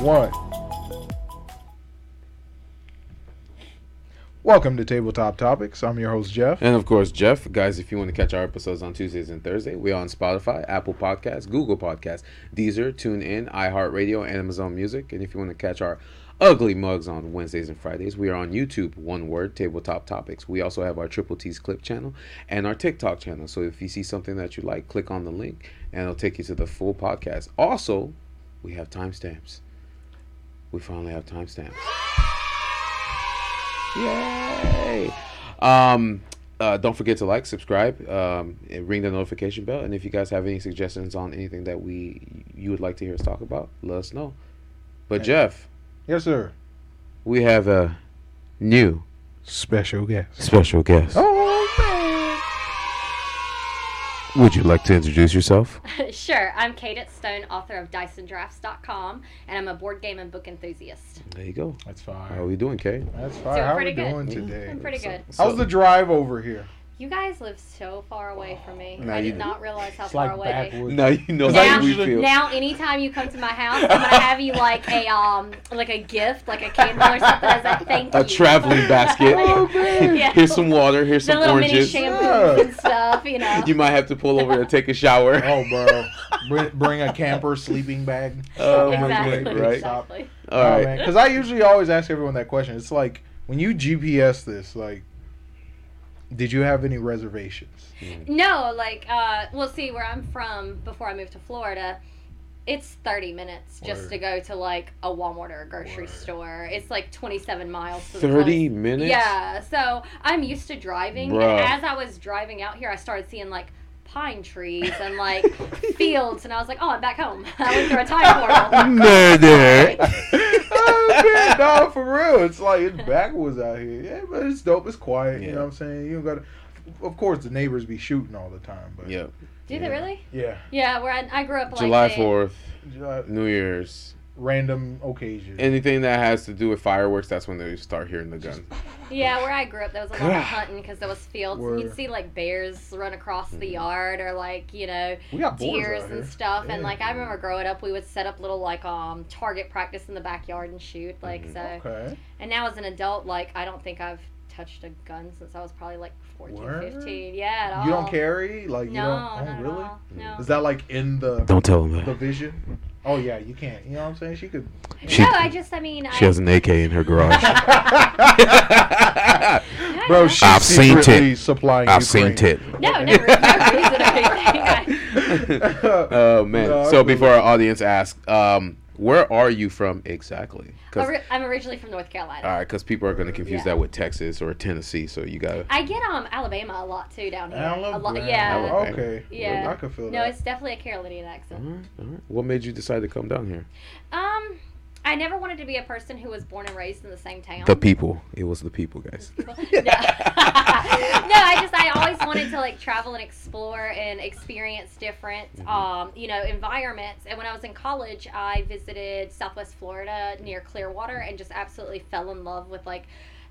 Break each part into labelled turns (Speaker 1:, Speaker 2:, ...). Speaker 1: one. Welcome to Tabletop Topics. I'm your host, Jeff.
Speaker 2: And of course, Jeff, guys, if you want to catch our episodes on Tuesdays and Thursday, we're on Spotify, Apple Podcasts, Google Podcasts, Deezer, TuneIn, iHeartRadio, and Amazon Music. And if you want to catch our ugly mugs on Wednesdays and Fridays, we are on YouTube, one word, Tabletop Topics. We also have our Triple T's Clip channel and our TikTok channel. So if you see something that you like, click on the link and it'll take you to the full podcast. Also, we have timestamps. We finally have timestamps. Yay! Um, uh, don't forget to like, subscribe, um, and ring the notification bell. And if you guys have any suggestions on anything that we you would like to hear us talk about, let us know. But
Speaker 1: Hey.
Speaker 2: Jeff,
Speaker 1: Yes, sir.
Speaker 2: we have a new
Speaker 1: Special guest.
Speaker 2: special guest.
Speaker 1: Oh, man.
Speaker 2: Would you like to introduce yourself?
Speaker 3: sure. I'm Kate at Stone, author of DysonDrafts.com, and I'm a board game and book enthusiast.
Speaker 2: There you go.
Speaker 1: That's
Speaker 2: How are
Speaker 1: fine.
Speaker 2: we doing, Kay?
Speaker 1: That's fine.
Speaker 3: Doing
Speaker 1: How are we
Speaker 3: pretty good.
Speaker 1: doing
Speaker 2: Yeah.
Speaker 1: today?
Speaker 3: I'm pretty
Speaker 2: So-
Speaker 3: good.
Speaker 2: so-
Speaker 1: How's the drive over here?
Speaker 3: You guys live so far away from me.
Speaker 2: Now
Speaker 3: I
Speaker 2: you
Speaker 3: did
Speaker 2: do.
Speaker 3: not realize how
Speaker 1: It's like
Speaker 3: far away.
Speaker 1: backwards.
Speaker 2: Now you know
Speaker 3: Now-
Speaker 2: how we feel.
Speaker 3: Now, anytime you come to my house, I'm gonna have you like a um, like a gift, like a candle or something as a thank you.
Speaker 2: a traveling basket.
Speaker 1: Oh, man.
Speaker 3: Yeah.
Speaker 2: Here's some water. Here's
Speaker 3: the
Speaker 2: some
Speaker 3: little mini
Speaker 2: oranges.
Speaker 3: shampoos and stuff, you know.
Speaker 2: You might have to pull over to take a shower.
Speaker 1: Oh, bro. bring, bring a camper sleeping bag.
Speaker 2: Oh,
Speaker 1: my
Speaker 3: exactly.
Speaker 1: God,
Speaker 2: right?
Speaker 3: Exactly.
Speaker 2: All right.
Speaker 1: Because Oh, I usually always ask everyone that question. It's like when you GPS this, like, did you have any reservations?
Speaker 3: No, like, uh, well, see, where I'm from before I moved to Florida, it's 30 minutes just
Speaker 1: Word.
Speaker 3: to go to like a Walmart or a grocery
Speaker 1: Word.
Speaker 3: store. It's like 27 miles. To the
Speaker 2: 30
Speaker 3: close-
Speaker 2: minutes?
Speaker 3: Yeah, so I'm used to driving.
Speaker 2: Bruh.
Speaker 3: And as I was driving out here, I started seeing like pine trees and like fields, and I was like, oh, I'm back home. I went through a time portal.
Speaker 2: Murder.
Speaker 1: oh, man, no, for real. It's like it's backwards out here. Yeah, but it's dope. It's quiet. You
Speaker 2: Yeah.
Speaker 1: know what I'm saying? You don't gotta. Of course, the neighbors be shooting all the time, but
Speaker 2: yeah.
Speaker 3: Do they really?
Speaker 1: yeah,
Speaker 3: Yeah, where I, I grew up like
Speaker 2: July
Speaker 3: they-
Speaker 2: 4th,
Speaker 1: ju-
Speaker 2: New Year's.
Speaker 1: random occasions.
Speaker 2: Anything that has to do with fireworks, that's when they start hearing the gun.
Speaker 3: Yeah, where I grew up, there was a lot
Speaker 2: Gah.
Speaker 3: of hunting because there was fields. and
Speaker 1: Word.
Speaker 3: You'd see like bears run across the yard, or like you know
Speaker 1: we got boars
Speaker 3: deers
Speaker 1: out
Speaker 3: and
Speaker 1: here.
Speaker 3: stuff.
Speaker 1: Yeah.
Speaker 3: And like I remember growing up, we would set up little like um target practice in the backyard and shoot like
Speaker 2: Mhm.
Speaker 3: so.
Speaker 1: Mm-hmm. Okay.
Speaker 3: And now as an adult, like I don't think I've touched a gun since I was probably like 14,
Speaker 1: Word?
Speaker 3: 15. Yeah, at all.
Speaker 1: You don't carry like
Speaker 3: No,
Speaker 1: you don't.
Speaker 3: not
Speaker 1: Oh, really?
Speaker 3: at all. No.
Speaker 1: Is that like in the
Speaker 2: Don't tell them
Speaker 1: the vision? Oh yeah, you can't. You know what I'm saying? She could.
Speaker 2: She-
Speaker 3: no, I just I mean I.
Speaker 2: an AK in her garage.
Speaker 3: no,
Speaker 1: Bro,
Speaker 3: no.
Speaker 1: she's
Speaker 2: I've seen tit.
Speaker 1: secretly supplying. Ukraine.
Speaker 3: No, never, no reason or anything. I-
Speaker 2: oh man!
Speaker 1: No, I
Speaker 2: so
Speaker 1: feel
Speaker 2: before our audience asks, um, where are you from exactly? Because
Speaker 3: ori- I'm originally from North Carolina.
Speaker 2: all right, because people are going to confuse
Speaker 3: Yeah.
Speaker 2: that with Texas or Tennessee. So you gotta.
Speaker 3: I get um Alabama a lot too down here.
Speaker 1: Alabama.
Speaker 3: A lot, yeah.
Speaker 2: Alabama.
Speaker 1: Okay.
Speaker 3: Yeah.
Speaker 1: I could feel
Speaker 3: No,
Speaker 1: that.
Speaker 3: it's definitely a Carolinian
Speaker 2: All
Speaker 3: accent.
Speaker 2: right, all right. What made you decide to come down here?
Speaker 3: Um, I never wanted to be a person who was born and raised in the same town.
Speaker 2: The people. It was the people, guys.
Speaker 3: no. no, I just I always wanted to like travel and explore and experience different
Speaker 2: Mm-hmm.
Speaker 3: um, you know, environments. And when I was in college, I visited Southwest Florida near Clearwater and just absolutely fell in love with like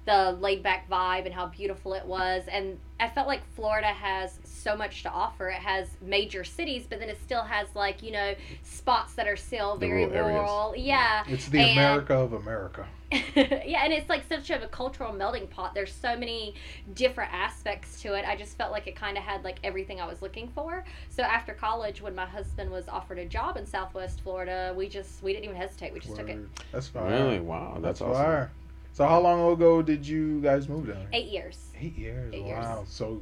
Speaker 3: the laid back vibe and how beautiful it was and I felt like Florida has so much to offer. It has major cities, but then it still has like, you know, spots that are still
Speaker 2: The
Speaker 3: very
Speaker 2: rural areas.
Speaker 3: rural. Yeah.
Speaker 1: It's the
Speaker 3: And-
Speaker 1: America of America.
Speaker 3: yeah, and it's like such a cultural melding pot. There's so many different aspects to it. I just felt like it kind of had like everything I was looking for. So after college, when my husband was offered a job in Southwest Florida, we just we didn't even hesitate. We just took it.
Speaker 1: Word. That's fire.
Speaker 2: Really? Wow,
Speaker 1: That's,
Speaker 2: that's, awesome.
Speaker 1: fire. So how long ago did you guys move down? here?
Speaker 3: Eight years.
Speaker 1: Eight years.
Speaker 3: Eight years.
Speaker 1: wow. So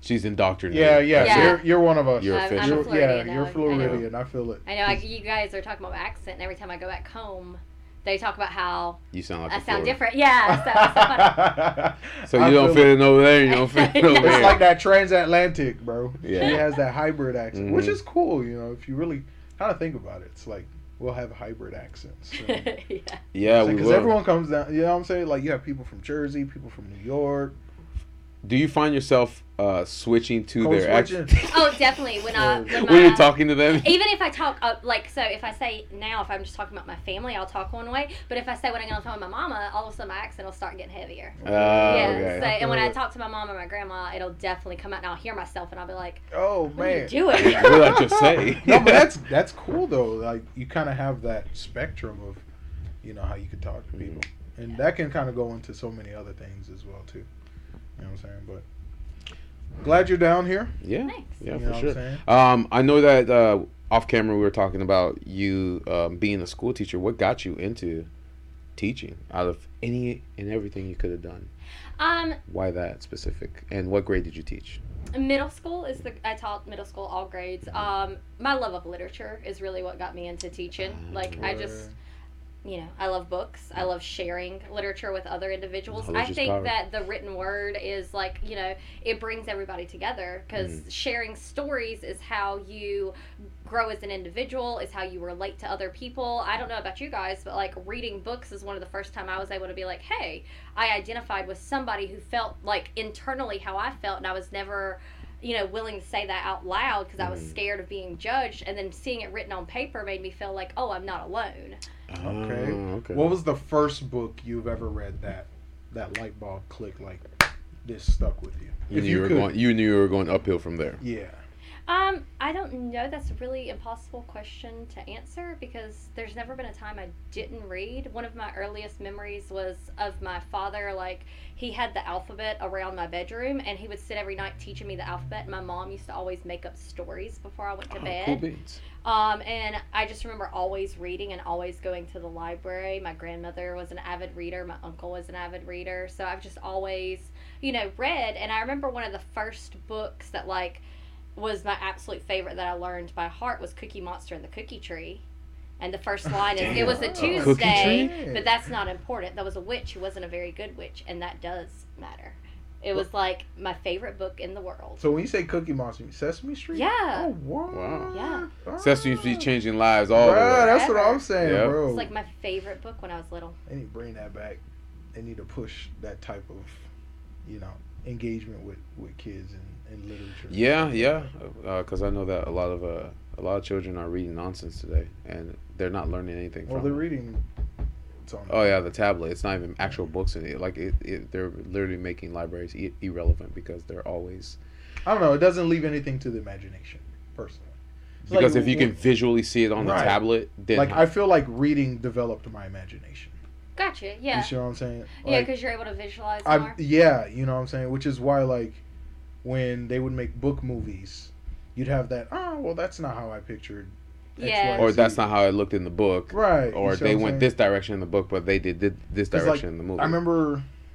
Speaker 2: She's indoctrinated.
Speaker 1: yeah, yeah,
Speaker 3: Yeah.
Speaker 1: You're you're one of us.
Speaker 2: You're
Speaker 3: I'm- I'm a
Speaker 2: official.
Speaker 1: You're-
Speaker 3: Floridian,
Speaker 1: yeah,
Speaker 3: though.
Speaker 1: you're
Speaker 3: I know.
Speaker 1: Floridian. I feel it.
Speaker 3: I know I, you guys are talking about my accent, and every time I go back home, they talk about how
Speaker 2: You sound like. a
Speaker 3: I sound
Speaker 2: Florida-
Speaker 3: different. Yeah, so it's so funny.
Speaker 2: So you
Speaker 1: I
Speaker 2: don't fit
Speaker 1: it.
Speaker 2: in over there. You don't fit in
Speaker 3: Yeah.
Speaker 2: over
Speaker 1: It's
Speaker 2: there.
Speaker 1: like that transatlantic, bro.
Speaker 2: Yeah.
Speaker 1: She has that hybrid accent, which
Speaker 2: Mhm.
Speaker 1: is cool. You know, if you really kind of think about it, it's like we'll have hybrid accents. So.
Speaker 3: yeah.
Speaker 2: yeah, we
Speaker 1: because
Speaker 2: will.
Speaker 1: everyone comes down. You know what I'm saying? Like you have people from Jersey, people from New York.
Speaker 2: Do you find yourself uh, switching to
Speaker 1: Code
Speaker 2: their accent
Speaker 1: switching.
Speaker 3: Oh, definitely. When I when,
Speaker 2: when
Speaker 3: my,
Speaker 2: you're talking to them?
Speaker 3: Even if I talk, uh, like, so if I say now, if I'm just talking about my family, I'll talk one way. But if I say when I'm on the phone with my mama, all of a sudden my accent will start getting heavier.
Speaker 2: Oh,
Speaker 3: yeah.
Speaker 2: okay.
Speaker 3: So, and when I
Speaker 1: Good.
Speaker 3: talk to my mom or my grandma, it'll definitely come out, and I'll hear myself, and I'll be like,
Speaker 1: Oh
Speaker 3: "What
Speaker 1: man.
Speaker 3: are you doing?"
Speaker 2: What did I just say?
Speaker 1: no, but that's that's cool though. Like you kind of have that spectrum of you know how you could talk to people,
Speaker 2: Mhm.
Speaker 1: and that can kind of go into so many other things as well too. You know what I'm saying? But glad you're down here.
Speaker 2: Yeah.
Speaker 3: Thanks.
Speaker 2: Yeah,
Speaker 1: you know
Speaker 2: for
Speaker 1: what
Speaker 2: sure.
Speaker 1: I'm saying?
Speaker 2: Um, I know that uh, off camera we were talking about you um, being a school teacher. What got you into teaching out of any and everything you could have done?
Speaker 3: Um,
Speaker 2: Why that specific? And what grade did you teach?
Speaker 3: middle school is the I taught middle school all grades.
Speaker 2: Mm-hmm.
Speaker 3: Um, my love of literature is really what got me into teaching.
Speaker 2: Ah,
Speaker 3: Like I just you know, I love books. I love sharing literature with other individuals.
Speaker 2: Knowledge
Speaker 3: I
Speaker 2: is
Speaker 3: think
Speaker 2: power.
Speaker 3: that the written word is like, you know, it brings everybody together because
Speaker 2: Mm.
Speaker 3: sharing stories is how you grow as an individual, is how you relate to other people. I don't know about you guys, but like reading books is one of the first time I was able to be like, hey, I identified with somebody who felt like internally how I felt, and I was never. You know, willing to say that out loud because I was
Speaker 2: Mhm.
Speaker 3: scared of being judged, and then seeing it written on paper made me feel like, oh, I'm not alone.
Speaker 1: Um, Okay.
Speaker 2: Oh, okay.
Speaker 1: What was the first book you've ever read that that light bulb clicked like this stuck with you?
Speaker 2: you knew you, were going? You knew you were going uphill from there.
Speaker 1: yeah.
Speaker 3: Um, I don't know. That's a really impossible question to answer because there's never been a time I didn't read. One of my earliest memories was of my father. Like he had the alphabet around my bedroom, and he would sit every night teaching me the alphabet. And my mom used to always make up stories before I went to
Speaker 2: Oh,
Speaker 3: bed.
Speaker 2: cool beans.
Speaker 3: Um, and I just remember always reading and always going to the library. My grandmother was an avid reader. My uncle was an avid reader. So I've just always, you know, read. And I remember one of the first books that, like, was my absolute favorite that I learned by heart was Cookie Monster and the Cookie Tree. And the first line is, it was a
Speaker 1: Oh,
Speaker 2: Uh,
Speaker 1: Damn. Cookie
Speaker 3: Tuesday,
Speaker 1: Tree?
Speaker 3: but that's not important. That was a witch who wasn't a very good witch. And that does matter. It was, like, my favorite book in the world.
Speaker 1: So when you say Cookie Monster, you mean Sesame Street?
Speaker 3: Yeah.
Speaker 1: Oh wow.
Speaker 2: Wow.
Speaker 3: Yeah.
Speaker 1: Ah.
Speaker 2: Sesame Street changing lives all
Speaker 1: Bruh,
Speaker 2: the way.
Speaker 1: that's what I'm saying,
Speaker 2: Yeah.
Speaker 1: Oh, bro.
Speaker 3: It's like my favorite book when I was little.
Speaker 1: they need to bring that back. They need to push that type of, you know, engagement with with kids and, and literature.
Speaker 2: Yeah, yeah. Because I know that a lot of uh, a lot of children are reading nonsense today, and they're not learning anything.
Speaker 1: Well,
Speaker 2: from
Speaker 1: they're
Speaker 2: it.
Speaker 1: reading. It's on.
Speaker 2: Oh yeah, the tablet. It's not even actual books in it. Like it, it they're literally making libraries i irrelevant because they're always
Speaker 1: I don't know. It doesn't leave anything to the imagination, personally. It's like-
Speaker 2: because if you can visually see it on the
Speaker 1: Right.
Speaker 2: tablet, then
Speaker 1: like, I feel like reading developed my imagination.
Speaker 3: Gotcha. Yeah.
Speaker 1: You see what I'm saying?
Speaker 3: Yeah,
Speaker 1: Like,
Speaker 3: because you're able to visualize
Speaker 1: I
Speaker 3: more.
Speaker 1: yeah, you know what I'm saying, which is why like when they would make book movies, you'd have that. Oh well, that's not how I pictured. X,
Speaker 3: Yeah.
Speaker 1: Y,
Speaker 2: or
Speaker 1: Z."
Speaker 2: that's not how it looked in the book,
Speaker 1: right. you
Speaker 2: or
Speaker 1: see what
Speaker 2: they
Speaker 1: I'm
Speaker 2: went
Speaker 1: saying?
Speaker 2: this direction in the book, but they did thi- this
Speaker 1: 'Cause, like,
Speaker 2: direction in the movie.
Speaker 1: I remember,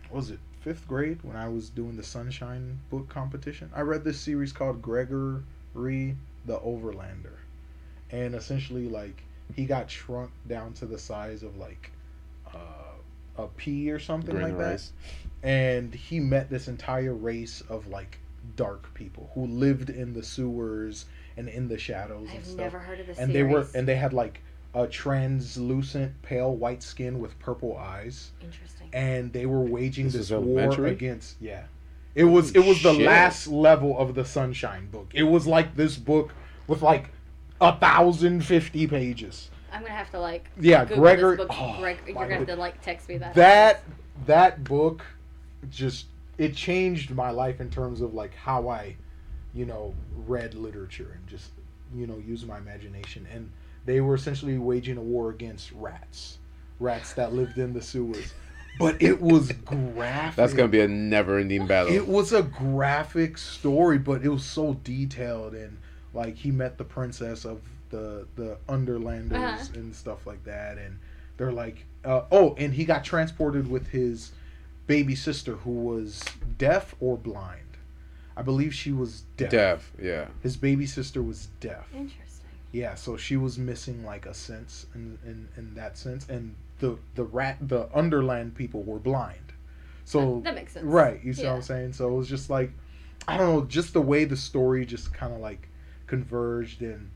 Speaker 1: what was it fifth grade when I was doing the Sunshine book competition? I read this series called Gregory the Overlander, and essentially, like he got shrunk down to the size of like uh, a pea or something
Speaker 2: Green
Speaker 1: like
Speaker 2: rice.
Speaker 1: that, and he met this entire race of like dark people who lived in the sewers and in the shadows and
Speaker 3: I've
Speaker 1: stuff
Speaker 3: never heard of this.
Speaker 1: and they were and they had like a translucent pale white skin with purple eyes
Speaker 3: interesting.
Speaker 1: and they were waging
Speaker 2: This
Speaker 1: this,
Speaker 2: is
Speaker 1: war
Speaker 2: elementary?
Speaker 1: against yeah it was it was the
Speaker 2: Shit.
Speaker 1: last level of the sunshine book it was like this book with like a thousand fifty pages
Speaker 3: I'm gonna have to like.
Speaker 1: yeah
Speaker 3: Google
Speaker 1: Gregory.
Speaker 3: This book.
Speaker 1: oh,
Speaker 3: Greg, you're
Speaker 1: my
Speaker 3: gonna have
Speaker 1: goodness.
Speaker 3: to like text me that.
Speaker 1: that that book just it changed my life in terms of like how I, you know, read literature and just you know use my imagination. And they were essentially waging a war against rats, rats that lived in the sewers. But it was graphic.
Speaker 2: That's gonna be a never-ending battle.
Speaker 1: It was a graphic story, but it was so detailed and like he met the princess of the the Underlanders
Speaker 3: Uh-huh.
Speaker 1: and stuff like that, and they're like, uh, oh, and he got transported with his baby sister who was deaf or blind. I believe she was deaf.
Speaker 2: Deaf, yeah.
Speaker 1: His baby sister was deaf.
Speaker 3: Interesting.
Speaker 1: Yeah, so she was missing like a sense in, in, in that sense, and the the rat the Underland people were blind. So
Speaker 3: that, that makes sense.
Speaker 1: Right. You see what
Speaker 3: Yeah.
Speaker 1: I'm saying? So it was just like, I don't know, just the way the story just kind of like converged and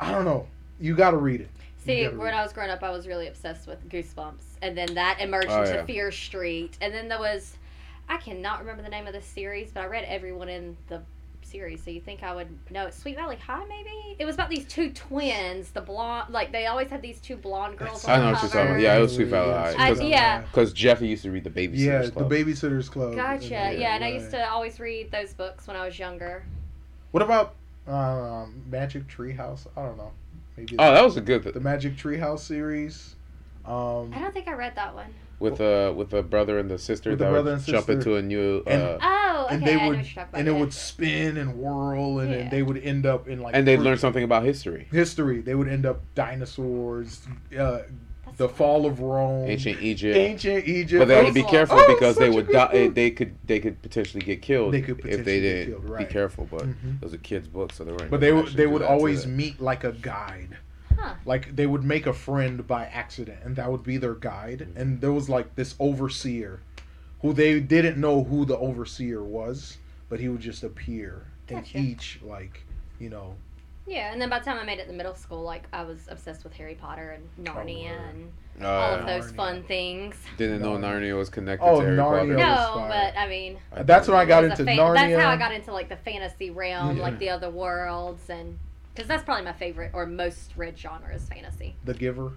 Speaker 1: I don't know. You got to read it.
Speaker 3: See,
Speaker 1: gotta
Speaker 3: when
Speaker 1: read.
Speaker 3: I was growing up, I was really obsessed with Goosebumps, and then that emerged
Speaker 2: Oh,
Speaker 3: into
Speaker 2: yeah.
Speaker 3: Fear Street, and then there was, I cannot remember the name of the series, but I read everyone in the series, so you think I would know? It's Sweet Valley High, maybe? It was about these two twins, the blonde, like they always had these two blonde girls.
Speaker 2: I
Speaker 3: on
Speaker 2: know
Speaker 3: the
Speaker 2: what you're
Speaker 3: cover.
Speaker 2: talking about. Yeah, it was Sweet Valley High,
Speaker 3: I- yeah.
Speaker 2: Because Jeffy used to read the baby.
Speaker 1: Yeah,
Speaker 2: Sitters
Speaker 1: the
Speaker 2: Club.
Speaker 1: Babysitter's Club.
Speaker 3: Gotcha. Yeah, and I used
Speaker 1: right.
Speaker 3: to always read those books when I was younger.
Speaker 1: What about um, Magic Tree House? I don't know. Maybe
Speaker 2: Oh, that was a good.
Speaker 1: the Magic Tree House series. Um,
Speaker 3: I don't think I read that one.
Speaker 2: with a with a brother and the sister
Speaker 1: With a
Speaker 2: that
Speaker 1: brother
Speaker 2: would
Speaker 1: and
Speaker 2: jump
Speaker 1: sister.
Speaker 2: into a new uh,
Speaker 1: And-
Speaker 2: and,
Speaker 3: Oh, okay.
Speaker 1: and they
Speaker 3: I
Speaker 1: would,
Speaker 3: know what you're talking about.
Speaker 1: and it
Speaker 3: yeah.
Speaker 1: would spin and whirl, and,
Speaker 3: Yeah.
Speaker 1: and they would end up in like
Speaker 2: they
Speaker 1: fruit-
Speaker 2: learn something about history,
Speaker 1: history. They would end up dinosaurs, uh,
Speaker 3: That's
Speaker 1: the
Speaker 3: fun.
Speaker 1: fall of Rome,
Speaker 2: ancient Egypt.
Speaker 1: ancient Egypt.
Speaker 2: But they had to
Speaker 1: Those-
Speaker 2: be
Speaker 3: Cool.
Speaker 2: careful
Speaker 1: Oh,
Speaker 2: because they
Speaker 1: such a
Speaker 2: would
Speaker 1: good
Speaker 2: die. eh,
Speaker 1: book.
Speaker 2: They could they could potentially get killed
Speaker 1: They could
Speaker 2: if they
Speaker 1: potentially get
Speaker 2: didn't
Speaker 1: killed, right.
Speaker 2: be careful. But
Speaker 1: Mhm.
Speaker 2: those are kids' books, so they weren't.
Speaker 1: But
Speaker 2: gonna
Speaker 1: they would
Speaker 2: actually
Speaker 1: they
Speaker 2: do
Speaker 1: would
Speaker 2: that to
Speaker 1: always
Speaker 2: them.
Speaker 1: meet like a guide.
Speaker 3: Huh.
Speaker 1: Like they would make a friend by accident, and that would be their guide. And there was like this overseer, who they didn't know who the overseer was, but he would just appear in
Speaker 3: Gotcha.
Speaker 1: each like you know
Speaker 3: Yeah, and then by the time I made it to middle school, like I was obsessed with Harry Potter and Narnia
Speaker 1: word.
Speaker 3: and all
Speaker 2: Uh,
Speaker 3: of those
Speaker 1: Narnia.
Speaker 3: fun things.
Speaker 2: didn't know
Speaker 1: Narnia.
Speaker 2: Narnia was connected
Speaker 1: Oh,
Speaker 2: to Harry Potter.
Speaker 1: Narnia. That was
Speaker 3: no,
Speaker 1: fire.
Speaker 3: but I mean,
Speaker 2: I
Speaker 1: That's
Speaker 2: thought
Speaker 1: when I got
Speaker 3: it was a
Speaker 1: into
Speaker 3: fan- That's how I
Speaker 1: Narnia.
Speaker 3: got into like the fantasy realm,
Speaker 1: Yeah.
Speaker 3: like the other worlds, and because that's probably my favorite or most read genre is fantasy.
Speaker 1: the giver,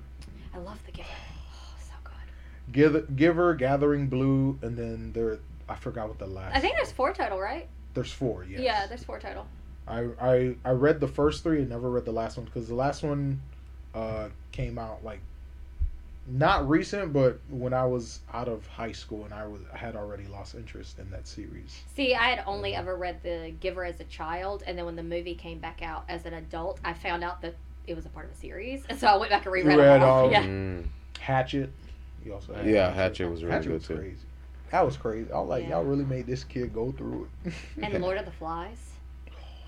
Speaker 3: I love The Giver. Oh, so good.
Speaker 1: Gither- giver, gathering blue, and then there I forgot what the last.
Speaker 3: I think there's four total, right?
Speaker 1: there's four. Yes.
Speaker 3: Yeah, there's four total.
Speaker 1: I, I I read the first three and never read the last one because the last one uh, came out like not recent, but when I was out of high school and I was I had already lost interest in that series.
Speaker 3: See, I had only ever read The Giver as a child, and then when the movie came back out as an adult, I found out that it was a part of a series, and so I went back and reread
Speaker 1: Read
Speaker 3: it all.
Speaker 1: all-
Speaker 3: Yeah.
Speaker 2: Mm.
Speaker 1: Hatchet, you also had
Speaker 2: Yeah, Hatchet was really good, too.
Speaker 1: crazy. That was crazy. I was like,
Speaker 3: Yeah.
Speaker 1: y'all really made this kid go through it.
Speaker 3: And Lord of the Flies.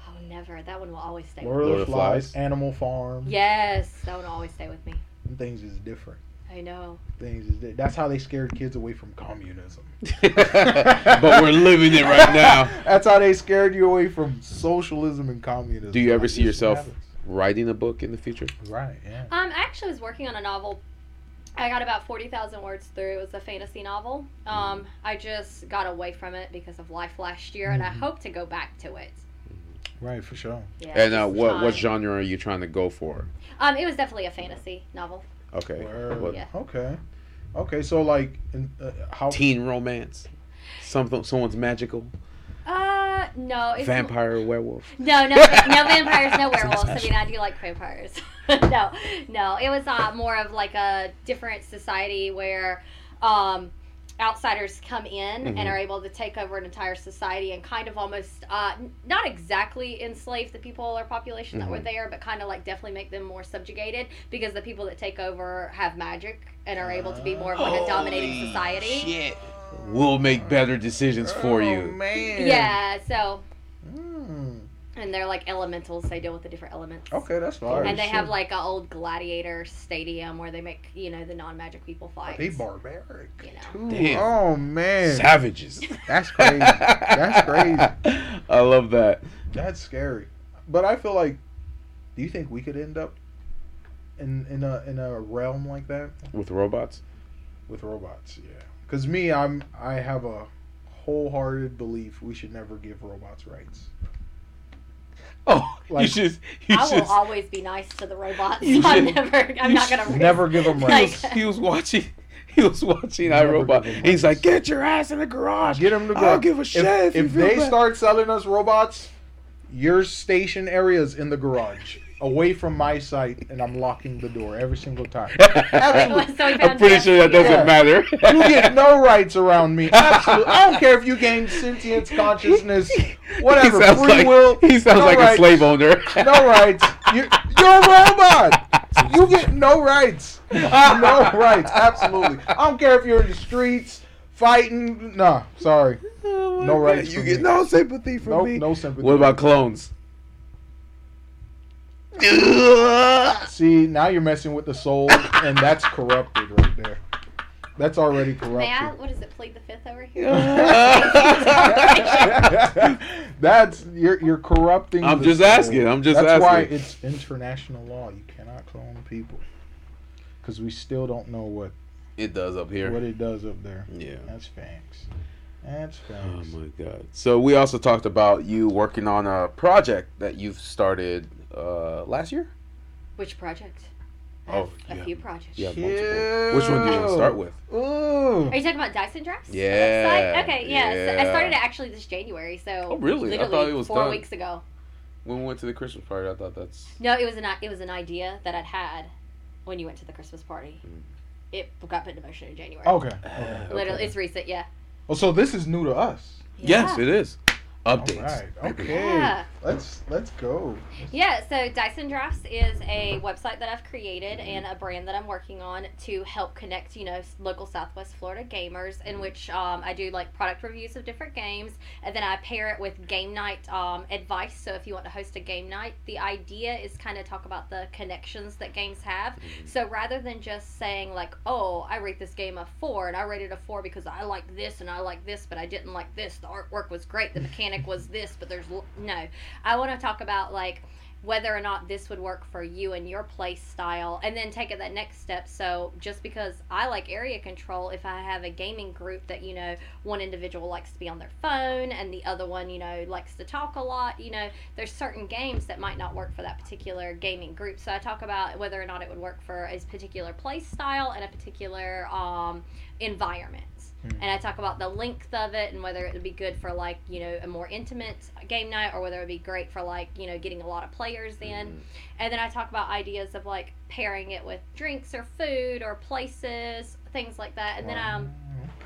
Speaker 3: Oh, never. That one will always stay. with
Speaker 1: Lord,
Speaker 3: me.
Speaker 1: of the Flies, Animal Farm.
Speaker 3: Yes, that one will always stay with me.
Speaker 1: Them things is different.
Speaker 3: I know.
Speaker 1: Things is di- that's how they scared kids away from communism.
Speaker 2: but we're living it right now.
Speaker 1: that's how they scared you away from socialism and communism.
Speaker 2: Do you ever
Speaker 1: Like,
Speaker 2: see
Speaker 1: this is what
Speaker 2: yourself writing a book in the future?
Speaker 1: happens. Right. Yeah.
Speaker 3: Um, I actually was working on a novel. I got about forty thousand words through. It was a fantasy novel. Um, I just got away from it because of life last year, and I
Speaker 1: Mhm.
Speaker 3: hope to go back to it.
Speaker 1: Right for sure.
Speaker 3: Yeah.
Speaker 2: And uh,
Speaker 3: just
Speaker 2: what what
Speaker 3: time.
Speaker 2: genre are you trying to go for?
Speaker 3: Um, it was definitely a fantasy novel.
Speaker 2: Okay,
Speaker 1: Word.
Speaker 2: what-
Speaker 3: Yeah.
Speaker 1: Okay. Okay. So like, in, uh, how?
Speaker 2: teen romance, something someone's magical,
Speaker 3: Uh, no, Oh, it's
Speaker 2: vampire, werewolf.
Speaker 3: No, no, no vampires, no werewolves. I mean, I do like vampires. no, no, it was uh, more of like a different society where um, outsiders come in
Speaker 2: Mhm.
Speaker 3: and are able to take over an entire society and kind of almost uh, n- not exactly enslave the people or population that were
Speaker 2: Mhm.
Speaker 3: there, but kind of like definitely make them more subjugated because the people that take over have magic and are able to be more of like a dominating
Speaker 2: Holy
Speaker 3: society.
Speaker 2: Ah, Shit. We'll make better decisions for
Speaker 1: Oh,
Speaker 2: you.
Speaker 1: man.
Speaker 3: Yeah, so
Speaker 1: Mm.
Speaker 3: and they're like elementals. They deal with the different elements.
Speaker 1: Okay, that's
Speaker 2: Oh,
Speaker 1: fine.
Speaker 3: and they
Speaker 1: Shit.
Speaker 3: have like an old gladiator stadium where they make you know the non-magic people fight.
Speaker 1: They barbaric.
Speaker 3: You know.
Speaker 1: too.
Speaker 2: Damn.
Speaker 1: Oh man,
Speaker 2: Savages.
Speaker 1: that's crazy. that's crazy.
Speaker 2: I love that.
Speaker 1: That's scary. But I feel like, do you think we could end up in in a in a realm like that
Speaker 2: With robots?
Speaker 1: with robots? Yeah. Because me, I'm I have a wholehearted belief we should never give robots rights.
Speaker 2: Oh,
Speaker 1: Like-
Speaker 2: you just you
Speaker 3: I will
Speaker 2: just
Speaker 3: always be nice to the robots.
Speaker 2: You
Speaker 3: I'm
Speaker 2: should-
Speaker 3: never. I'm
Speaker 2: you
Speaker 3: not
Speaker 2: should
Speaker 3: gonna. risk-
Speaker 1: Never give them
Speaker 2: he
Speaker 1: rights.
Speaker 2: was, he was watching he was watching
Speaker 1: Never
Speaker 2: iRobot
Speaker 1: give him
Speaker 2: and he's
Speaker 1: rights.
Speaker 2: like, Get your ass in the garage.
Speaker 1: Get them to go.
Speaker 2: I don't give a shit
Speaker 1: If,
Speaker 2: if you
Speaker 1: if
Speaker 2: feel
Speaker 1: they
Speaker 2: bad.
Speaker 1: start selling us robots, your station area is in the garage, away from my sight, and I'm locking the door every single time. Absolutely.
Speaker 3: So he
Speaker 2: I'm
Speaker 3: found
Speaker 2: pretty
Speaker 3: Jeff.
Speaker 2: sure that doesn't
Speaker 1: Yeah.
Speaker 2: matter.
Speaker 1: You get no rights around me. Absolutely. I don't care if you gain sentience, consciousness, whatever.
Speaker 2: He sounds
Speaker 1: free
Speaker 2: like,
Speaker 1: will.
Speaker 2: He sounds
Speaker 1: no
Speaker 2: like a
Speaker 1: rights,
Speaker 2: slave owner.
Speaker 1: No rights. You, you're a robot. You get no rights. No rights. Absolutely. I don't care if you're in the streets fighting. Nah, sorry.
Speaker 2: Oh my
Speaker 1: No
Speaker 2: God,
Speaker 1: rights
Speaker 2: You
Speaker 1: for
Speaker 2: get
Speaker 1: me.
Speaker 2: no sympathy from
Speaker 1: No,
Speaker 2: me.
Speaker 1: no sympathy.
Speaker 2: What about clones?
Speaker 1: See, now you're messing with the soul, and that's corrupted right there. That's already
Speaker 3: May I?
Speaker 1: corrupted.
Speaker 3: What is it? Plead the fifth over here.
Speaker 1: that's you're you're corrupting.
Speaker 2: I'm
Speaker 1: the
Speaker 2: just
Speaker 1: soul.
Speaker 2: asking, I'm just
Speaker 1: That's why
Speaker 2: asking.
Speaker 1: it's international law. You cannot clone people because we still don't know what
Speaker 2: it does up here.
Speaker 1: what it does up there.
Speaker 2: yeah.
Speaker 1: That's facts. That's
Speaker 2: Oh
Speaker 1: facts.
Speaker 2: my god. So we also talked about you working on a project that you've started uh, last year.
Speaker 3: Which project? I
Speaker 2: Oh,
Speaker 3: have a
Speaker 2: yeah.
Speaker 3: few projects.
Speaker 2: Yeah, multiple. Which one do you want to start with?
Speaker 1: Ooh.
Speaker 3: Are you talking about Dyson drafts? The
Speaker 2: Yeah,
Speaker 3: website? Okay. Yeah. so I
Speaker 2: yeah.
Speaker 3: started it actually this January. So.
Speaker 2: Oh, really? I
Speaker 3: Literally
Speaker 2: thought it was
Speaker 3: four
Speaker 2: done.
Speaker 3: weeks ago.
Speaker 2: When we went to the Christmas party, I thought that's Hmm.
Speaker 3: No, it was an i- it was an idea that I'd had when you went to the Christmas party. it got put into motion in January.
Speaker 1: Okay. okay.
Speaker 3: Literally,
Speaker 2: Okay.
Speaker 3: it's recent. Yeah.
Speaker 1: Well, so this is new to us.
Speaker 2: Yes,
Speaker 3: Yeah.
Speaker 2: it is.
Speaker 1: All
Speaker 2: Updates.
Speaker 1: right. Okay.
Speaker 3: Yeah.
Speaker 1: Let's let's go.
Speaker 3: Yeah, so Dyson Drafts is a website that I've created and a brand that I'm working on to help connect, you know, s- local Southwest Florida gamers, in which um, I do like product reviews of different games, and then I pair it with game night um, advice. So if you want to host a game night, the idea is kind of talk about the connections that games have. So rather than just saying like, oh, I rate this game a four, and I rated a four because I like this and I like this, but I didn't like this. The artwork was great, the mechanic was this, but there's l- no. I want to talk about like whether or not this would work for you and your play style and then take it that next step so just because i like area control if i have a gaming group that you know one individual likes to be on their phone and the other one you know likes to talk a lot you know there's certain games that might not work for that particular gaming group so i talk about whether or not it would work for a particular play style and a particular um, environment and I talk about the length of it and whether it would be good for like you know a more intimate game night or whether it would be great for like you know getting a lot of players in.
Speaker 2: Hmm.
Speaker 3: And then I talk about ideas of like pairing it with drinks or food or places, things like that. And then um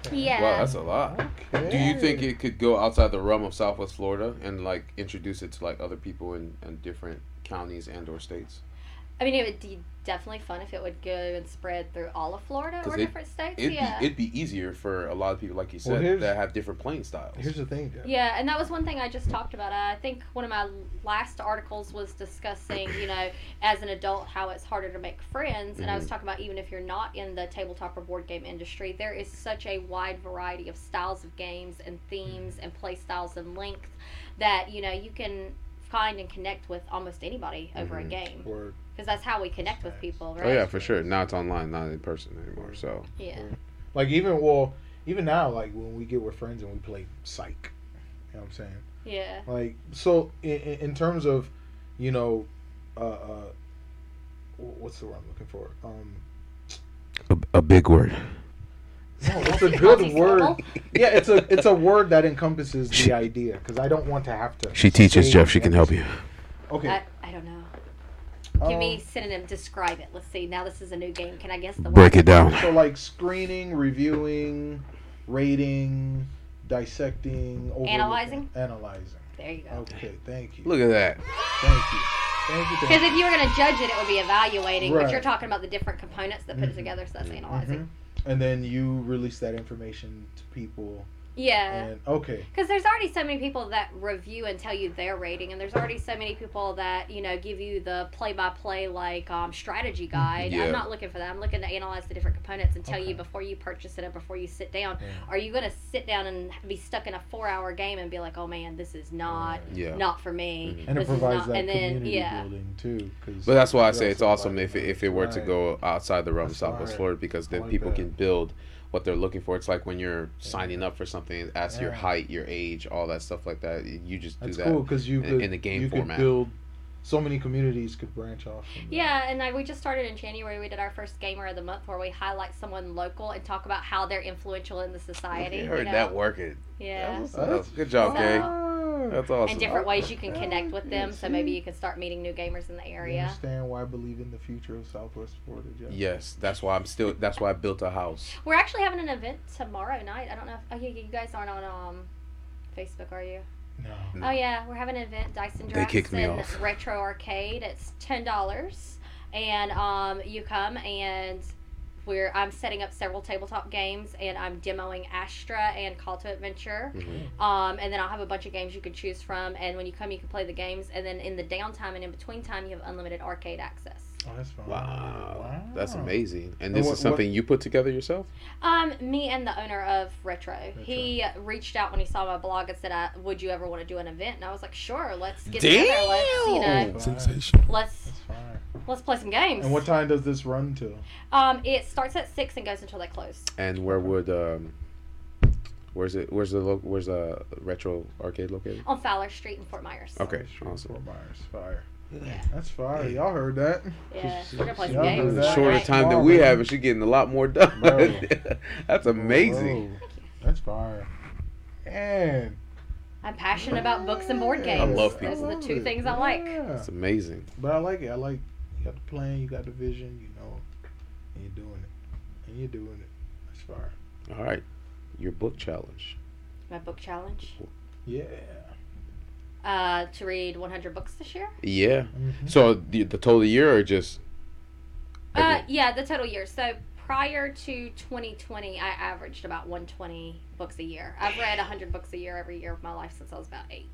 Speaker 1: Okay.
Speaker 3: yeah,
Speaker 2: Wow, that's a lot.
Speaker 1: Okay.
Speaker 2: Do you think it could go outside the realm of Southwest Florida and like introduce it to like other people in, in different counties and or states?
Speaker 3: I mean it would be definitely fun if it would go and spread through all of Florida
Speaker 2: 'Cause
Speaker 3: or
Speaker 2: it-
Speaker 3: different states.
Speaker 2: It'd
Speaker 3: yeah.
Speaker 2: be it'd be easier for a lot of people, like you
Speaker 1: Well,
Speaker 2: said,
Speaker 1: here's-
Speaker 2: that have different playing styles.
Speaker 1: Here's the thing, Jeff.
Speaker 3: Yeah, and that was one thing I just talked about. I think one of my last articles was discussing, you know, as an adult, how it's harder to make friends. And I
Speaker 2: Mm-hmm.
Speaker 3: was talking about even if you're not in the tabletop or board game industry, there is such a wide variety of styles of games and
Speaker 2: Mm-hmm.
Speaker 3: themes and play styles and length that, you know, you can find and connect with almost anybody over
Speaker 2: Mhm.
Speaker 3: a game
Speaker 1: Or
Speaker 3: because that's how we connect with people, right?
Speaker 2: Oh yeah, for sure. Now it's online, not in person anymore. So
Speaker 3: Yeah.
Speaker 1: like even well, even now, like when we get with friends and we play psych. You know what I'm saying?
Speaker 3: Yeah.
Speaker 1: Like so, in, in terms of, you know, uh, uh, wh- what's the word I'm looking for? Um,
Speaker 2: a, a big word.
Speaker 1: no, it's a good word.
Speaker 3: Multi-syllable?
Speaker 1: Yeah, it's a it's a word that encompasses the idea because I don't want to have to. say everything. Okay.
Speaker 3: I, I don't know. Uh, Give
Speaker 1: um,
Speaker 3: me synonym. Describe it. Let's see. Now this is a new game. Can I guess the word?
Speaker 1: um, So like screening, reviewing, rating, dissecting, overlooking,
Speaker 3: Analyzing? Oh.
Speaker 1: analyzing.
Speaker 3: There you go.
Speaker 1: Okay, thank you.
Speaker 2: Look at that.
Speaker 1: thank you, thank you. Thank
Speaker 3: Because
Speaker 1: you.
Speaker 3: if you were going to judge it, it would be evaluating, but
Speaker 1: Right.
Speaker 3: you're talking about the different components that put
Speaker 1: Mhm.
Speaker 3: it together, so that's
Speaker 2: Mhm.
Speaker 3: analyzing.
Speaker 1: Mhm. And then you release that information to people,
Speaker 3: Yeah.
Speaker 1: and okay,
Speaker 3: Because there's already so many people that review and tell you their rating, and there's already so many people that, you know, give you the play by play, like, um, strategy guide.
Speaker 2: Yeah.
Speaker 3: I'm not looking for that. I'm looking to analyze the different components and tell
Speaker 1: Mm-hmm. Okay.
Speaker 3: you before you purchase it and before you sit down.
Speaker 1: Yeah.
Speaker 3: Are you going to sit down and be stuck in a four hour game and be like, oh man, this is not.
Speaker 2: Yeah. Mm-hmm.
Speaker 3: Not for me.
Speaker 1: and it
Speaker 3: This is
Speaker 1: provides
Speaker 3: not-
Speaker 1: that
Speaker 3: and then,
Speaker 1: community
Speaker 3: yeah.
Speaker 1: building too. 'cause
Speaker 2: But that's why I
Speaker 1: you're
Speaker 2: say it's
Speaker 1: also
Speaker 2: awesome if it,
Speaker 1: inviting
Speaker 2: if it were to
Speaker 1: them.
Speaker 2: go outside the realm of
Speaker 1: That's
Speaker 2: Southwest
Speaker 1: right.
Speaker 2: Florida because then
Speaker 1: like
Speaker 2: people
Speaker 1: that.
Speaker 2: can build what they're looking for. It's like when you're signing up for something, it asks your
Speaker 1: Yeah.
Speaker 2: height, your age, all that stuff like that. You just do
Speaker 1: That's
Speaker 2: that.
Speaker 1: cool because you
Speaker 2: in-
Speaker 1: could
Speaker 2: in the game
Speaker 1: you
Speaker 2: format.
Speaker 1: could build so many communities could branch off. From that.
Speaker 3: Yeah, and I, we just started in January. We did our first Gamer of the Month where we highlight someone local and talk about how they're influential in the society.
Speaker 2: You
Speaker 3: you
Speaker 2: heard
Speaker 3: know?
Speaker 2: that working. That
Speaker 3: Yeah.
Speaker 2: was-
Speaker 1: Yeah.
Speaker 2: that was- good job, Kay.
Speaker 1: Ah.
Speaker 2: That's awesome.
Speaker 3: And different ways you can connect with them.
Speaker 1: Yeah,
Speaker 3: So maybe
Speaker 1: see?
Speaker 3: you can start meeting new gamers in the
Speaker 1: You
Speaker 3: area.
Speaker 1: understand why I believe in the future of Southwest Florida, Jeff?
Speaker 2: Yes, that's why I'm still. That's why I built a house.
Speaker 3: We're actually having an event tomorrow night. I don't know if oh yeah, you guys aren't on um Facebook, are you?
Speaker 1: No.
Speaker 3: Oh yeah, we're having an event, Dyson
Speaker 2: They
Speaker 3: Drafts
Speaker 2: kicked me
Speaker 3: and
Speaker 2: off.
Speaker 3: Retro Arcade. It's ten dollars, and um, you come and we're I'm setting up several tabletop games, and I'm demoing Astra and Call to Adventure,
Speaker 2: Mm-hmm.
Speaker 3: um, and then I'll have a bunch of games you can choose from. And when you come, you can play the games, and then in the downtime and in between time, you have unlimited arcade access.
Speaker 1: Oh, that's fine.
Speaker 2: Wow, that's amazing. And
Speaker 1: And
Speaker 2: this
Speaker 1: what-
Speaker 2: is something you put together yourself.
Speaker 3: Um, me and the owner of Retro. He reached out when he saw my blog and said, I, "Would you ever want to do an event?" And I was like, "Sure, let's get together. Let's you know,
Speaker 2: Damn!
Speaker 1: Sensational.
Speaker 3: let's
Speaker 1: That's fine.
Speaker 3: let's play some games."
Speaker 1: And what time does this run till?
Speaker 3: Um, it starts at six and goes until they close.
Speaker 2: And where would um, where's it? Where's the lo- where's the retro arcade located?
Speaker 3: On Fowler Street in Fort Myers.
Speaker 2: Okay,
Speaker 1: Five Street,
Speaker 2: awesome.
Speaker 1: Fort Myers, fire.
Speaker 3: Yeah.
Speaker 1: That's fire. Y'all heard that?
Speaker 3: Yeah. We're gonna play some
Speaker 1: Y'all
Speaker 3: games.
Speaker 1: heard
Speaker 2: In the
Speaker 1: that?
Speaker 3: tomorrow
Speaker 2: shorter
Speaker 3: night.
Speaker 2: time that
Speaker 1: Wow,
Speaker 2: we
Speaker 1: man.
Speaker 2: have, and she's getting a lot more done.
Speaker 1: Bro.
Speaker 2: That's amazing.
Speaker 1: Whoa, that's fire. And
Speaker 3: I'm passionate about books and board games.
Speaker 2: love
Speaker 3: Those are
Speaker 1: love
Speaker 3: the two
Speaker 1: it.
Speaker 3: things I like.
Speaker 1: Yeah.
Speaker 2: That's amazing.
Speaker 1: But I like it. I like you got the plan, you got the vision, you know, and you're doing it. and you're doing it. That's fire.
Speaker 2: All right. Your book challenge.
Speaker 3: My book challenge
Speaker 1: Yeah.
Speaker 3: uh, to read 100 books this year.
Speaker 2: Yeah.
Speaker 1: Mhm.
Speaker 2: Mm-hmm. So the, the total year or just
Speaker 3: Uh,
Speaker 2: every-
Speaker 3: yeah, the total year. So prior to 2020, I averaged about 120 books a year. I've read 100 books a year every year of my life since I was about eight.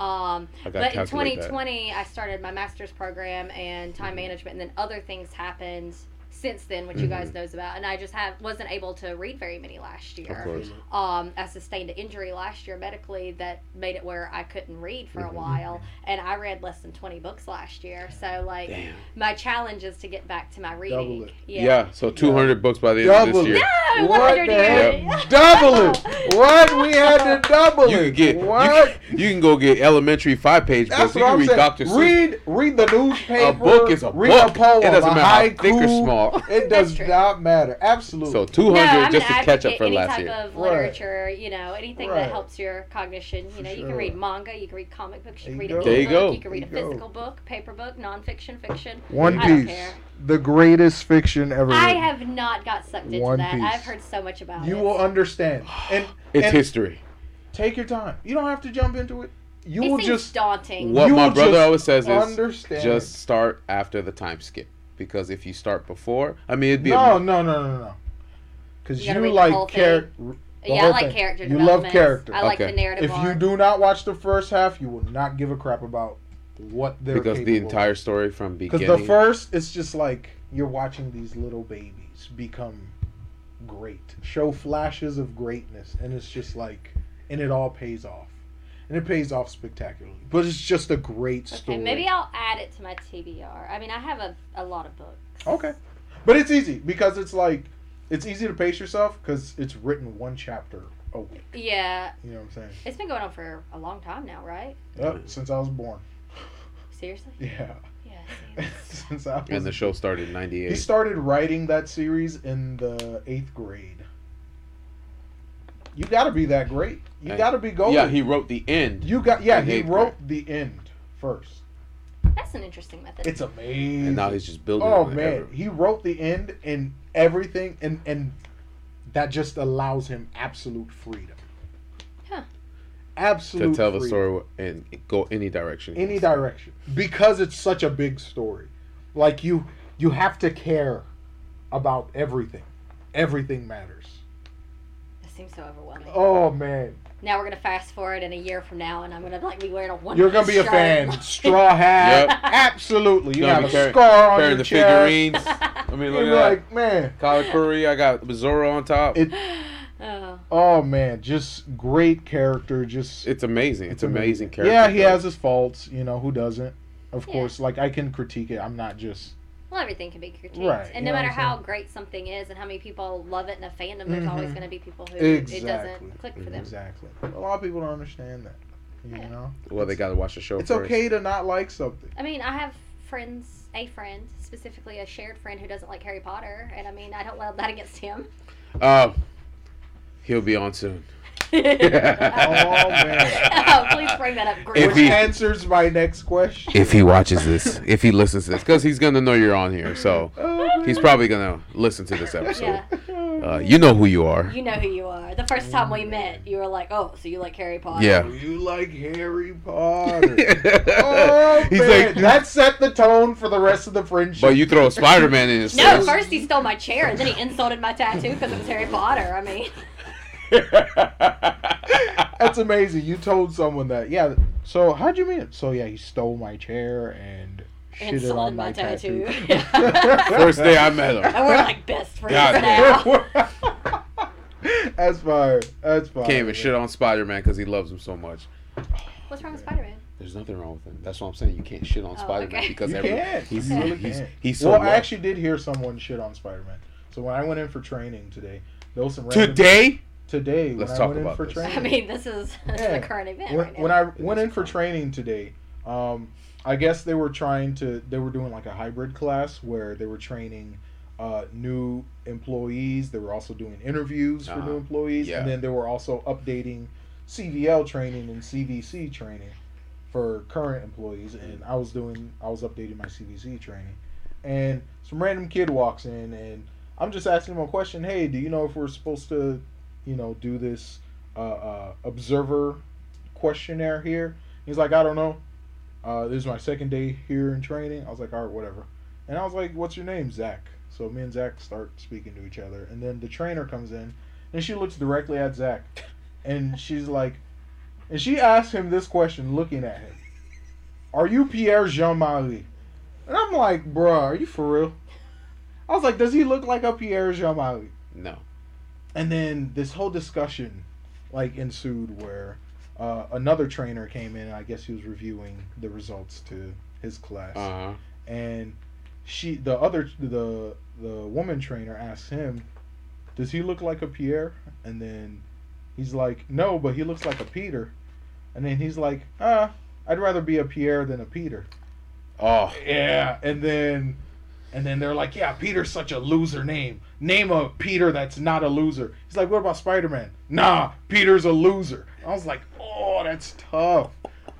Speaker 3: Um,
Speaker 2: I gotta
Speaker 3: but in
Speaker 2: calculate that.
Speaker 3: 2020, I started my master's program and time management, and then other things happened since then, which you guys knows about. And I just have wasn't able to read very many last year.
Speaker 2: Of course.
Speaker 3: Um, I sustained an injury last year medically that made it where I couldn't read for
Speaker 2: Mhm.
Speaker 3: a while, and I read less than 20 books last year. So like
Speaker 2: Damn.
Speaker 3: my challenge is to get back to my reading.
Speaker 1: Double it.
Speaker 2: Yeah.
Speaker 3: Yeah.
Speaker 2: so 200 books by the end
Speaker 1: Double
Speaker 2: of this year.
Speaker 1: it.
Speaker 3: No,
Speaker 1: What
Speaker 3: 100
Speaker 1: the
Speaker 3: years.
Speaker 1: heck? Double it. What? We had to double
Speaker 2: You
Speaker 1: it.
Speaker 2: can get
Speaker 1: what?
Speaker 2: You, can, you can go get elementary five page books.
Speaker 1: That's
Speaker 2: You
Speaker 1: what
Speaker 2: can
Speaker 1: I'm
Speaker 2: read
Speaker 1: saying.
Speaker 2: Doctor Seuss.
Speaker 1: read read the newspaper.
Speaker 2: A book is a
Speaker 1: read
Speaker 2: book.
Speaker 1: A poem,
Speaker 2: it doesn't
Speaker 1: a
Speaker 2: matter
Speaker 1: haiku.
Speaker 2: how thick or small.
Speaker 1: It
Speaker 3: That's
Speaker 1: does
Speaker 3: true.
Speaker 1: not matter. Absolutely.
Speaker 2: So
Speaker 3: No,
Speaker 2: 200
Speaker 3: I'm
Speaker 2: just to
Speaker 3: an
Speaker 2: catch up
Speaker 3: advocate.
Speaker 2: for
Speaker 3: any
Speaker 2: last
Speaker 3: type
Speaker 2: year.
Speaker 3: of
Speaker 1: Right.
Speaker 3: literature, you know, anything
Speaker 1: Right.
Speaker 3: that helps your cognition. You know, you
Speaker 1: Sure.
Speaker 3: can read manga, you can read comic books, you
Speaker 1: There
Speaker 3: can
Speaker 1: you
Speaker 3: read
Speaker 1: go.
Speaker 3: a
Speaker 2: There you
Speaker 3: book,
Speaker 2: go.
Speaker 3: you can read
Speaker 1: There you
Speaker 3: a
Speaker 1: go.
Speaker 3: physical book, paper book, nonfiction, fiction.
Speaker 1: One
Speaker 3: I don't
Speaker 1: Piece,
Speaker 3: care.
Speaker 1: the greatest fiction ever.
Speaker 3: I
Speaker 1: written.
Speaker 3: have not got sucked into
Speaker 1: One
Speaker 3: that.
Speaker 1: Piece. I've heard
Speaker 3: I've heard so much about
Speaker 1: You
Speaker 3: it.
Speaker 1: will understand, and
Speaker 2: It's
Speaker 1: and
Speaker 2: history.
Speaker 1: take your time. You don't have to jump into it. You
Speaker 3: it
Speaker 1: will
Speaker 3: seems
Speaker 1: just
Speaker 3: daunting.
Speaker 2: What
Speaker 1: You
Speaker 2: my
Speaker 1: will
Speaker 2: brother
Speaker 1: just
Speaker 2: always says is
Speaker 1: understand.
Speaker 2: just start after the time skip. Because if you start before, I mean, it'd be.
Speaker 1: no,
Speaker 2: a,
Speaker 1: no, no, no, no. Because
Speaker 3: You
Speaker 1: you,
Speaker 3: gotta read the
Speaker 1: like
Speaker 3: whole
Speaker 1: character. the
Speaker 3: yeah, I
Speaker 1: whole
Speaker 3: like
Speaker 1: thing.
Speaker 3: character
Speaker 1: You love
Speaker 3: developments.
Speaker 1: character.
Speaker 3: I like
Speaker 2: Okay.
Speaker 3: the narrative.
Speaker 1: If you
Speaker 3: arc.
Speaker 1: do not watch the first half, you will not give a crap about what they're
Speaker 2: because the
Speaker 1: capable of.
Speaker 2: entire story from beginning.
Speaker 1: Because the first, it's just like you're watching these little babies become great, show flashes of greatness, and it's just like, and it all pays off, and it pays off spectacularly. But it's just a great story.
Speaker 3: okay, maybe I'll add it to my TBR. I mean, I have a, a lot of books.
Speaker 1: Okay. but it's easy because it's like, it's easy to pace yourself because it's written one chapter a week.
Speaker 3: Yeah,
Speaker 1: You know what I'm saying?
Speaker 3: it's been going on for a long time now, right?
Speaker 1: Yep, since I was born.
Speaker 3: Seriously?
Speaker 1: Yeah,
Speaker 3: Yeah. see,
Speaker 1: since I was.
Speaker 2: And the show started in
Speaker 1: He
Speaker 2: 98.
Speaker 1: started writing that series in the eighth grade. You got to be that great. You
Speaker 2: Hey.
Speaker 1: got to be golden.
Speaker 2: Yeah, he wrote the end.
Speaker 1: you got yeah.
Speaker 2: in
Speaker 1: He
Speaker 2: eighth
Speaker 1: wrote the end first.
Speaker 3: That's an interesting method.
Speaker 1: It's amazing.
Speaker 2: and now he's just building.
Speaker 1: oh
Speaker 2: on it
Speaker 1: man,
Speaker 2: ever.
Speaker 1: he wrote the end and everything, and and that just allows him absolute freedom.
Speaker 3: Huh.
Speaker 1: Absolute
Speaker 2: to tell the
Speaker 1: freedom.
Speaker 2: story and go any direction.
Speaker 1: any direction because it's such a big story like you you have to care about everything everything matters
Speaker 3: That seems so overwhelming.
Speaker 1: oh man
Speaker 3: Now we're gonna fast forward in a year from now, and I'm gonna like be wearing a one.
Speaker 1: you're gonna be a fan straw hat
Speaker 2: Yep.
Speaker 1: absolutely you
Speaker 2: Gonna
Speaker 1: have
Speaker 2: be
Speaker 1: a
Speaker 2: carry-
Speaker 1: scar on
Speaker 2: Comparing
Speaker 1: your
Speaker 2: the
Speaker 1: chest
Speaker 2: figurines. I mean,
Speaker 1: You'll
Speaker 2: look
Speaker 1: be
Speaker 2: at like,
Speaker 1: like man
Speaker 2: that. Kyle Curry. I got Zorro on top.
Speaker 1: It-
Speaker 3: oh,
Speaker 1: oh man just great character just
Speaker 2: it's amazing. It's, amazing. character.
Speaker 1: yeah he
Speaker 2: growth.
Speaker 1: has his faults you know who doesn't of
Speaker 3: Yeah.
Speaker 1: course like i can critique it i'm not just
Speaker 3: well, everything can be critiqued,
Speaker 1: Right,
Speaker 3: and
Speaker 1: you know
Speaker 3: no
Speaker 1: what
Speaker 3: matter
Speaker 1: I'm
Speaker 3: how great something is, and how many people love it in a fandom, there's always
Speaker 1: Mhm.
Speaker 3: gonna be people who it
Speaker 1: Exactly. Mm-hmm.
Speaker 3: doesn't click for them.
Speaker 1: exactly a lot of people don't understand that you
Speaker 3: Yeah.
Speaker 1: know
Speaker 2: Well, they got to watch the show.
Speaker 1: it's
Speaker 2: first.
Speaker 1: okay to not like something
Speaker 3: I mean, I have friends, a friend specifically, a shared friend who doesn't like Harry Potter, and I mean, I don't love that against him.
Speaker 2: Uh, he'll be on soon.
Speaker 3: oh
Speaker 1: man.
Speaker 3: please bring that up.
Speaker 2: If
Speaker 1: Which
Speaker 2: he-
Speaker 3: Grinch.
Speaker 1: answers my next question.
Speaker 2: If he watches this, if he listens to this, because he's gonna know you're on here, so
Speaker 1: Oh,
Speaker 2: he's probably gonna listen to this episode.
Speaker 3: Yeah.
Speaker 1: man.
Speaker 2: Uh, you know who you are.
Speaker 3: You know who you are. The first time
Speaker 1: Mm.
Speaker 3: we met, you were like, "Oh, so you like Harry Potter?"
Speaker 2: Yeah.
Speaker 1: Do you like Harry Potter? oh,
Speaker 2: he's
Speaker 1: man.
Speaker 2: like,
Speaker 1: that set the tone for the rest of the friendship.
Speaker 2: but you throw a Spider Man in his
Speaker 3: No,
Speaker 2: face.
Speaker 3: first he stole my chair, and then he insulted my tattoo because it was Harry Potter. I mean,
Speaker 1: That's amazing. You told someone that. Yeah. So how'd you meet him? So yeah, he stole my chair and shit
Speaker 3: insulted
Speaker 1: on
Speaker 3: my,
Speaker 1: my
Speaker 3: tattoo.
Speaker 1: tattoo.
Speaker 2: First day I met him.
Speaker 3: and we're like best friends
Speaker 2: God.
Speaker 3: now.
Speaker 1: That's fire. That's fire.
Speaker 2: Can't even shit on Spider Man because he loves him so much.
Speaker 3: What's wrong with Spider-Man?
Speaker 2: There's nothing wrong with him. That's what I'm saying. You can't shit on
Speaker 3: Oh,
Speaker 2: Spider Man
Speaker 3: okay.
Speaker 2: because
Speaker 1: You
Speaker 2: every,
Speaker 1: can't.
Speaker 2: he's,
Speaker 1: You really
Speaker 2: he's,
Speaker 1: can't.
Speaker 2: he's so
Speaker 1: Well, I
Speaker 2: loved.
Speaker 1: actually did hear someone shit on Spider Man. So when I went in for training today, there was some random-
Speaker 2: today.
Speaker 1: today
Speaker 2: Let's
Speaker 1: when
Speaker 2: talk
Speaker 1: I went
Speaker 2: about
Speaker 1: in for
Speaker 2: this.
Speaker 1: training.
Speaker 3: I mean, this is this
Speaker 1: Yeah.
Speaker 3: is the current event
Speaker 1: when,
Speaker 3: right now.
Speaker 1: when I
Speaker 2: It
Speaker 1: went
Speaker 2: is
Speaker 1: in for
Speaker 2: fun.
Speaker 1: training today, um, I guess they were trying to they were doing like a hybrid class where they were training uh, new employees. They were also doing interviews for
Speaker 2: Uh-huh.
Speaker 1: new employees,
Speaker 2: Yeah.
Speaker 1: and then they were also updating CVL training and CVC training for current employees. And I was doing I was updating my CVC training, and some random kid walks in and I'm just asking him a question. Hey, do you know if we're supposed to, you know, do this uh, uh, observer questionnaire here? He's like, I don't know. Uh, this is my second day here in training. I was like, all right, whatever. And I was like, what's your name, Zach? So me and Zach start speaking to each other, and then the trainer comes in, and she looks directly at Zach, and she's like, and she asked him this question, looking at him, "Are you Pierre Jean Marie?" And I'm like, bruh, are you for real? I was like, does he look like a Pierre Jean Marie?
Speaker 2: No.
Speaker 1: And then this whole discussion like ensued where uh, another trainer came in. And I guess he was reviewing the results to his class,
Speaker 2: Uh huh.
Speaker 1: and she, the other, the the woman trainer asked him, "Does he look like a Pierre?" And then he's like, "No, but he looks like a Peter." And then he's like, "Ah, I'd rather be a Pierre than a Peter."
Speaker 2: Oh.
Speaker 1: Yeah, and then and then they're like, "Yeah, Peter's such a loser name. Name a Peter that's not a loser." He's like, "What about Spider-Man?" "Nah, Peter's a loser." I was like, "Oh, that's tough."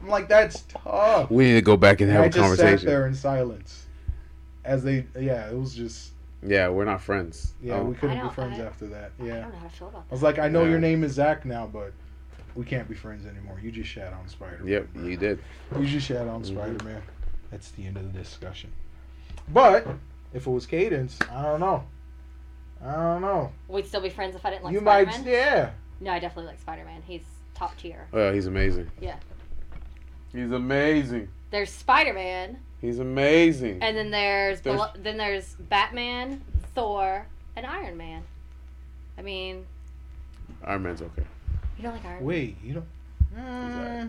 Speaker 1: I'm like, "That's tough."
Speaker 2: We need to go back and
Speaker 1: And
Speaker 2: have
Speaker 1: I
Speaker 2: a
Speaker 1: just sat
Speaker 2: conversation.
Speaker 1: there in silence as they yeah, it was just
Speaker 2: Yeah, we're not friends.
Speaker 1: yeah,
Speaker 2: Oh.
Speaker 1: we couldn't be
Speaker 3: I don't-
Speaker 1: friends
Speaker 3: I-
Speaker 1: after that.
Speaker 3: I
Speaker 1: Yeah.
Speaker 3: don't know how to feel about
Speaker 1: I was like, "I know
Speaker 2: Yeah.
Speaker 1: your name is Zach now, but we can't be friends anymore. You just shat on Spider-Man."
Speaker 2: Yep, you did.
Speaker 1: You just shat on
Speaker 2: Mhm.
Speaker 1: Spider Man. That's the end of the discussion. But if it was Cadence, I don't know. I don't know.
Speaker 3: that. We'd still be friends if I didn't like
Speaker 1: you
Speaker 3: Spider
Speaker 1: might,
Speaker 3: Man.
Speaker 1: yeah.
Speaker 3: No, I definitely like Spider Man. He's top tier.
Speaker 2: Oh, he's amazing.
Speaker 3: Yeah.
Speaker 2: He's amazing.
Speaker 3: There's Spider Man,
Speaker 2: He's amazing.
Speaker 3: and then there's,
Speaker 2: There's-
Speaker 3: Bel- then there's Batman, Thor, and Iron Man. I mean,
Speaker 2: Iron Man's okay.
Speaker 3: you don't like Iron Man.
Speaker 1: Wait, you don't. mm,
Speaker 2: alright.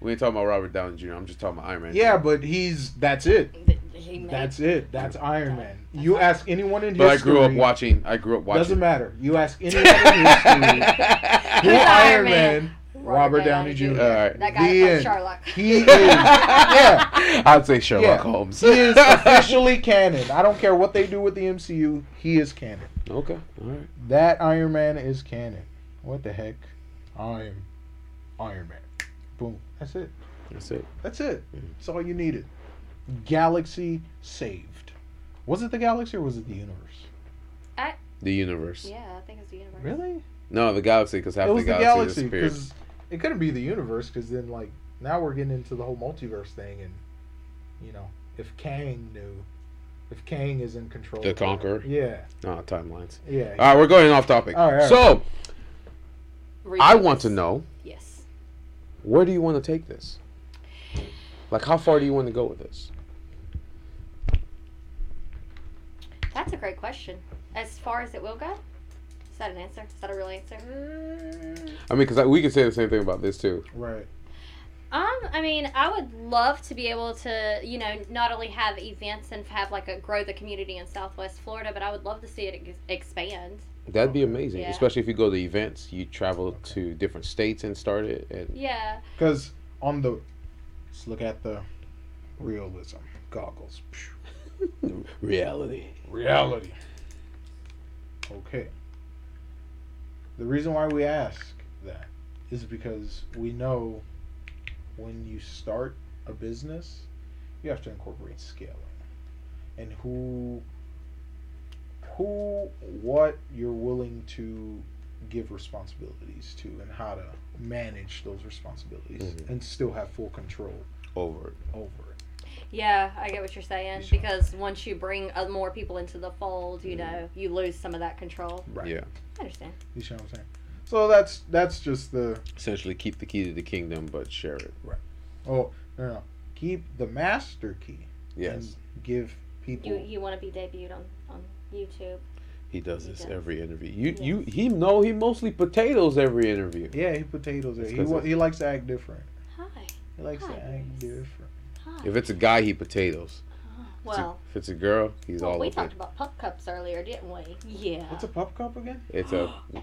Speaker 2: We ain't talking about Robert Downey Jr. I'm just talking about Iron Man.
Speaker 1: Yeah, but he's. That's it.
Speaker 3: Th- He made,
Speaker 1: That's it. That's Iron Man.
Speaker 3: That's
Speaker 1: You
Speaker 3: not-
Speaker 1: ask anyone in
Speaker 2: But I
Speaker 1: history.
Speaker 2: grew up watching. I grew up
Speaker 1: Doesn't
Speaker 2: watching.
Speaker 1: matter. You ask anyone in history. Who
Speaker 3: Who's
Speaker 1: Iron
Speaker 3: Iron
Speaker 1: Man?
Speaker 3: Man?
Speaker 1: Robert Downey Jr.
Speaker 2: Alright.
Speaker 3: That guy
Speaker 1: The end.
Speaker 3: is like Sherlock.
Speaker 1: He is. yeah.
Speaker 2: I'd say Sherlock
Speaker 1: Yeah.
Speaker 2: Holmes.
Speaker 1: He is officially canon. I don't care what they do with the MCU. He is canon.
Speaker 2: okay. All right.
Speaker 1: That Iron Man is canon. What the heck? I'm Iron Man. Boom. That's it.
Speaker 2: That's it.
Speaker 1: That's it. That's all you needed. Galaxy saved. Was it the galaxy or was it the universe?
Speaker 2: The universe.
Speaker 3: Yeah, I think it's the universe.
Speaker 1: Really?
Speaker 2: No, the galaxy, because half
Speaker 1: it was
Speaker 2: the
Speaker 1: the
Speaker 2: galaxy,
Speaker 1: galaxy
Speaker 2: disappeared.
Speaker 1: because it couldn't be the universe because then like now we're getting into the whole multiverse thing and you know if Kang knew, if Kang is in control,
Speaker 2: The
Speaker 1: of that-
Speaker 2: Conqueror? Ah.
Speaker 1: Yeah.
Speaker 2: No, timelines.
Speaker 1: Yeah.
Speaker 2: All right, we're going off topic.
Speaker 1: All right, all
Speaker 2: So,
Speaker 3: Read
Speaker 2: I
Speaker 3: this.
Speaker 2: want to know
Speaker 3: Yes.
Speaker 2: where do you want to take this? Like, how far do you want to go with this?
Speaker 3: That's a great question. As far as it will go? Is that an answer? Is that a real answer? Mm.
Speaker 2: I mean, because we could say the same thing about this, too.
Speaker 1: Right.
Speaker 3: Um, I mean, I would love to be able to, you know, not only have events and have like a grow the community in Southwest Florida, but I would love to see it ex- expand.
Speaker 2: That'd be amazing,
Speaker 3: Yeah.
Speaker 2: especially if you go to events, you travel to different states and start it. And
Speaker 3: Yeah.
Speaker 1: Because on the let's look at the realism goggles. Phew.
Speaker 2: reality.
Speaker 1: Reality. Okay. The reason why we ask that is because we know when you start a business, you have to incorporate scaling and who who what you're willing to give responsibilities to and how to manage those responsibilities
Speaker 2: Mhm.
Speaker 1: and still have full control
Speaker 2: Over.
Speaker 1: over it.
Speaker 3: Yeah, I get what you're saying
Speaker 1: Sure.
Speaker 3: because once you bring uh, more people into the fold, you
Speaker 2: Mm-hmm.
Speaker 3: know, you lose some of that control.
Speaker 2: Yeah.
Speaker 3: I understand.
Speaker 1: You see what I'm saying? So that's that's just the
Speaker 2: Essentially, keep the key to the kingdom, but share it.
Speaker 1: oh no, no. keep the master key
Speaker 2: Yes.
Speaker 3: Mm.
Speaker 1: and give people
Speaker 3: You you want to be debuted on on YouTube.
Speaker 2: He does this
Speaker 3: does.
Speaker 2: every interview. You,
Speaker 3: Yes.
Speaker 2: you, he know he mostly potatoes every interview.
Speaker 1: yeah he potatoes it.
Speaker 2: It's
Speaker 1: He
Speaker 2: 'cause
Speaker 1: wa-
Speaker 2: it-
Speaker 1: he likes to act different.
Speaker 3: Hi.
Speaker 1: He likes to act
Speaker 3: Nice.
Speaker 1: different.
Speaker 3: Hi.
Speaker 2: If it's a guy, he potatoes. If it's a-
Speaker 3: well,
Speaker 2: if it's a girl, he's
Speaker 3: Well,
Speaker 2: all
Speaker 3: we
Speaker 2: over.
Speaker 3: talked about pup cups earlier, didn't we? Yeah.
Speaker 1: What's a pup cup again?
Speaker 2: It's a.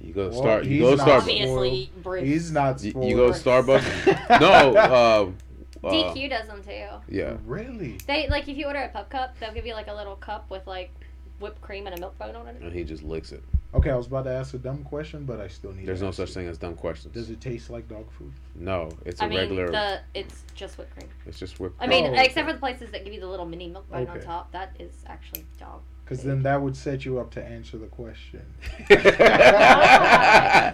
Speaker 2: You go to
Speaker 1: Well,
Speaker 2: start. You
Speaker 1: he's
Speaker 2: go to
Speaker 1: not
Speaker 2: Starbucks.
Speaker 3: Obviously, Bruce.
Speaker 1: He's not
Speaker 2: You,
Speaker 1: spoiled.
Speaker 2: you go to Starbucks. no. Um, uh,
Speaker 3: DQ does them too.
Speaker 2: yeah.
Speaker 1: Really?
Speaker 3: They like if you order a pup cup, they'll give you like a little cup with like whipped cream and a milk bone on it.
Speaker 2: And he just licks it.
Speaker 1: Okay, I was about to ask a dumb question, but I still need.
Speaker 2: There's
Speaker 1: to
Speaker 2: no
Speaker 1: ask
Speaker 2: such
Speaker 1: it.
Speaker 2: thing as dumb questions.
Speaker 1: Does it taste like dog food?
Speaker 2: no, it's a
Speaker 3: I mean,
Speaker 2: regular.
Speaker 3: the it's just whipped cream.
Speaker 2: it's just whipped.
Speaker 3: I mean,
Speaker 1: Oh, okay.
Speaker 3: except for the places that give you the little mini milk bone on
Speaker 1: Okay.
Speaker 3: top. That is actually dog
Speaker 1: Because then that would set you up to answer the question.
Speaker 3: I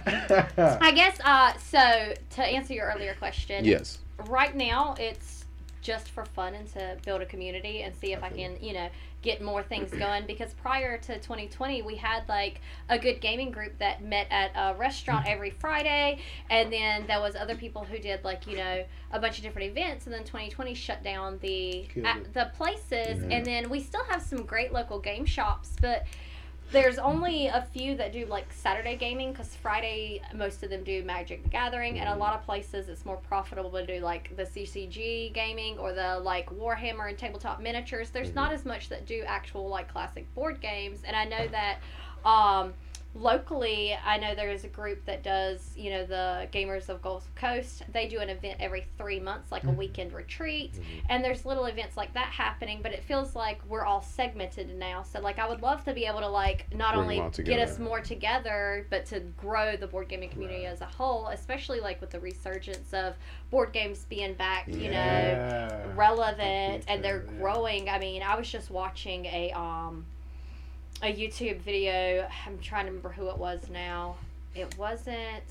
Speaker 3: guess uh, so. To answer your earlier question,
Speaker 2: yes.
Speaker 3: right now it's just for fun and to build a community and see if I can, you know, get more things going. Because prior to 2020, we had like a good gaming group that met at a restaurant
Speaker 1: Mm-hmm.
Speaker 3: every Friday, and then there was other people who did like you know a bunch of different events. And then 2020 shut down the
Speaker 1: Killed
Speaker 3: at
Speaker 1: it.
Speaker 3: the places,
Speaker 2: Mhm.
Speaker 3: and then we still have some great local game shops, but there's only a few that do like Saturday gaming because Friday most of them do Magic the Gathering,
Speaker 1: Mm-hmm.
Speaker 3: and a lot of places it's more profitable to do like the CCG gaming or the like Warhammer and tabletop miniatures. There's not
Speaker 2: Mm-hmm.
Speaker 3: as much that do actual like classic board games, and I know that um, locally, I know there is a gulf group that does, you know, the Gamers of Gulf Coast. They do an event every three months, like a
Speaker 2: Mm-hmm.
Speaker 1: Mhm.
Speaker 3: weekend retreat.
Speaker 2: Mhm.
Speaker 3: And there's little events like that happening, but it feels like we're all segmented now. So, like, I would love to be able to, like,
Speaker 2: Bring them
Speaker 3: not
Speaker 2: all
Speaker 3: only get us
Speaker 2: together.
Speaker 3: more together, but to grow the board gaming community
Speaker 2: Right.
Speaker 3: as a whole, especially, like, with the resurgence of board games being back, you know,
Speaker 1: yeah.
Speaker 3: relevant
Speaker 1: Fuck
Speaker 3: and they're
Speaker 1: YouTube, yeah.
Speaker 3: growing. I mean, I was just watching a um a YouTube video. I'm trying to remember who it was now. It wasn't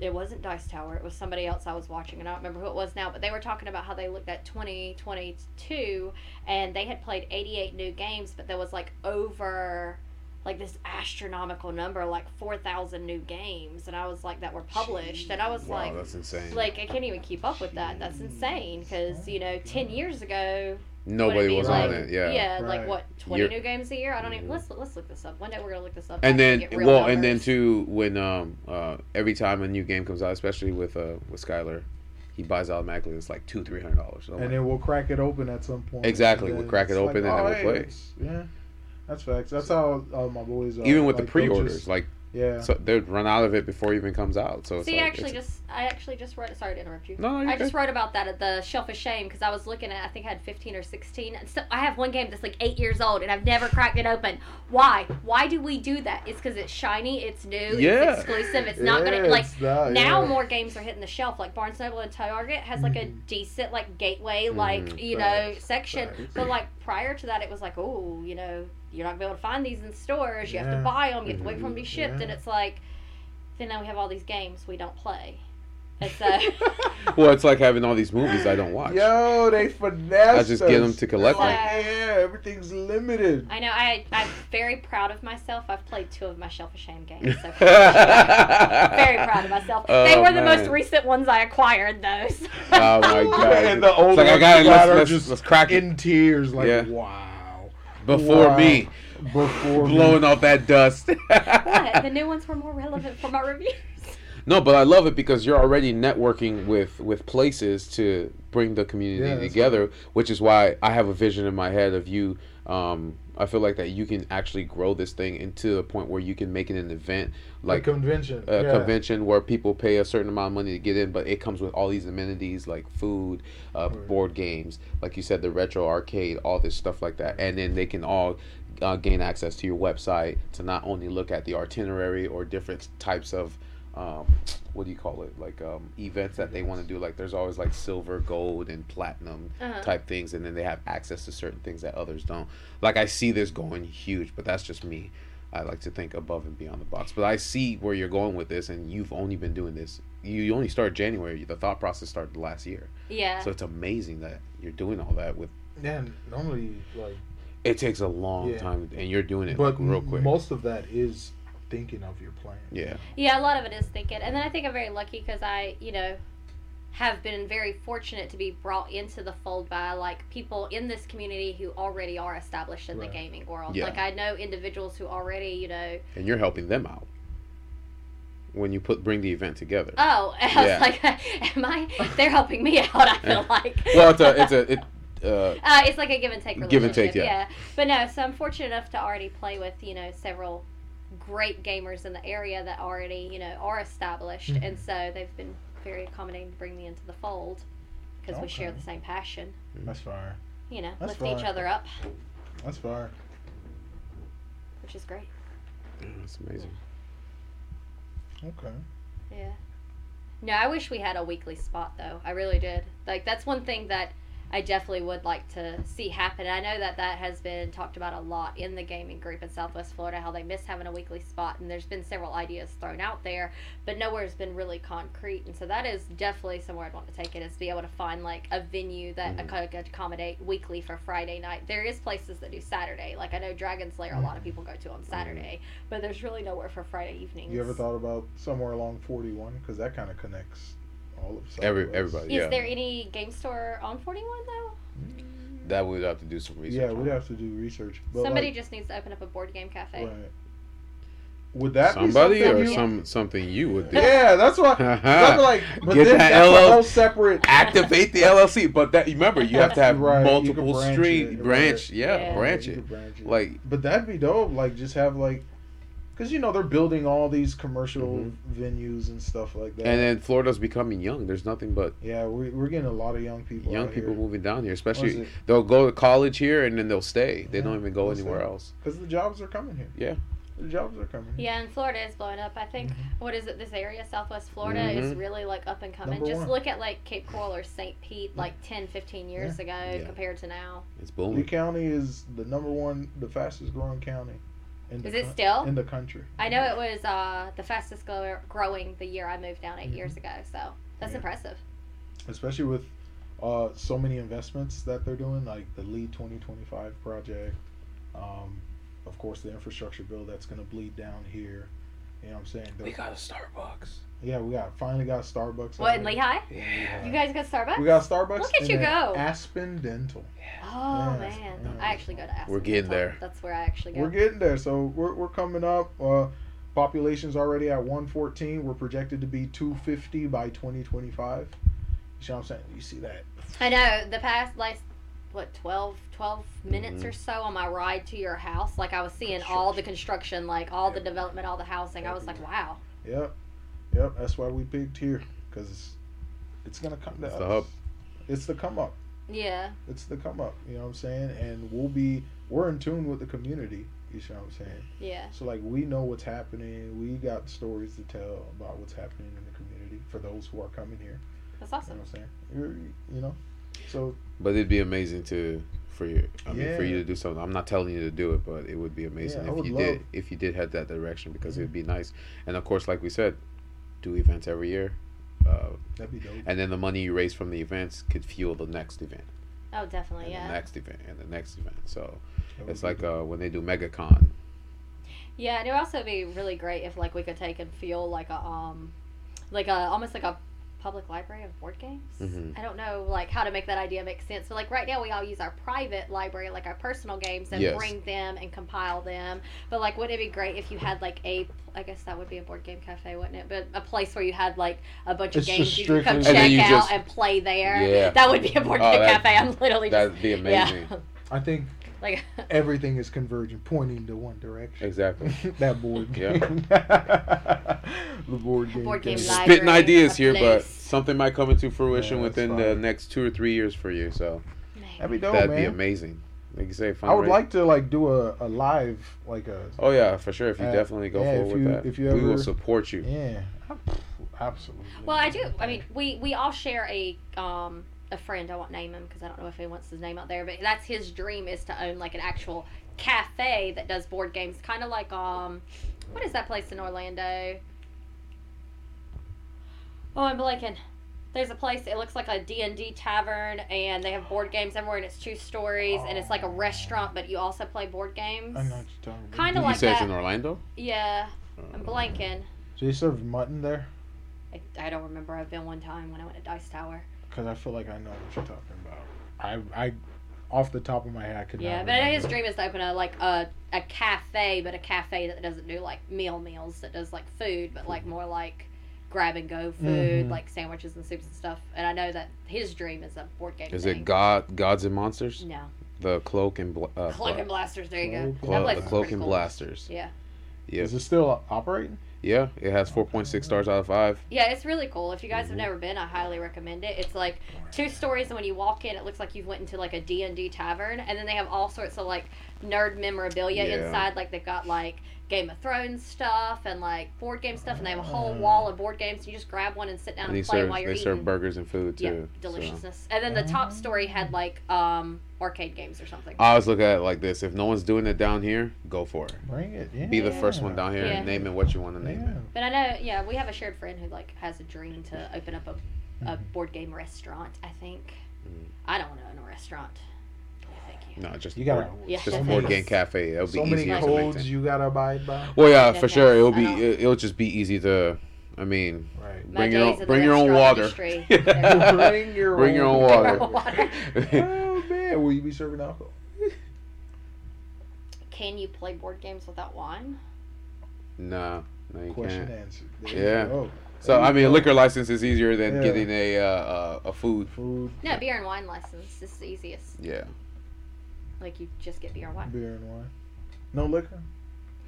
Speaker 3: it wasn't Dice Tower. It was somebody else I was watching, and I don't remember who it was now. But they were talking about how they looked at 2022, and they had played 88 new games, but there was like over, like this astronomical number, like 4,000 new games, and I was like that were published, and I was
Speaker 2: Wow,
Speaker 3: like,
Speaker 2: that's insane.
Speaker 3: like I can't even keep up with that. That's insane because you know, ten years ago, would it
Speaker 2: Nobody
Speaker 3: be
Speaker 2: was
Speaker 3: like,
Speaker 2: on it. Yeah.
Speaker 3: yeah, like
Speaker 1: Right.
Speaker 3: what 20
Speaker 2: You're-
Speaker 3: new games a year? I don't even.
Speaker 2: Mhm.
Speaker 3: Let's let's look this up. One day we're gonna look this up.
Speaker 2: And
Speaker 3: so we
Speaker 2: then,
Speaker 3: can get real
Speaker 2: well, and then
Speaker 3: numbers.
Speaker 2: too, when um uh every time a new game comes out, especially with uh with Skylar, he buys automatically. It's like two, three hundred dollars. So I'm
Speaker 1: And
Speaker 2: like,
Speaker 1: then we'll crack it open at some point.
Speaker 2: Exactly,
Speaker 1: and
Speaker 2: we'll
Speaker 1: then
Speaker 2: crack it
Speaker 1: it's
Speaker 2: open and then we'll
Speaker 1: hey,
Speaker 2: play.
Speaker 1: it's- Yeah, that's facts. That's how uh, my boys are.
Speaker 2: even with
Speaker 1: Like,
Speaker 2: the
Speaker 1: they'll
Speaker 2: pre-orders,
Speaker 1: just-
Speaker 2: like
Speaker 1: yeah.
Speaker 2: so they'd run out of it before it even comes out. So it's
Speaker 3: See,
Speaker 2: like,
Speaker 3: I actually
Speaker 2: it's-
Speaker 3: just I actually just wrote. Sorry to interrupt you.
Speaker 2: no, no,
Speaker 3: I
Speaker 2: you're
Speaker 3: just
Speaker 2: good.
Speaker 3: wrote about that at the Shelf of Shame because I was looking at. I think I had fifteen or sixteen. And So I have one game that's like eight years old and I've never cracked it open. Why? Why do we do that? It's because it's shiny, it's new,
Speaker 2: Yeah.
Speaker 3: it's exclusive. It's not
Speaker 1: Yeah,
Speaker 3: gonna like
Speaker 1: it's that,
Speaker 3: now
Speaker 1: Oh, yeah.
Speaker 3: more games are hitting the shelf like barnes noble and target has like a
Speaker 1: Mhm.
Speaker 3: decent like gateway
Speaker 1: Mm,
Speaker 3: like
Speaker 2: Mhm.
Speaker 3: you know
Speaker 1: Facts,
Speaker 3: section
Speaker 1: facts.
Speaker 3: but like prior to that it was like oh you know you're not gonna be able to find these in stores you have to
Speaker 1: Yeah.
Speaker 3: buy them you have to wait for them to
Speaker 1: Mhm.
Speaker 3: be shipped and
Speaker 1: Yeah.
Speaker 3: it's like then now we have all these games we don't play and so
Speaker 2: Well, it's like having all these movies I don't watch.
Speaker 1: Yo, they finesse.
Speaker 2: I just get them to collect
Speaker 1: like,
Speaker 3: them.
Speaker 1: Yeah, everything's limited.
Speaker 3: i know i i'm very proud of myself i've played two of my shelf of shame games so far. very
Speaker 2: Very
Speaker 3: proud of myself
Speaker 2: Oh,
Speaker 3: they were the most
Speaker 2: man.
Speaker 3: recent ones i acquired though so-
Speaker 2: Oh my god!
Speaker 1: And the
Speaker 2: It's
Speaker 1: old
Speaker 2: like I
Speaker 1: ones
Speaker 2: got
Speaker 1: you
Speaker 2: it.
Speaker 1: got
Speaker 2: Let's,
Speaker 1: are
Speaker 2: let's,
Speaker 1: just
Speaker 2: let's crack it
Speaker 1: In tears, like
Speaker 2: Yeah.
Speaker 1: wow.
Speaker 2: before
Speaker 1: Wow.
Speaker 2: me
Speaker 1: Before me.
Speaker 2: blowing off that dust.
Speaker 3: But the new ones were more relevant for my reviews
Speaker 2: No, but I love it because you're already networking with with places to bring the community
Speaker 1: Yeah, that's
Speaker 2: together, which is why I have a vision in my head of you. Um, I feel like that you can actually grow this thing into a point where you can make it an event, like uh,
Speaker 1: a convention.
Speaker 2: a
Speaker 1: yeah.
Speaker 2: convention where people pay a certain amount of money to get in, but it comes with all these amenities like food, uh,
Speaker 1: Right.
Speaker 2: board games, like you said, the retro arcade, all this stuff like that, and then they can all uh, gain access to your website to not only look at the itinerary or different types of. Um, what do you call it? Like um, events that they want to do. Like there's always like silver, gold, and platinum
Speaker 3: Uh-huh.
Speaker 2: type things, and then they have access to certain things that others don't. Like I see this going huge, but that's just me. I like to think above and beyond the box. But I see where you're going with this, and you've only been doing this. You, you only started January. The thought process started last year,
Speaker 3: yeah
Speaker 2: so it's amazing that you're doing all that. With
Speaker 1: Yeah, normally like,
Speaker 2: it takes a long
Speaker 1: Yeah.
Speaker 2: time, and you're doing it
Speaker 1: but
Speaker 2: like, real quick.
Speaker 1: most of that is thinking of your plan.
Speaker 2: yeah,
Speaker 3: Yeah, a lot of it is thinking. And then I think I'm very lucky because I, you know, have been very fortunate to be brought into the fold by like people in this community who already are established in
Speaker 1: Right.
Speaker 3: the gaming world.
Speaker 2: Yeah.
Speaker 3: Like I know individuals who already, you know,
Speaker 2: and you're helping them out when you put bring the event together.
Speaker 3: oh, and I
Speaker 2: Yeah.
Speaker 3: was like, am I? They're helping me out. I feel like.
Speaker 2: well, it's a it's a it. Uh,
Speaker 3: Uh, it's like a give and take relationship.
Speaker 2: Give and take, yeah.
Speaker 3: yeah. But no, so I'm fortunate enough to already play with, you know, several great gamers in the area that already, you know, are established.
Speaker 1: Mhm.
Speaker 3: And so they've been very accommodating to bring me into the fold because we share
Speaker 1: Okay.
Speaker 3: the same passion,
Speaker 1: That's fire.
Speaker 3: you know,
Speaker 1: That's
Speaker 3: lifting each
Speaker 1: fine.
Speaker 3: other up,
Speaker 1: That's fire.
Speaker 3: which is great.
Speaker 2: yeah, that's amazing.
Speaker 1: Okay.
Speaker 3: Yeah. No, I wish we had a weekly spot though. I really did. Like that's one thing that I definitely would like to see happen. I know that that has been talked about a lot in the gaming group in Southwest Florida, how they miss having a weekly spot, and there's been several ideas thrown out there, but nowhere has been really concrete. And so that is definitely somewhere I'd want to take it is be able to find like a venue that
Speaker 2: Mhm.
Speaker 1: Mm-hmm.
Speaker 3: could accommodate weekly for Friday night. There is places that do Saturday, like I know Dragon Slayer, a
Speaker 1: Mm-hmm.
Speaker 3: lot of people go to on Saturday, but there's really nowhere for Friday evenings.
Speaker 1: You ever thought about somewhere along 41? Because that kind of connects all of Southwest.
Speaker 2: Every- everybody.
Speaker 3: Is
Speaker 2: Yeah.
Speaker 3: there any game store on 41 though?
Speaker 2: That we'd have to do some research.
Speaker 1: Yeah,
Speaker 2: on.
Speaker 1: we'd have to do research. But
Speaker 3: Somebody
Speaker 1: like,
Speaker 3: just needs to open up a board game cafe.
Speaker 1: right. Would that be
Speaker 2: somebody
Speaker 1: something
Speaker 2: or
Speaker 1: you-
Speaker 2: some something you would do. Ah,
Speaker 1: Yeah, that's why. I'm like, but
Speaker 2: Get
Speaker 1: then
Speaker 2: that
Speaker 1: that's a
Speaker 2: LL
Speaker 1: whole separate.
Speaker 2: Activate the LLC, but that remember you have to have
Speaker 1: Right, you could
Speaker 2: multiple
Speaker 1: branch
Speaker 2: street
Speaker 1: it, right.
Speaker 2: branch, yeah,
Speaker 3: Yeah.
Speaker 2: branch
Speaker 1: You
Speaker 2: it.
Speaker 1: could branch it.
Speaker 2: Like
Speaker 1: But that'd be dope. Like, just have like, because you know they're building all these commercial
Speaker 2: Mhm.
Speaker 1: venues and stuff like that.
Speaker 2: and then Florida's becoming young. There's nothing but
Speaker 1: yeah, we, we're getting a lot of young people.
Speaker 2: young people moving down here, especially
Speaker 1: Because
Speaker 2: They'll go to college here and then they'll stay. They
Speaker 1: Yeah,
Speaker 2: don't even go
Speaker 1: that's
Speaker 2: anywhere
Speaker 1: it.
Speaker 2: else.
Speaker 1: the jobs are coming here.
Speaker 2: Yeah.
Speaker 1: the jobs are coming. Here.
Speaker 3: Yeah, and Florida is blowing up. I think
Speaker 1: Mm-hmm.
Speaker 3: what is it? This area, Southwest Florida, is
Speaker 2: Mhm.
Speaker 3: really like up and coming.
Speaker 1: Number
Speaker 3: Just
Speaker 1: one.
Speaker 3: look at like Cape Coral or St. Pete, like 10, 15 years ago
Speaker 2: Yeah.
Speaker 3: compared to now.
Speaker 2: It's
Speaker 1: Lee
Speaker 2: booming.
Speaker 1: County is the number one, the fastest growing county. In the
Speaker 3: Is it
Speaker 1: coun-
Speaker 3: still?
Speaker 1: in the country?
Speaker 3: I know it was uh, the fastest grow- growing the year I moved down 8 years ago. So that's
Speaker 1: Mm-hmm. Yeah.
Speaker 3: impressive.
Speaker 1: especially with uh, so many investments that they're doing, like the Lead 2025 project. Um, of course, the infrastructure bill that's going to bleed down here. You know what I'm saying? The-
Speaker 2: a Starbucks.
Speaker 1: yeah, we got finally got Starbucks.
Speaker 3: What in
Speaker 1: already.
Speaker 3: Lehigh?
Speaker 2: Yeah.
Speaker 3: You guys got Starbucks?
Speaker 1: We got Starbucks.
Speaker 3: Look at
Speaker 1: and
Speaker 3: you
Speaker 1: then
Speaker 3: go.
Speaker 1: Aspen Dental.
Speaker 3: oh
Speaker 1: Yeah,
Speaker 3: man,
Speaker 1: yeah.
Speaker 3: I actually go to. Aspen
Speaker 2: We're getting
Speaker 3: Dental.
Speaker 2: there.
Speaker 3: That's where I actually go.
Speaker 1: We're getting there, so we're we're coming up. Uh, population's already at 114. We're projected to be 250 by 2025. You see what I'm saying? You see that?
Speaker 3: I know the past last what 12, 12 minutes
Speaker 2: Mhm.
Speaker 3: or so on my ride to your house, like I was seeing all the construction, like all the development, all the housing. I was like, wow.
Speaker 1: Yep, yep. That's why we picked here because it's, it's gonna come to
Speaker 2: It's
Speaker 1: us.
Speaker 2: the hub.
Speaker 1: It's the come up.
Speaker 3: Yeah.
Speaker 1: It's the come up. You know what I'm saying? And we'll be we're in tune with the community. You see what I'm saying?
Speaker 3: Yeah.
Speaker 1: So like we know what's happening. We got stories to tell about what's happening in the community for those who are coming here.
Speaker 3: That's
Speaker 1: You know
Speaker 3: awesome.
Speaker 1: what I'm saying? You're, you know. So
Speaker 2: But it'd be amazing to for you. I mean, for you
Speaker 1: Yeah.
Speaker 2: to do something. I'm not telling you to do it, but it would be amazing
Speaker 1: Yeah, I
Speaker 2: if
Speaker 1: would
Speaker 2: you
Speaker 1: love-
Speaker 2: did if you did head that direction because it'd be nice. And of course, like we said, do events every year. Uh,
Speaker 1: that'd be dope.
Speaker 2: and then the money you raise from the events could fuel the next event,
Speaker 3: Oh, definitely.
Speaker 2: and
Speaker 3: Yeah.
Speaker 2: the next event, and the next event. So
Speaker 1: That would
Speaker 2: it's
Speaker 1: be
Speaker 2: like
Speaker 1: dope.
Speaker 2: uh, when they do MegaCon,
Speaker 3: Yeah, and it would also be really great if like we could take and feel like a um, like a almost like a public library of board games.
Speaker 2: Mhm.
Speaker 3: I don't know like how to make that idea make sense. But like right now we all use our private library, like our personal games, and
Speaker 2: Yes.
Speaker 3: bring them and compile them. But like, wouldn't it be great if you had like a I guess that would be a board game cafe, wouldn't it? But a place where you had like a bunch of
Speaker 1: It's
Speaker 3: games
Speaker 1: just
Speaker 3: you could come
Speaker 1: strictly-
Speaker 2: And then
Speaker 3: check
Speaker 2: you
Speaker 3: out
Speaker 2: just-
Speaker 3: and play there.
Speaker 2: Yeah.
Speaker 3: That would be a board
Speaker 2: Oh,
Speaker 3: game
Speaker 2: that-
Speaker 3: cafe. I'm literally just
Speaker 2: that'd be amazing.
Speaker 3: yeah,
Speaker 1: I think
Speaker 3: like
Speaker 1: everything is converging, pointing to one direction.
Speaker 2: Exactly.
Speaker 1: that board
Speaker 2: Yeah.
Speaker 1: game. the board game.
Speaker 3: Board game
Speaker 1: thing.
Speaker 3: live.
Speaker 2: spitting
Speaker 3: library,
Speaker 2: ideas
Speaker 3: a
Speaker 2: here, but
Speaker 3: place.
Speaker 2: something might come into fruition
Speaker 1: Yeah, that's
Speaker 2: within the
Speaker 1: fine.
Speaker 2: next two or three years for you. So
Speaker 1: That'd be dope,
Speaker 2: that'd
Speaker 1: man.
Speaker 2: be amazing. Like you say, fun
Speaker 1: I would like to like do a, a live like a
Speaker 2: Oh yeah, for sure. If you
Speaker 1: Uh,
Speaker 2: definitely go
Speaker 1: yeah, if
Speaker 2: forward
Speaker 1: you-
Speaker 2: with that,
Speaker 1: if you
Speaker 2: we will
Speaker 1: ever-
Speaker 2: support you.
Speaker 1: yeah absolutely.
Speaker 3: Well, I do. I mean, we we all share a um a friend. I won't name him because I don't know if he wants his name out there. But that's his dream is to own like an actual cafe that does board games, kind of like um, what is that place in Orlando? Oh, I'm blanking. There's a place. It looks like a D and D tavern, and they have board games everywhere, and it's two stories, and it's like a restaurant, but you also play board games.
Speaker 1: I know what you're talking about.
Speaker 3: Kinda
Speaker 2: you
Speaker 3: like
Speaker 2: say it's
Speaker 3: that.
Speaker 2: in Orlando.
Speaker 3: Yeah, I'm blanking.
Speaker 1: Do they serve mutton there?
Speaker 3: I, I don't remember. I've been one time when I went to Dice Tower.
Speaker 1: Because I feel like I know what you're talking about. I, I, off the top of my head, I could.
Speaker 3: Yeah,
Speaker 1: not
Speaker 3: but his
Speaker 1: remember.
Speaker 3: dream is to open a like a a cafe, but a cafe that doesn't do like meal meals, that does like food, but like more like grab and go food,
Speaker 1: Mhm.
Speaker 3: like sandwiches and soups and stuff. And I know that his dream is a board game.
Speaker 2: Is
Speaker 3: thing.
Speaker 2: it God, Gods and Monsters?
Speaker 3: No,
Speaker 2: The Cloak and Bla- uh,
Speaker 3: Cloak and Blasters. There you go.
Speaker 1: Cloak
Speaker 2: Clo-
Speaker 1: and
Speaker 3: That place
Speaker 2: the
Speaker 1: Blasters.
Speaker 3: is
Speaker 2: Cloak
Speaker 3: pretty
Speaker 2: and
Speaker 3: cool.
Speaker 2: Blasters.
Speaker 3: Yeah,
Speaker 2: Yeah,
Speaker 1: Is it still operating?
Speaker 2: yeah. It has 4.6 stars out of five.
Speaker 3: yeah, it's really cool. If you guys have
Speaker 2: Mhm.
Speaker 3: never been, I highly recommend it. It's like two stories, and when you walk in, it looks like you've went into like a D and D tavern, and then they have all sorts of like nerd memorabilia
Speaker 2: Yeah.
Speaker 3: inside. Like they've got like Game of Thrones stuff and like board game stuff, and they have a whole wall of board games. You just grab one and sit down
Speaker 2: Ah. And
Speaker 3: and,
Speaker 2: they
Speaker 3: play
Speaker 2: serve
Speaker 3: while you're
Speaker 2: they
Speaker 3: eating.
Speaker 2: serve burgers and food too.
Speaker 3: yeah,
Speaker 2: so. Ah.
Speaker 3: deliciousness. And then the top story had like um arcade games or something.
Speaker 2: I always look at it like this: if no one's doing it down here, go for it.
Speaker 1: Bring it. Yeah.
Speaker 2: Be the first one down here
Speaker 3: Yeah.
Speaker 2: and name it what you want to name
Speaker 1: Yeah.
Speaker 2: it.
Speaker 3: But I know, yeah, we have a shared friend who like has a dream to open up a, a board game restaurant. I think.
Speaker 2: Mm-hmm. Mm.
Speaker 3: I don't want to own a restaurant. No, Thank you.
Speaker 2: No, just
Speaker 1: You
Speaker 2: you
Speaker 1: gotta.
Speaker 2: board,
Speaker 3: Yeah.
Speaker 2: just
Speaker 1: so
Speaker 2: board
Speaker 1: many-
Speaker 2: game cafe. It'll be
Speaker 1: So
Speaker 2: easier
Speaker 1: many
Speaker 2: to
Speaker 1: codes
Speaker 2: maintain.
Speaker 1: you gotta abide by.
Speaker 2: Well, yeah,
Speaker 3: Yeah,
Speaker 2: for sure. It'll be
Speaker 3: I don't-
Speaker 2: it- it'll just be easy to. I mean,
Speaker 1: Right.
Speaker 3: My
Speaker 2: bring your
Speaker 3: days
Speaker 2: own
Speaker 3: in the
Speaker 2: bring your own
Speaker 3: restaurant
Speaker 2: water.
Speaker 3: industry.
Speaker 1: Bring your
Speaker 2: Bring your own
Speaker 3: Bring your
Speaker 2: water.
Speaker 3: own water.
Speaker 1: oh man, will you be serving alcohol?
Speaker 2: Mm.
Speaker 3: Can you play board games without wine?
Speaker 2: no, no, you
Speaker 1: Question
Speaker 2: can't.
Speaker 1: answered. you
Speaker 2: Yeah.
Speaker 1: go.
Speaker 2: So
Speaker 1: There
Speaker 2: I
Speaker 1: you
Speaker 2: mean, a
Speaker 1: go.
Speaker 2: liquor license is easier than
Speaker 1: Yeah.
Speaker 2: getting a uh, uh, a food.
Speaker 1: food,
Speaker 3: No, beer and wine license is the easiest.
Speaker 2: Yeah,
Speaker 3: Like you just get beer and wine.
Speaker 1: beer and wine. No liquor.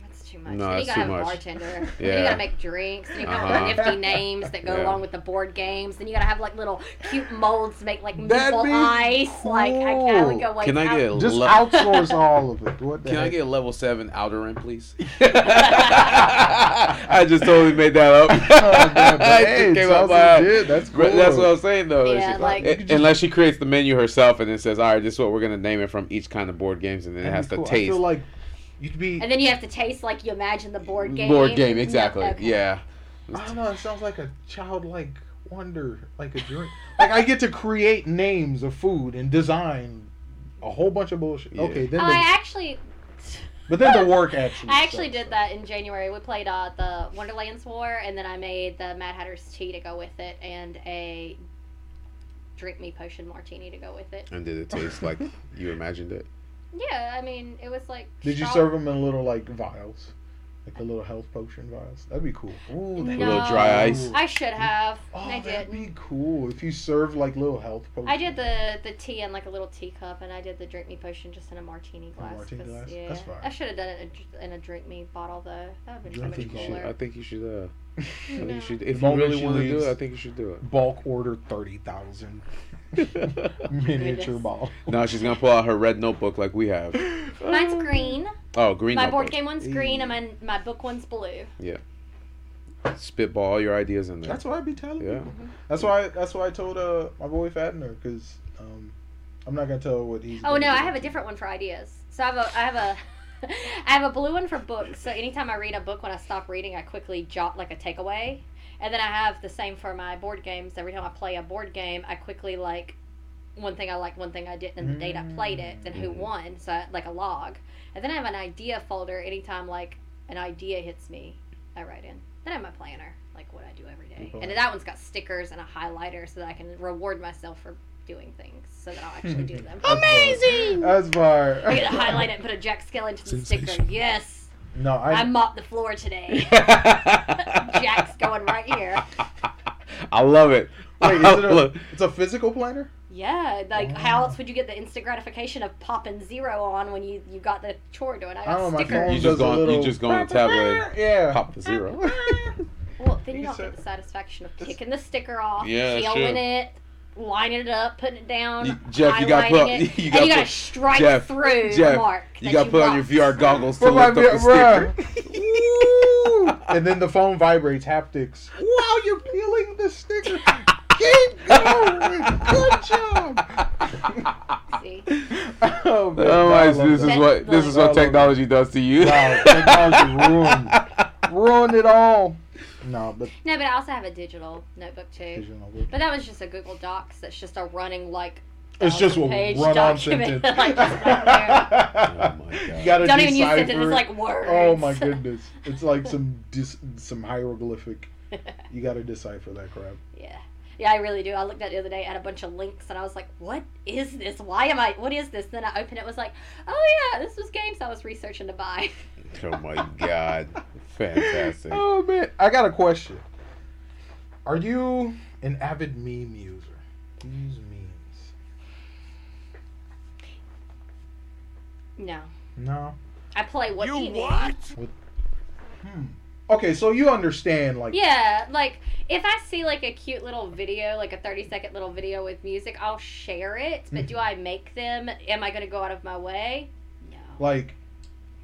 Speaker 3: That's too much.
Speaker 2: No,
Speaker 3: then you
Speaker 2: that's
Speaker 3: gotta
Speaker 2: too
Speaker 3: have a
Speaker 2: much.
Speaker 3: bartender. Then you
Speaker 2: Yeah.
Speaker 3: gotta make drinks. Then you gotta have
Speaker 2: Uh-huh.
Speaker 3: nifty names that go
Speaker 2: Yeah.
Speaker 3: along with the board games. Then you gotta have like little cute molds to make like
Speaker 1: That'd
Speaker 3: meatball
Speaker 1: be
Speaker 3: ice. Like I, I would go
Speaker 2: cool.
Speaker 3: way
Speaker 2: Can I
Speaker 3: out-
Speaker 2: get a
Speaker 1: Just
Speaker 2: Lo-
Speaker 1: outsource all of it. What the
Speaker 2: Can I
Speaker 1: heck?
Speaker 2: get level seven outer rim, please? I just totally made that up.
Speaker 1: Oh, man, but
Speaker 2: It
Speaker 1: hey,
Speaker 2: just
Speaker 1: it
Speaker 2: came out
Speaker 1: sounds
Speaker 2: my ass.
Speaker 1: legit. That's cool.
Speaker 2: But That's what I'm saying though.
Speaker 3: Yeah,
Speaker 2: She-
Speaker 3: like-
Speaker 2: I- unless she creates the menu herself and then says, "All right, this is what we're gonna name it from each kind of board games," and then it
Speaker 1: That'd
Speaker 2: has
Speaker 1: be
Speaker 2: to
Speaker 1: cool. I
Speaker 2: taste
Speaker 1: feel like you'd be.
Speaker 3: And then you have to taste like you imagine the board game.
Speaker 2: board game exactly.
Speaker 3: No, okay.
Speaker 2: Yeah,
Speaker 1: I don't know. It sounds like a childlike wonder, like a dream. like I get to create names of food and design a whole bunch of bullshit.
Speaker 2: Yeah.
Speaker 1: Okay, then.
Speaker 3: Oh,
Speaker 1: the,
Speaker 3: I actually,
Speaker 1: but then the work actually.
Speaker 3: I actually
Speaker 1: sucks,
Speaker 3: did that in January. We played uh, the Wonderlands War, and then I made the Mad Hatter's tea to go with it, and a drink me potion martini to go with it.
Speaker 2: and did it taste like you imagined it?
Speaker 3: Yeah, I mean, it was like.
Speaker 1: Did you
Speaker 3: straw-
Speaker 1: serve them in little like vials, like the little health potion vials? That'd be cool. Ooh,
Speaker 3: A
Speaker 1: that'd
Speaker 3: little
Speaker 1: be
Speaker 2: dry
Speaker 1: cool.
Speaker 2: ice.
Speaker 3: I should have.
Speaker 1: Oh,
Speaker 3: I
Speaker 1: that'd
Speaker 3: did.
Speaker 1: be cool if you serve like little health potions.
Speaker 3: I did the the tea in like a little teacup, and I did the drink me potion just in a martini glass.
Speaker 1: martini
Speaker 3: 'cause,
Speaker 1: glass?
Speaker 3: Yeah,
Speaker 1: That's fine.
Speaker 3: I should have done it in a, dr- in a drink me bottle though. That would have been so
Speaker 1: I
Speaker 2: I
Speaker 3: much
Speaker 2: think you
Speaker 1: Drink-me
Speaker 3: cooler.
Speaker 2: should. I think you should. Uh, I think
Speaker 3: No.
Speaker 2: you should. If you
Speaker 1: moment
Speaker 2: really
Speaker 1: she
Speaker 2: want to do
Speaker 1: leaves-
Speaker 2: it, I think you should do
Speaker 1: bulk order thirty thousand
Speaker 2: it.
Speaker 3: Oh,
Speaker 1: miniature ball.
Speaker 2: now she's gonna pull out her red notebook like we have.
Speaker 3: Mine's green.
Speaker 2: Oh, green.
Speaker 3: My
Speaker 2: notebook.
Speaker 3: board game one's green,
Speaker 1: Ooh.
Speaker 3: and my my book one's blue.
Speaker 2: Spitball all your ideas in there.
Speaker 1: That's what I'd be telling
Speaker 2: Yeah.
Speaker 1: people. That's why. That's why I told uh, my boy Fatner because um, I'm not gonna tell what he's.
Speaker 3: Oh
Speaker 1: gonna
Speaker 3: no,
Speaker 1: do.
Speaker 3: I have a different one for ideas. So I have a I have a I have a blue one for books. So anytime I read a book, when I stop reading, I quickly jot like a takeaway, and then I have the same for my board games. Every time I play a board game, I quickly like one thing I liked, one thing I didn't, and the date I played it, and who
Speaker 2: Mm.
Speaker 3: won. So I, like a log, and then I have an idea folder. Anytime like an idea hits me, I write in. Then I have my planner, like what I do every day, and that one's got stickers and a highlighter so that I can reward myself for doing things, so that I'll actually do them.
Speaker 1: That's
Speaker 3: Amazing!
Speaker 1: fire. That's fire.
Speaker 3: I get to highlight it and put a jack skeleton into the sticker.
Speaker 2: Sensational.
Speaker 3: Yes,
Speaker 1: No, I.
Speaker 3: I mopped the floor today. Jack's
Speaker 2: Jack's
Speaker 3: going right here.
Speaker 2: I love it.
Speaker 1: wait, is
Speaker 2: I
Speaker 1: it a,
Speaker 2: love-
Speaker 1: it's a physical planner.
Speaker 3: Yeah, like how else would you get the instant gratification of popping zero on when you you got the chore doing? I
Speaker 1: I don't know.
Speaker 3: got
Speaker 1: My phone
Speaker 3: stickers.
Speaker 2: You just
Speaker 1: does
Speaker 2: go
Speaker 1: a
Speaker 2: on- you
Speaker 1: little.
Speaker 2: just go on the tablet.
Speaker 1: Yeah.
Speaker 2: Pop the zero.
Speaker 3: Well, then you
Speaker 1: You
Speaker 3: don't
Speaker 1: said-
Speaker 3: get the satisfaction of
Speaker 1: That's-
Speaker 3: kicking the sticker off,
Speaker 2: Yeah, that's
Speaker 3: peeling
Speaker 2: true.
Speaker 3: it, lining it up, putting it down,
Speaker 2: You- Jeff, you gotta
Speaker 3: highlighting
Speaker 2: put on-
Speaker 3: it,
Speaker 2: you
Speaker 3: and
Speaker 2: gotta
Speaker 3: you gotta
Speaker 2: put-
Speaker 3: strike
Speaker 2: Jeff,
Speaker 3: through the
Speaker 2: Jeff,
Speaker 3: mark.
Speaker 2: You
Speaker 3: that
Speaker 2: gotta put on your
Speaker 3: marked.
Speaker 2: VR goggles to
Speaker 1: Put my
Speaker 2: lift up the
Speaker 1: VR
Speaker 2: sticker.
Speaker 1: and then the phone vibrates haptics. Wow, you're peeling the sticker. Keep going. Good job.
Speaker 3: See?
Speaker 1: oh, man,
Speaker 2: Oh
Speaker 1: I
Speaker 2: my!
Speaker 1: love
Speaker 2: This
Speaker 1: that.
Speaker 2: is what this is
Speaker 1: I love
Speaker 2: what technology does to you.
Speaker 1: Wow, technology ruined. ruined it all. No, but
Speaker 3: No, but I also have a digital notebook too.
Speaker 1: Asian over.
Speaker 3: But that was just a Google Docs. That's just a running like.
Speaker 1: It's just a
Speaker 3: thousand-page
Speaker 1: run-on
Speaker 3: document,
Speaker 1: sentence.
Speaker 3: like, just right there.
Speaker 2: Oh my
Speaker 1: You
Speaker 2: God.
Speaker 1: gotta
Speaker 3: Don't even use
Speaker 1: decipher
Speaker 3: sentences. It's like words.
Speaker 1: Oh my goodness! It's like some dis- some hieroglyphic. You gotta decipher that crap.
Speaker 3: yeah. Yeah, I really do. I looked at it the other day, I had a bunch of links, and I was like, what is this? Why am I, what is this? Then I opened it, was like, oh yeah, this was games I was researching to buy.
Speaker 2: Oh my God! Fantastic.
Speaker 1: Oh man, I got a question. Are you an avid meme user? Do you use memes?
Speaker 3: No.
Speaker 1: No.
Speaker 3: I play what
Speaker 4: You
Speaker 3: do you need.
Speaker 4: what?
Speaker 1: Hmm. Okay, so you understand like
Speaker 3: Yeah, like if I see like a cute little video, like a 30 second little video with music, I'll
Speaker 1: Mm.
Speaker 3: share it. But do I make them? Am I going to go out of my way? No.
Speaker 1: like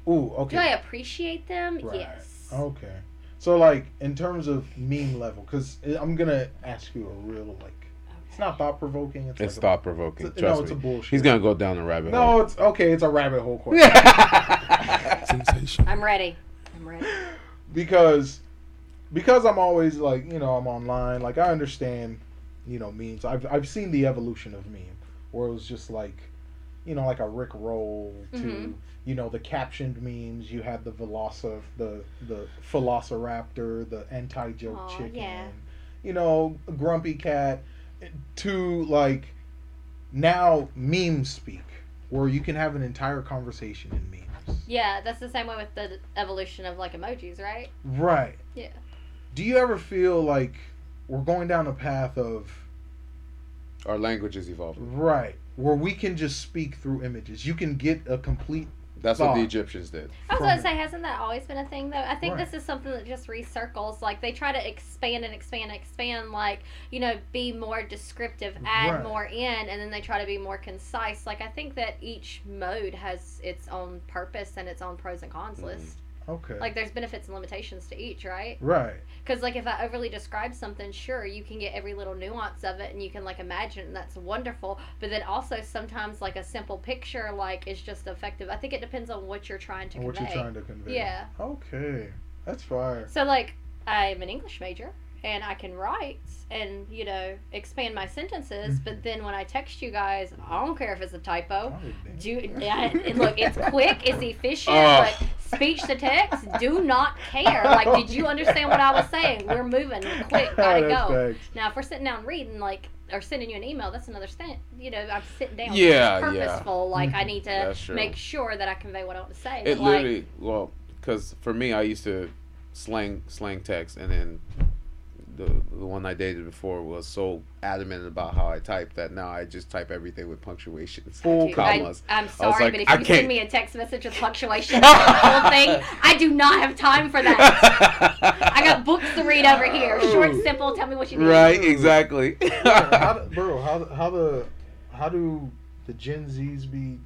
Speaker 1: Ooh, okay.
Speaker 3: Do I appreciate them?
Speaker 1: Right. Oh.
Speaker 3: Yes.
Speaker 1: Okay. So like in terms of meme level, because I'm gonna ask you a real like it's not thought provoking. It's,
Speaker 2: It's
Speaker 1: like a-
Speaker 2: thought provoking.
Speaker 1: it's a-
Speaker 2: Trust
Speaker 1: no, it's a
Speaker 2: me.
Speaker 1: bullshit.
Speaker 2: He's gonna go down the rabbit hole.
Speaker 1: No, it's oh. okay. It's a rabbit hole question.
Speaker 2: yeah.
Speaker 4: Sensational.
Speaker 3: I'm ready. I'm ready.
Speaker 1: because because I'm always like you know I'm online like I understand you know memes I've I've seen the evolution of meme where it was just like you know like a Rick roll to
Speaker 3: Mhm.
Speaker 1: you know the captioned memes you had the Veloci the the Velociraptor the anti joke
Speaker 3: Aw,
Speaker 1: chicken
Speaker 3: yeah.
Speaker 1: you know grumpy cat to like now meme speak where you can have an entire conversation in memes
Speaker 3: Yeah, that's the same way with the evolution of like emojis, right?
Speaker 1: right
Speaker 3: Yeah.
Speaker 1: do you ever feel like we're going down a path of
Speaker 2: Our language is evolving.
Speaker 1: right where we can just speak through images you can get a complete
Speaker 2: That's what the
Speaker 1: Thought.
Speaker 2: Egyptians did.
Speaker 3: I
Speaker 1: From
Speaker 3: was going to
Speaker 1: it.
Speaker 3: say, hasn't that always been a thing, though? I think
Speaker 1: Right.
Speaker 3: this is something that just recircles. Like, they try to expand and expand and expand, like, you know, be more descriptive, add
Speaker 1: Right.
Speaker 3: more in, and then they try to be more concise. Like, I think that each mode has its own purpose and its own pros and cons
Speaker 1: Mm-hmm.
Speaker 2: Mhm.
Speaker 3: list.
Speaker 1: okay
Speaker 3: Like, there's benefits and limitations to each, right?
Speaker 1: right
Speaker 3: Because, like, if I overly describe something, sure, you can get every little nuance of it and you can, like, imagine, it, and that's wonderful. But then also, sometimes, like, a simple picture, like, is just effective. I think it depends on what you're trying to
Speaker 1: and what
Speaker 3: convey.
Speaker 1: you're trying to convey
Speaker 3: Yeah.
Speaker 1: okay that's fire
Speaker 3: So like I'm an English major and I can write and you know expand my sentences,
Speaker 1: Mm-hmm.
Speaker 3: but then when I text you guys, I don't care if it's a typo.
Speaker 1: Oh, damn.
Speaker 3: Do yeah, and look, it's quick, it's efficient,
Speaker 2: Oh.
Speaker 3: like speech to text. Do not care. Like, did you understand what I was saying? We're moving quick. Gotta
Speaker 1: Oh, That's
Speaker 3: go.
Speaker 1: facts.
Speaker 3: Now, if we're sitting down reading, like, or sending you an email, that's another thing. You know, I'm sitting down.
Speaker 2: Yeah,
Speaker 3: it's
Speaker 2: yeah.
Speaker 3: purposeful. Like, I need to
Speaker 2: That's true.
Speaker 3: make sure that I convey what I want to say.
Speaker 2: It
Speaker 3: But, like,
Speaker 2: literally, well, because for me, I used to slang slang text, and then the the one I dated before was so adamant about how I type that now I just type everything with punctuations.
Speaker 1: Full
Speaker 3: Dude, I,
Speaker 2: commas.
Speaker 3: I'm
Speaker 2: I was
Speaker 3: sorry,
Speaker 2: like,
Speaker 3: but if
Speaker 2: I
Speaker 3: you
Speaker 2: can't-
Speaker 3: send me a text message with punctuation the whole thing, I do not have time for that. I got books to read over here. Short,
Speaker 2: Ooh.
Speaker 3: simple. Tell me what you need.
Speaker 2: right, exactly.
Speaker 1: Yeah, how do, bro how, how the how do the gen z's be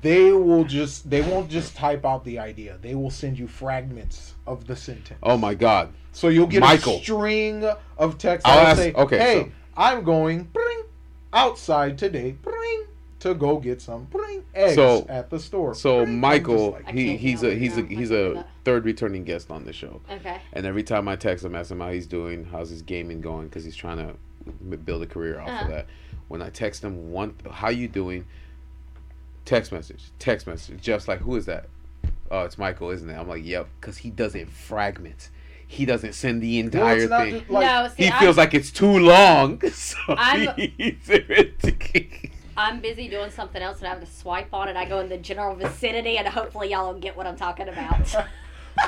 Speaker 1: they will just they won't just type out the idea they will send you fragments of the sentence
Speaker 2: oh my God.
Speaker 1: So you'll get
Speaker 2: Michael.
Speaker 1: a string of texts.
Speaker 2: I'll
Speaker 1: I'll,
Speaker 2: ask-
Speaker 1: say,
Speaker 2: okay,
Speaker 1: hey,
Speaker 2: so-
Speaker 1: I'm going bring, outside today bring, to go get some bring, eggs
Speaker 2: So-
Speaker 1: at the store.
Speaker 2: So
Speaker 1: Bring." I'm
Speaker 2: Michael,
Speaker 1: just like,
Speaker 3: I
Speaker 2: he
Speaker 3: can't
Speaker 2: he's
Speaker 3: now,
Speaker 2: a he's a
Speaker 3: no, I
Speaker 2: he's
Speaker 3: can't do
Speaker 2: a
Speaker 3: that.
Speaker 2: third returning guest on the show,
Speaker 3: Okay.
Speaker 2: and every time I text him, ask him how he's doing, how's his gaming going, because he's trying to m- build a career off of
Speaker 3: Uh-huh.
Speaker 2: that. When I text him one, how you doing? Text message, text message, just like who is that? Oh, it's Michael, isn't it? I'm like, yep, because he doesn't fragment, he doesn't send the
Speaker 1: well,
Speaker 2: entire
Speaker 1: it's not
Speaker 2: thing.
Speaker 1: just like-
Speaker 3: no, see,
Speaker 2: he
Speaker 3: I'm,
Speaker 2: feels like it's too long, so
Speaker 3: I'm-
Speaker 2: he's irritating.
Speaker 3: I'm busy doing something else and I have to swipe on it. I go in the general vicinity and hopefully y'all will get what I'm talking about.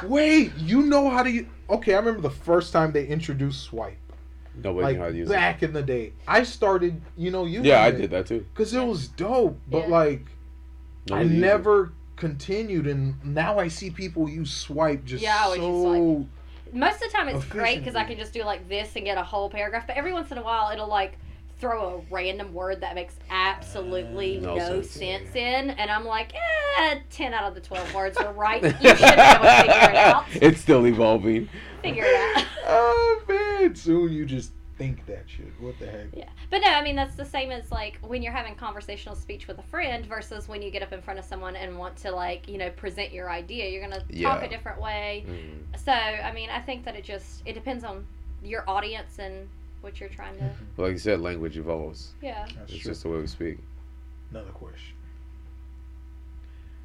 Speaker 1: wait, you know how to? u- Okay, I remember the first time they introduced swipe,
Speaker 2: Nobody knew how to
Speaker 1: like
Speaker 2: use it.
Speaker 1: back in the day. I started, you know, using
Speaker 2: Yeah, I did that too.
Speaker 1: because it was dope, but
Speaker 3: Yeah.
Speaker 1: like I
Speaker 2: Nobody used it.
Speaker 1: never continued, and now I see people use swipe just
Speaker 3: Yeah, I always use swipe.
Speaker 1: so
Speaker 3: Most of the time it's great because I
Speaker 1: Efficiently.
Speaker 3: can just do like this and get a whole paragraph, but every once in a while it'll like throw a random word that makes absolutely
Speaker 2: No
Speaker 3: no,
Speaker 2: sense.
Speaker 3: sense, in, and I'm like, eh, 10 out of the 12 words were right. You should be able to figure it out.
Speaker 2: It's still evolving.
Speaker 3: Figure it out.
Speaker 1: oh man, soon you just think that shit. What the heck?
Speaker 3: Yeah. But no, I mean, that's the same as like when you're having conversational speech with a friend versus when you get up in front of someone and want to like, you know, present your idea. You're going to
Speaker 2: Yeah.
Speaker 3: talk a different way. So, I mean, I think that it just, it depends on your audience and what you're trying to,
Speaker 2: Like you said, language evolves.
Speaker 3: yeah.
Speaker 1: That's
Speaker 2: It's
Speaker 1: true.
Speaker 2: just the way we speak.
Speaker 1: another question.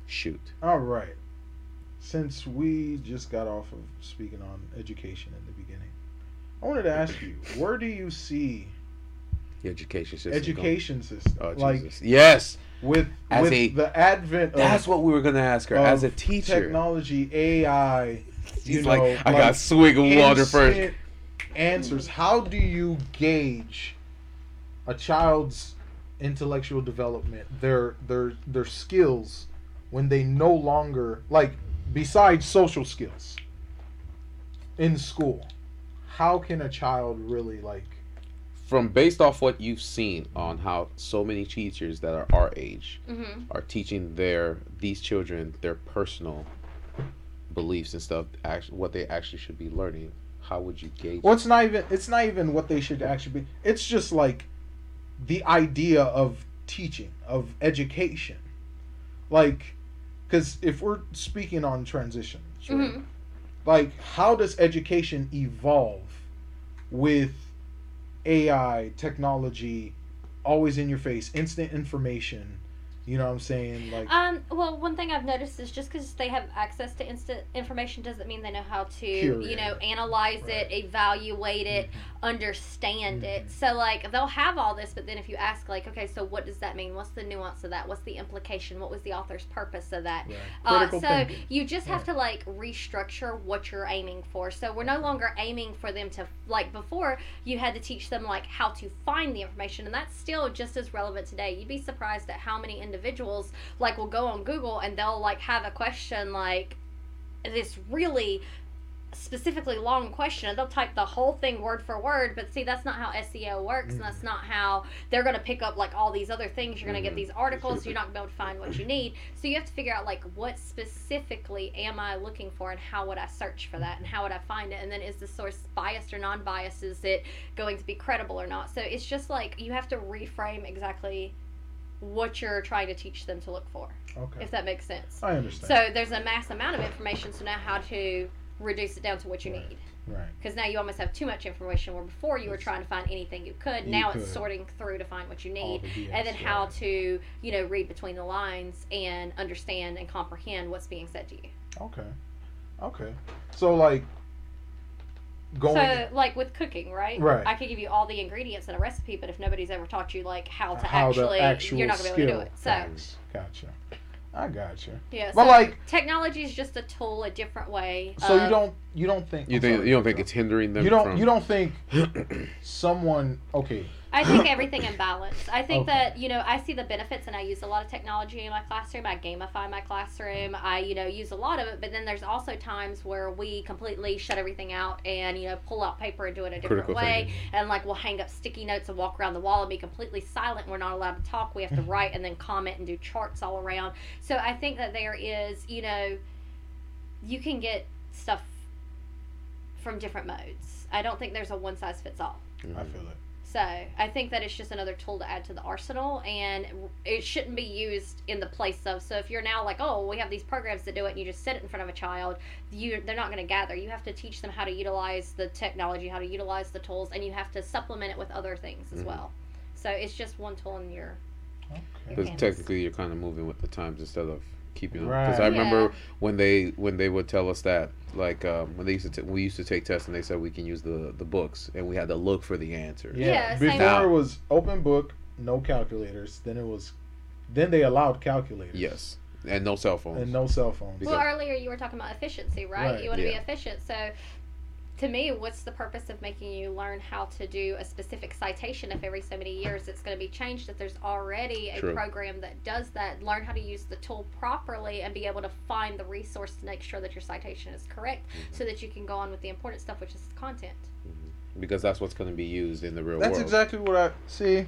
Speaker 2: Shoot.
Speaker 1: All right. Since we just got off of speaking on education in the beginning, I wanted to ask you, where do you see
Speaker 2: The education system.
Speaker 1: education system
Speaker 2: going- Oh,
Speaker 1: like
Speaker 2: Jesus. yes.
Speaker 1: with
Speaker 2: As
Speaker 1: with
Speaker 2: a-
Speaker 1: the advent of
Speaker 2: That's what we were going to ask her. As a
Speaker 1: of
Speaker 2: teacher.
Speaker 1: um, technology, AI, you
Speaker 2: She's like,
Speaker 1: know,
Speaker 2: I got a swig of water first.
Speaker 1: instant Answers. How do you gauge a child's intellectual development, their their their skills, when they no longer like besides social skills in school? How can a child really like
Speaker 2: from based off what you've seen on how so many teachers that are our age
Speaker 3: hmm
Speaker 2: are teaching their these children their personal beliefs and stuff actually what they actually should be learning how would you gauge
Speaker 1: Well, it's not even it's not even what they should actually be. It's just like the idea of teaching, of education. Like cuz if we're speaking on transition,
Speaker 2: Mm-hmm.
Speaker 1: right?
Speaker 3: hmm
Speaker 1: like how does education evolve with AI, technology, always in your face, instant information, you know what I'm saying? Like
Speaker 3: Um, well, one thing I've noticed is just because they have access to instant information doesn't mean they know how to, you
Speaker 1: Curate
Speaker 3: know, analyze
Speaker 1: Right.
Speaker 3: it, evaluate it, understand it. So, like, they'll have all this, but then if you ask, like, okay, so what does that mean? What's the nuance of that? What's the implication? What was the author's purpose of that?
Speaker 1: right.
Speaker 3: Uh,
Speaker 1: Critical
Speaker 3: so
Speaker 1: thinking.
Speaker 3: you just have to like restructure what you're aiming for. So we're no longer aiming for them to like before you had to teach them like how to find the information and that's still just as relevant today. You'd be surprised at how many individuals like will go on Google and they'll like have a question like this really specifically long question and they'll type the whole thing word for word but see that's not how SEO works
Speaker 1: Mm-hmm.
Speaker 3: and that's not how they're going to pick up like all these other things you're going to
Speaker 1: Mm-hmm.
Speaker 2: Mhm.
Speaker 3: get these articles you're not going to be able to find what you need so you have to figure out like what specifically am I looking for and how would I search for that and how would I find it and then is the source biased or non-biased is it going to be credible or not so it's just like you have to reframe exactly what you're trying to teach them to look for
Speaker 1: Okay.
Speaker 3: if that makes sense
Speaker 1: I understand.
Speaker 3: so there's a mass amount of information, so now how to reduce it down to what you
Speaker 1: Right.
Speaker 3: need.
Speaker 1: right.
Speaker 3: Because now you almost have too much information, where before you were
Speaker 1: Yes.
Speaker 3: trying to find anything you could,
Speaker 1: You
Speaker 3: now
Speaker 1: could.
Speaker 3: it's sorting through to find what you
Speaker 1: All
Speaker 3: need.
Speaker 1: the BS,
Speaker 3: and then how
Speaker 1: right.
Speaker 3: to, you know, read between the lines and understand and comprehend what's being said to you.
Speaker 1: Okay. Okay. So like going
Speaker 3: so, like with cooking, right?
Speaker 1: Right.
Speaker 3: I could give you all the ingredients in a recipe, but if nobody's ever taught you like how to
Speaker 1: how
Speaker 3: actually,
Speaker 1: the actual
Speaker 3: you're not gonna be able to do it. So,
Speaker 1: skill- Facts. Gotcha. I gotcha.
Speaker 3: yeah.
Speaker 1: But
Speaker 3: so
Speaker 1: like
Speaker 3: technology is just a tool, a different way.
Speaker 1: so
Speaker 3: of-
Speaker 1: you don't you don't think
Speaker 2: you
Speaker 1: I'm
Speaker 2: think
Speaker 1: sorry,
Speaker 2: you don't think
Speaker 1: Joe.
Speaker 2: it's hindering them
Speaker 1: you don't
Speaker 2: from
Speaker 1: you don't think someone okay
Speaker 3: I think everything in balance. I think
Speaker 1: Okay.
Speaker 3: that, you know, I see the benefits and I use a lot of technology in my classroom. I gamify my classroom. I, you know, use a lot of it, but then there's also times where we completely shut everything out and, you know, pull out paper and do it a different
Speaker 2: Critical
Speaker 3: way. And like we'll hang up sticky notes and walk around the wall and be completely silent. We're not allowed to talk. We have to write and then comment and do charts all around. So I think that there is, you know, you can get stuff from different modes. I don't think there's a one size fits all.
Speaker 1: i
Speaker 2: Mhm.
Speaker 1: feel it
Speaker 3: So I think that it's just another tool to add to the arsenal, and it shouldn't be used in the place of. So if you're now like, oh, we have these programs that do it, and you just sit it in front of a child, you they're not going to gather. You have to teach them how to utilize the technology, how to utilize the tools, and you have to supplement it with other things as
Speaker 2: Mhm.
Speaker 3: well. So it's just one tool in your.
Speaker 1: okay
Speaker 2: Because
Speaker 3: Hands.
Speaker 2: technically, you're kind of moving with the times instead of keeping up.
Speaker 1: Right.
Speaker 2: Because I remember
Speaker 3: Yeah.
Speaker 2: when they when they would tell us that, like um, when they used to t- we used to take tests and they said we can use the the books and we had to look for the answer.
Speaker 1: yeah,
Speaker 3: Yeah, same-
Speaker 1: before it was open book no calculators then it was then they allowed calculators
Speaker 2: Yes, and no cell phones.
Speaker 1: and no cell phones
Speaker 2: Because-
Speaker 3: Well, earlier you were talking about efficiency, right?
Speaker 1: Right.
Speaker 3: You want to
Speaker 2: Yeah.
Speaker 3: be efficient, so. To me, what's the purpose of making you learn how to do a specific citation if every so many years it's going to be changed? If there's already a
Speaker 2: True.
Speaker 3: program that does that, learn how to use the tool properly and be able to find the resource to make sure that your citation is correct
Speaker 2: Mm-hmm.
Speaker 3: so that you can go on with the important stuff, which is the content.
Speaker 2: Because that's what's going to be used in the real
Speaker 1: that's
Speaker 2: world.
Speaker 1: exactly what i see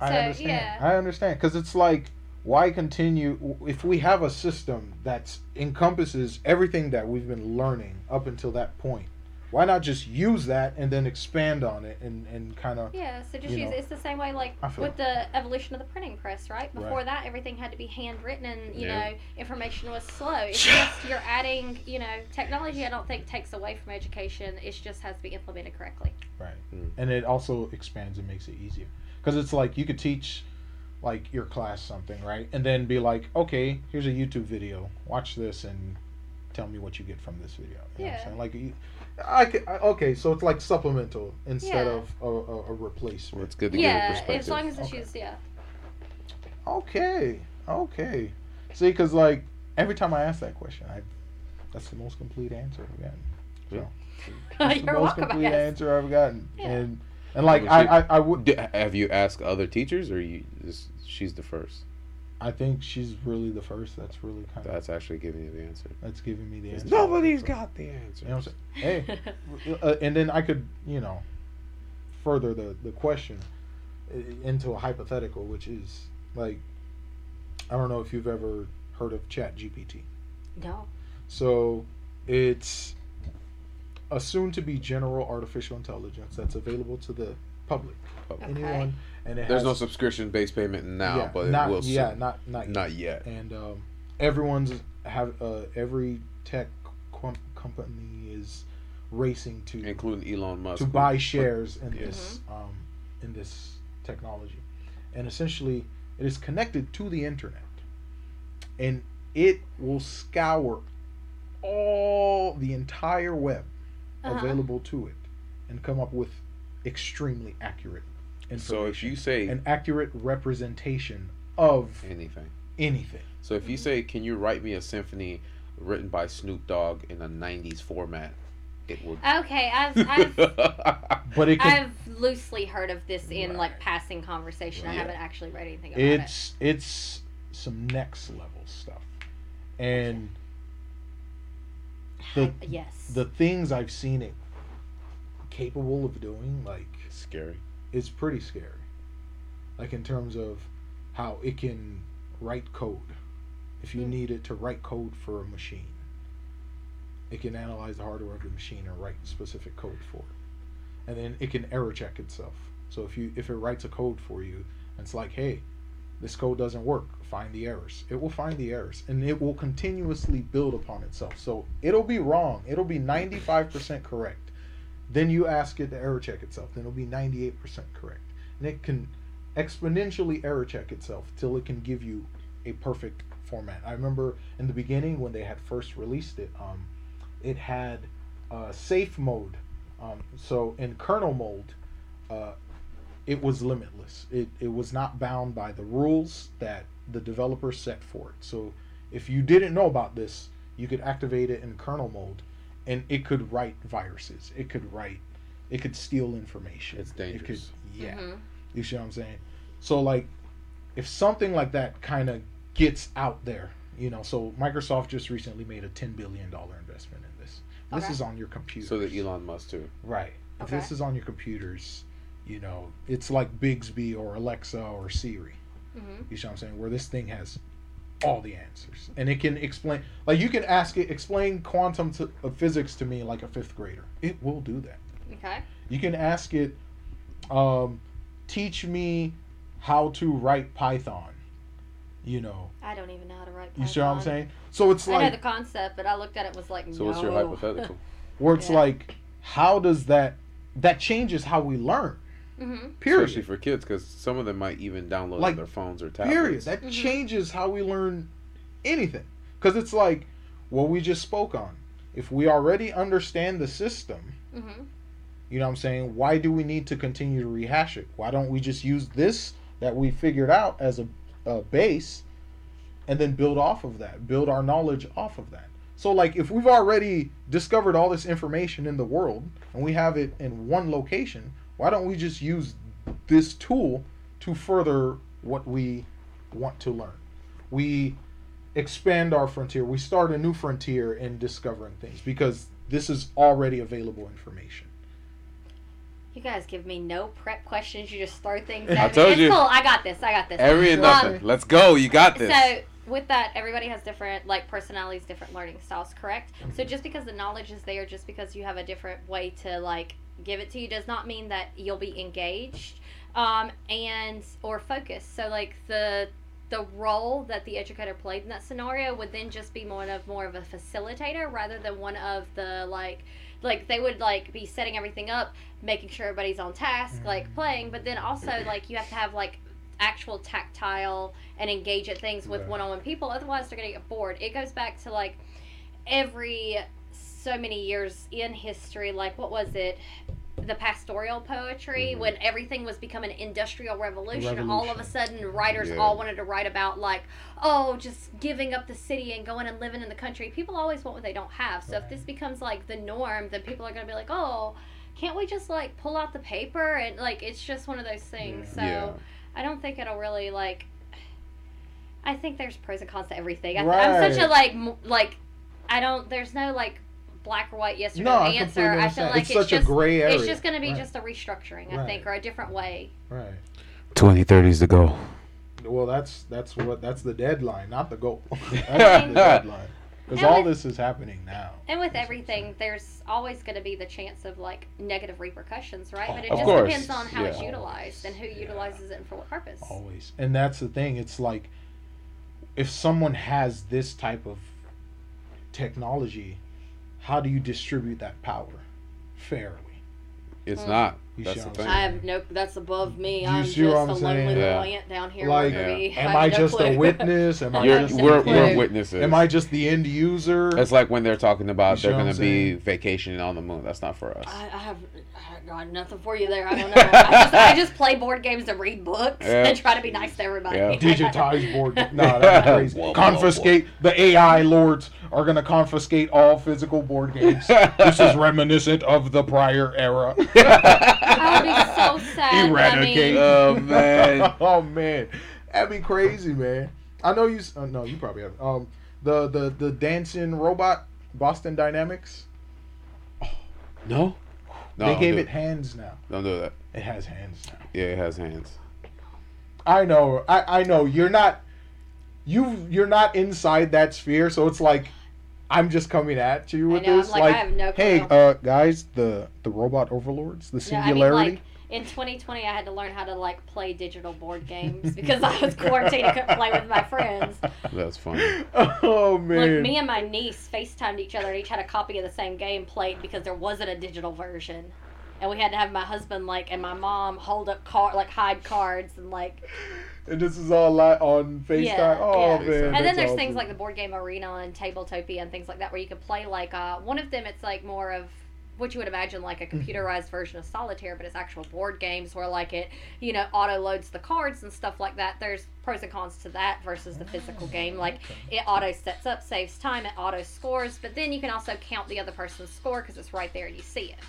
Speaker 1: i
Speaker 3: So,
Speaker 1: understand
Speaker 3: yeah.
Speaker 1: i understand because it's like why continue if we have a system that encompasses everything that we've been learning up until that point why not just use that and then expand on it and, and kind of
Speaker 3: Yeah, so just
Speaker 1: You
Speaker 3: use
Speaker 1: know,
Speaker 3: it's the same way like
Speaker 1: I feel-
Speaker 3: with the evolution of the printing press, right?
Speaker 1: Right.
Speaker 3: Before that, everything had to be handwritten, and you
Speaker 2: Yeah.
Speaker 3: know, information was slow. It's just you're adding, you know, technology. I don't think takes away from education. It just has to be implemented correctly.
Speaker 1: Right.
Speaker 2: Mm.
Speaker 1: And it also expands and makes it easier. Because it's like you could teach like your class something, right? And then be like, okay, here's a YouTube video. Watch this and tell me what you get from this video. You know what I'm
Speaker 3: Yeah.
Speaker 1: saying? Like, you, I, could- I- okay, so it's like supplemental instead
Speaker 3: Yeah.
Speaker 1: of a, a, a
Speaker 2: Well, it's
Speaker 1: replacement.
Speaker 2: good to get a
Speaker 3: Yeah,
Speaker 2: perspective.
Speaker 3: as long as it's
Speaker 1: Okay.
Speaker 3: used, yeah.
Speaker 1: Okay. Okay. See, because like every time I ask that question, I that's the most complete answer I've gotten. That's the
Speaker 3: you're
Speaker 1: most
Speaker 3: welcome. I
Speaker 1: complete
Speaker 3: guess.
Speaker 1: answer I've gotten.
Speaker 3: Yeah.
Speaker 1: And and like
Speaker 2: Well,
Speaker 1: I,
Speaker 2: she-
Speaker 1: I I would
Speaker 2: D- have you asked other teachers, or you? Is, she's the first
Speaker 1: I think she's really the first that's really kind of
Speaker 2: that's actually giving you the answer.
Speaker 1: that's giving me the answer.
Speaker 2: Nobody's got the answer.
Speaker 1: You know what I'm saying? Hey, uh, and then I could, you know, further the the question i- into a hypothetical, which is like, I don't know if you've ever heard of Chat GPT.
Speaker 3: No.
Speaker 1: So it's a soon to be general artificial intelligence that's available to the public.
Speaker 2: Okay.
Speaker 1: Anyone and it
Speaker 2: There's no
Speaker 1: has,
Speaker 2: subscription based payment now,
Speaker 1: yeah,
Speaker 2: but
Speaker 1: not,
Speaker 2: it will soon.
Speaker 1: yeah, not not yet.
Speaker 2: Not yet.
Speaker 1: And um, everyone's have uh, every tech com- company is racing to
Speaker 2: Including Elon Musk.
Speaker 1: to
Speaker 2: who-
Speaker 1: buy shares in
Speaker 2: Yeah.
Speaker 1: this um, in this technology, and essentially it is connected to the internet, and it will scour all the entire web
Speaker 3: Uh-huh.
Speaker 1: available to it, and come up with extremely accurate
Speaker 2: So if
Speaker 1: information,
Speaker 2: you say
Speaker 1: an accurate representation of
Speaker 2: anything.
Speaker 1: anything.
Speaker 2: So if you
Speaker 3: Mhm.
Speaker 2: say, can you write me a symphony written by Snoop Dogg in a 90s format, it will.
Speaker 3: Okay, I've I've
Speaker 1: But it can,
Speaker 3: I've loosely heard of this in like
Speaker 2: Right.
Speaker 3: passing conversation. I
Speaker 2: Yeah.
Speaker 3: haven't actually read anything about it.
Speaker 1: it's it's some next level stuff, and the
Speaker 3: yes.
Speaker 1: the things I've seen it capable of doing, like,
Speaker 2: Scary.
Speaker 1: is pretty scary. Like in terms of how it can write code. If you
Speaker 3: Hmm.
Speaker 1: need it to write code for a machine, it can analyze the hardware of the machine and write specific code for it. And then it can error check itself. So if you if it writes a code for you, it's like, hey, this code doesn't work. Find the errors. It will find the errors and it will continuously build upon itself. So it'll be wrong. It'll be 95% correct. Then you ask it to error check itself. Then it'll be 98% correct. And it can exponentially error check itself till it can give you a perfect format. I remember in the beginning when they had first released it, um, it had uh, safe mode. Um, so in kernel mode, uh, it was limitless. It, it was not bound by the rules that the developer set for it. So if you didn't know about this, you could activate it in kernel mode and it could write viruses. It could write, it could steal information.
Speaker 2: It's
Speaker 1: It could,
Speaker 2: dangerous.
Speaker 1: yeah.
Speaker 3: Mhm.
Speaker 1: You see what I'm saying? So like, if something like that kind of gets out there, you know, so Microsoft just recently made a ten billion dollar investment in this. This
Speaker 3: Okay.
Speaker 1: is on your computer.
Speaker 2: So the Elon Musk, too.
Speaker 1: right. If
Speaker 3: Okay.
Speaker 1: this is on your computers, you know, it's like Bigsby or Alexa or Siri.
Speaker 3: Mhm.
Speaker 1: You see what I'm saying? Where this thing has all the answers and it can explain. Like you can ask it explain quantum to, of physics to me like a fifth grader. It will do that.
Speaker 3: Okay.
Speaker 1: You can ask it, um, teach me how to write Python. You know,
Speaker 3: I don't even know how to write.
Speaker 1: you see what I'm
Speaker 3: Python.
Speaker 1: saying? So it's
Speaker 3: I know the
Speaker 1: like,
Speaker 3: concept, but I looked at it was like.
Speaker 2: So
Speaker 3: no.
Speaker 2: what's your hypothetical?
Speaker 1: where it's
Speaker 3: Yeah.
Speaker 1: like, how does that, that changes how we learn,
Speaker 3: hmm
Speaker 1: period.
Speaker 2: Especially for kids, because some of them might even download
Speaker 1: Like,
Speaker 2: on their phones or tablets.
Speaker 1: period. That
Speaker 3: Mhm.
Speaker 1: changes how we learn anything. Because it's like what we just spoke on. If we already understand the system,
Speaker 3: hmm
Speaker 1: You know what I'm saying? Why do we need to continue to rehash it? Why don't we just use this that we figured out as a, a base and then build off of that, build our knowledge off of that? So, like, if we've already discovered all this information in the world and we have it in one location, why don't we just use this tool to further what we want to learn? We expand our frontier, we start a new frontier in discovering things because this is already available information.
Speaker 3: You guys give me no prep questions. You just throw things.
Speaker 1: I
Speaker 3: At me.
Speaker 2: told
Speaker 3: it's
Speaker 2: you.
Speaker 3: Cool. I got this. I got this.
Speaker 2: Every and
Speaker 3: Um,
Speaker 2: nothing. Let's go. You got this.
Speaker 3: So with that, everybody has different like personalities, different learning styles, correct? So just because the knowledge is there, just because you have a different way to like give it to you, does not mean that you'll be engaged um, and or focused. So like the the role that the educator played in that scenario would then just be more of more of a facilitator rather than one of the like like they would like be setting everything up making sure everybody's on task like playing but then also like you have to have like actual tactile and engage at things with
Speaker 1: Right.
Speaker 3: one-on-one people otherwise they're going to get bored it goes back to like every so many years in history like what was it the pastoral poetry
Speaker 2: Mhm.
Speaker 3: when everything was becoming an industrial revolution, all of
Speaker 1: Mm-hmm.
Speaker 3: a
Speaker 1: Revolution.
Speaker 3: sudden writers
Speaker 2: Yeah.
Speaker 3: all wanted to write about like oh just giving up the city and going and living in the country people always want what they don't have so if
Speaker 1: Right.
Speaker 3: this becomes like the norm then people are going to be like oh can't we just like pull out the paper and like it's just one of those things
Speaker 1: Mm-hmm. Yeah.
Speaker 3: so
Speaker 2: yeah.
Speaker 3: I don't think it'll really like. I think there's pros and cons to everything. I, I'm
Speaker 1: Right.
Speaker 3: such a like m- like I don't. There's no like black or white, yes or
Speaker 1: No,
Speaker 3: no,
Speaker 1: I
Speaker 3: answer.
Speaker 1: completely
Speaker 3: I feel
Speaker 1: understand.
Speaker 3: like
Speaker 1: it's,
Speaker 3: it's,
Speaker 1: such
Speaker 3: just
Speaker 1: a gray area.
Speaker 3: it's just going to be
Speaker 1: Right,
Speaker 3: just a restructuring, I
Speaker 1: Right.
Speaker 3: think, or a different way.
Speaker 1: right.
Speaker 2: 2030 is the goal.
Speaker 1: Well, that's that's what that's the deadline, not the goal. that's the deadline.
Speaker 2: Right.
Speaker 1: Because
Speaker 3: And
Speaker 1: all
Speaker 3: with-
Speaker 1: this is happening now.
Speaker 3: And with everything, there's always going to be the chance of like negative repercussions, right? But it
Speaker 1: Of
Speaker 3: just
Speaker 2: course,
Speaker 3: depends on how it's
Speaker 1: yeah.
Speaker 3: utilized and who
Speaker 1: Yeah. Oh,
Speaker 3: utilizes it and for what purpose.
Speaker 1: Always. And that's the thing. It's like if someone has this type of technology, how do you distribute that power fairly?
Speaker 2: It's
Speaker 3: Mm.
Speaker 2: not.
Speaker 1: You
Speaker 2: That's
Speaker 1: see
Speaker 2: the
Speaker 1: what
Speaker 2: thing.
Speaker 1: I'm
Speaker 3: I have no. That's above me.
Speaker 1: You
Speaker 3: I'm
Speaker 1: see
Speaker 3: just
Speaker 1: what
Speaker 3: a
Speaker 1: I'm
Speaker 3: lonely
Speaker 1: saying?
Speaker 3: little
Speaker 2: Yeah.
Speaker 3: ant down here.
Speaker 1: Like,
Speaker 3: with a bee.
Speaker 1: Am
Speaker 3: have
Speaker 1: I
Speaker 3: no
Speaker 1: just a
Speaker 3: clue.
Speaker 1: witness? Am I
Speaker 3: You're-
Speaker 1: just
Speaker 2: we're,
Speaker 1: a player?
Speaker 2: we're witnesses.
Speaker 1: Am I just the end user?
Speaker 2: It's like when they're talking about
Speaker 1: You
Speaker 2: they're
Speaker 1: see what
Speaker 2: going
Speaker 1: I'm
Speaker 2: to be vacationing on the moon. That's not for us.
Speaker 3: I, I have I got nothing for you there. I don't know. I just, I just play board games and read books
Speaker 2: Yeah.
Speaker 3: and try to be nice to everybody.
Speaker 2: Yeah.
Speaker 1: Digitize board. No, that's crazy.
Speaker 2: Whoa, whoa,
Speaker 1: confiscate. The AI lords are going to confiscate all physical board games. this is reminiscent of the prior era.
Speaker 3: I would be so sad.
Speaker 1: Eradicate.
Speaker 3: I mean,
Speaker 2: oh man.
Speaker 1: oh man, that'd be crazy, man. I know you. s- Uh, no, you probably have. Um, the the the dancing robot, Boston Dynamics.
Speaker 2: No. No.
Speaker 1: they
Speaker 2: don't
Speaker 1: gave
Speaker 2: do
Speaker 1: it hands now.
Speaker 2: Don't do that.
Speaker 1: It has hands now.
Speaker 2: Yeah, it has hands.
Speaker 1: I know. I I know. You're not. You you're not inside that sphere, so it's like. I'm just coming at you
Speaker 3: I
Speaker 1: with
Speaker 3: know, I'm
Speaker 1: this,
Speaker 3: like, I have no
Speaker 1: hey,
Speaker 3: clue.
Speaker 1: uh, guys, the the robot overlords, the
Speaker 3: no, I mean,
Speaker 1: singularity.
Speaker 3: like in 2020, I had to learn how to like play digital board games because I was quarantined and couldn't play with my friends.
Speaker 2: That's funny.
Speaker 1: oh man,
Speaker 3: Look, me and my niece FaceTimed each other and each had a copy of the same game played because there wasn't a digital version. And we had to have my husband like and my mom hold up card like hide cards and like
Speaker 1: and this is all li- on Facetime.
Speaker 3: Yeah,
Speaker 1: oh
Speaker 2: yeah.
Speaker 1: man,
Speaker 2: And
Speaker 3: and then
Speaker 1: that's
Speaker 3: there's
Speaker 1: awesome.
Speaker 3: things like the board game arena and tabletopia and things like that where you can play like uh, one of them it's like more of what you would imagine like a
Speaker 1: Mm-hmm.
Speaker 3: computerized version of solitaire but it's actual board games where like it you know auto loads the cards and stuff like that there's pros and cons to that versus the physical
Speaker 1: Ah,
Speaker 3: game like it auto sets up saves time it auto scores but then you can also count the other person's score because it's right there and you see it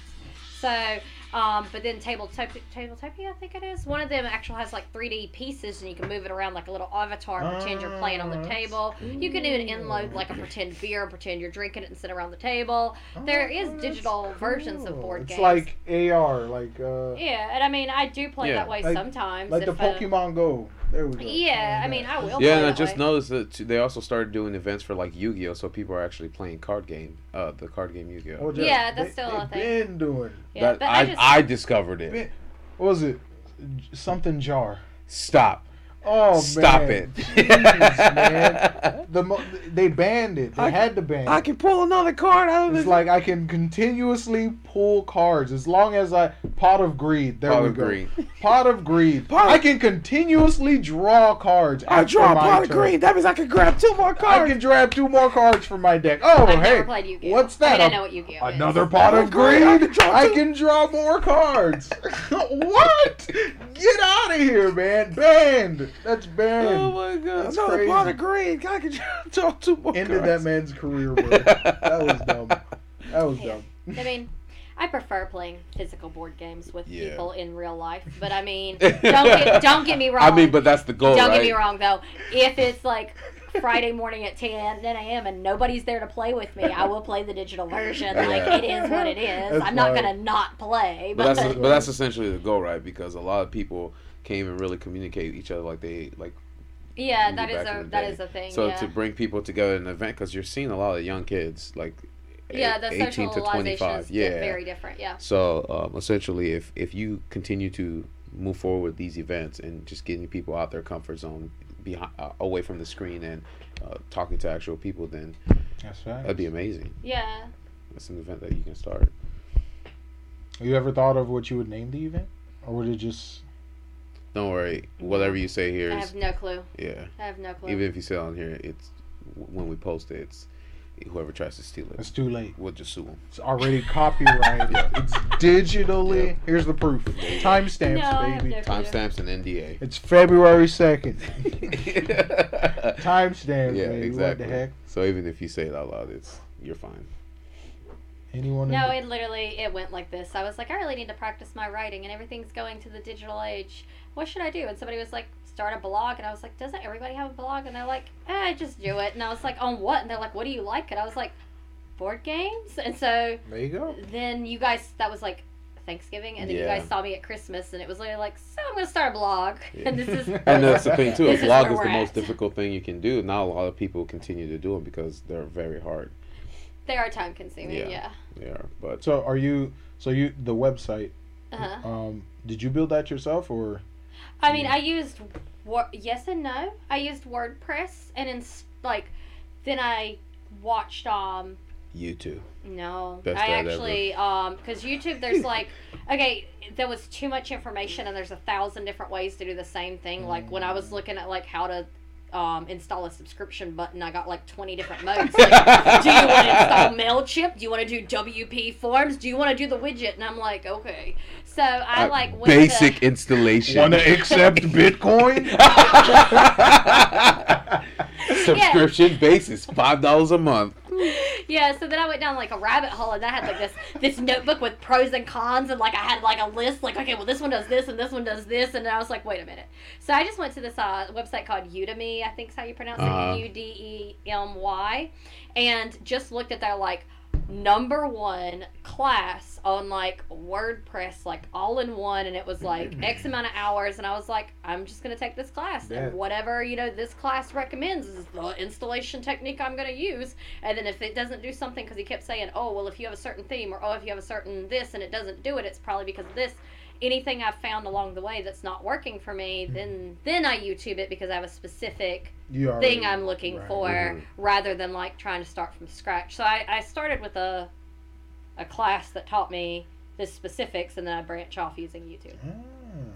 Speaker 3: so um, but then Tabletopia, Tabletopia, I think it is. One of them actually has like 3D pieces, and you can move it around like a little avatar, and pretend you're playing on
Speaker 1: Ah,
Speaker 3: the
Speaker 1: that's
Speaker 3: table. You can even inload like a pretend beer, and pretend you're drinking it, and sit around the table. There is
Speaker 1: Oh, that's
Speaker 3: digital versions of board
Speaker 1: it's
Speaker 3: games.
Speaker 1: like AR, like uh,
Speaker 3: Yeah, and I mean, I do play
Speaker 2: Yeah,
Speaker 3: that way
Speaker 1: like-
Speaker 3: sometimes.
Speaker 1: like the
Speaker 3: if, uh,
Speaker 1: Pokemon Go. There we go. Oh,
Speaker 3: Yeah, I mean, I will.
Speaker 2: Yeah,
Speaker 3: play
Speaker 2: and I
Speaker 3: that
Speaker 2: just
Speaker 3: way.
Speaker 2: noticed that too- they also started doing events for like Yu-Gi-Oh, so people are actually playing card game, uh, the card game Yu-Gi-Oh.
Speaker 1: Oh,
Speaker 3: Yeah, that's still a thing.
Speaker 1: Been doing.
Speaker 3: Yeah,
Speaker 2: That-
Speaker 3: but
Speaker 2: I,
Speaker 3: I, just
Speaker 2: I discovered it.
Speaker 1: Been, what was it? J- Something jar.
Speaker 2: Stop.
Speaker 1: Oh
Speaker 2: Stop
Speaker 1: man.
Speaker 2: it.
Speaker 1: Jeez, man. The mo- they banned it. They
Speaker 2: I-
Speaker 1: had to ban. it.
Speaker 2: can pull another card out
Speaker 1: It's like I can continuously pull cards as long as I pot of greed. There
Speaker 2: Pot
Speaker 1: we
Speaker 2: of
Speaker 1: go.
Speaker 2: greed.
Speaker 1: Pot of greed.
Speaker 2: Pot-
Speaker 1: I can continuously draw cards. after my turn.
Speaker 2: That means I can grab two more
Speaker 1: I can grab two more cards from my deck. Oh,
Speaker 3: I've
Speaker 1: hey,
Speaker 3: never played Yu-Gi-Oh.
Speaker 1: what's
Speaker 3: I mean,
Speaker 1: that?
Speaker 3: I
Speaker 1: A-
Speaker 3: know what Yu-Gi-Oh. is.
Speaker 1: Another pot of
Speaker 2: Another
Speaker 1: green.
Speaker 2: card? I
Speaker 1: I
Speaker 2: can
Speaker 1: can, draw
Speaker 2: draw two.
Speaker 1: more cards. what? Get out of here, man! Banned. That's banned.
Speaker 2: Oh my god!
Speaker 1: That's Another pot crazy. of
Speaker 2: green. I can draw two more.
Speaker 1: Ended that man's career, bro. that was dumb. That was
Speaker 3: Yeah.
Speaker 1: dumb.
Speaker 3: I mean, I prefer playing physical board games with
Speaker 2: Yeah.
Speaker 3: people in real life, but I mean, don't get, don't get me wrong.
Speaker 2: I mean, but that's the goal,
Speaker 3: don't
Speaker 2: right?
Speaker 3: get me wrong though. If it's like Friday morning at 10, 10 a.m. and nobody's there to play with me, I will play the digital version. Like
Speaker 2: Yeah.
Speaker 3: it is what it is.
Speaker 1: That's
Speaker 3: I'm not
Speaker 1: right.
Speaker 3: gonna not play.
Speaker 2: But
Speaker 3: But,
Speaker 2: that's but that's essentially the goal, right? Because a lot of people can't even really communicate with each other like they like.
Speaker 3: yeah,
Speaker 2: we
Speaker 3: that
Speaker 2: did
Speaker 3: is
Speaker 2: back in
Speaker 3: a
Speaker 2: the
Speaker 3: that
Speaker 2: day.
Speaker 3: is a thing.
Speaker 2: So
Speaker 3: yeah.
Speaker 2: to bring people together in an event, because you're seeing a lot of young kids, like
Speaker 3: yeah, the
Speaker 2: eh, 18 to
Speaker 3: socialization
Speaker 2: 25,
Speaker 3: is
Speaker 2: yeah.
Speaker 3: very different. Yeah.
Speaker 2: So um, essentially, if if you continue to move forward with these events and just getting people out their comfort zone, behind, uh, away from the screen and uh, talking to actual people, then
Speaker 1: That's right.
Speaker 2: that'd be amazing.
Speaker 3: Yeah.
Speaker 2: That's an event that you can start.
Speaker 1: Have you ever thought of what you would name the event, or would it just?
Speaker 2: Don't worry, whatever you say here
Speaker 3: I
Speaker 2: is
Speaker 3: have no clue.
Speaker 2: yeah.
Speaker 3: I have no clue.
Speaker 2: Even if you say it on here, it's when we post it, it's whoever tries to steal it,
Speaker 1: It's too late.
Speaker 2: we'll just sue them.
Speaker 1: It's already copyrighted. it's digitally. Here's the proof. Timestamps,
Speaker 3: no, I have
Speaker 1: baby.
Speaker 3: no clue.
Speaker 2: Timestamps and NDA.
Speaker 1: It's February second. Timestamps,
Speaker 2: yeah,
Speaker 1: baby.
Speaker 2: exactly.
Speaker 1: What the heck?
Speaker 2: So even if you say it out loud, it's you're fine.
Speaker 1: Anyone?
Speaker 3: No,
Speaker 1: in
Speaker 2: Mm.
Speaker 3: it literally it went like this. I was like, I really need to practice my writing, and everything's going to the digital age. What should I do? And somebody was like, start a blog, and I was like, doesn't everybody have a blog? And they're like, eh, just do it. And I was like, on what? And they're like, what do you like? And I was like, board games, and so
Speaker 1: There you go.
Speaker 3: then you guys that was like Thanksgiving, and then
Speaker 2: Yeah.
Speaker 3: you guys saw me at Christmas, and it was literally like, so I'm gonna start a blog, and this is
Speaker 2: And that's the thing too. A
Speaker 3: This is
Speaker 2: vlog
Speaker 3: where
Speaker 2: is the
Speaker 3: we're
Speaker 2: most
Speaker 3: at.
Speaker 2: difficult thing you can do. Not a lot of people continue to do them because they're very hard.
Speaker 3: they are time consuming.
Speaker 2: Yeah.
Speaker 3: Yeah.
Speaker 2: Yeah, but
Speaker 1: So are you? So you the website?
Speaker 3: Uh-huh.
Speaker 1: Um, did you build that yourself or?
Speaker 3: I mean, I used Wor- yes and no. I used WordPress, and in like then I watched um
Speaker 2: YouTube.
Speaker 3: No,
Speaker 2: Best
Speaker 3: I
Speaker 2: ad ever.
Speaker 3: actually um because YouTube there's like okay there was too much information and there's a thousand different ways to do the same thing. Like when I
Speaker 2: Mm.
Speaker 3: was looking at like how to um, install a subscription button, I got like twenty different modes. Like, do you want to install Mailchimp? Do you want to do WP Forms? Do you want to do the widget? And I'm like, okay. So I
Speaker 2: Uh,
Speaker 3: like went to-
Speaker 2: basic installation.
Speaker 1: Wanna accept Bitcoin?
Speaker 2: Subscription basis, five dollars a month.
Speaker 3: yeah. So then I went down like a rabbit hole, and I had like this this notebook with pros and cons, and like I had like a list, like okay, well this one does this, and this one does this, and then I was like, wait a minute. So I just went to this uh, website called Udemy, I think's how you pronounce
Speaker 2: Uh-huh.
Speaker 3: it, U D E M Y, and just looked at their like number one class on like WordPress, like all in one, and it was like X amount of hours, and I was like, I'm just gonna take this class,
Speaker 1: Yeah.
Speaker 3: and whatever you know this class recommends is the installation technique I'm gonna use, and then if it doesn't do something, because he kept saying, oh well, if you have a certain theme, or oh if you have a certain this, and it doesn't do it, it's probably because of this. Anything I've found along the way that's not working for me, then then I YouTube it because I have a specific
Speaker 1: You are
Speaker 3: thing I'm looking
Speaker 1: right. Mm-hmm.
Speaker 3: for
Speaker 2: Mhm.
Speaker 3: rather than like trying to start from scratch. So I, I started with a a class that taught me the specifics and then I branch off using YouTube.
Speaker 1: Ah,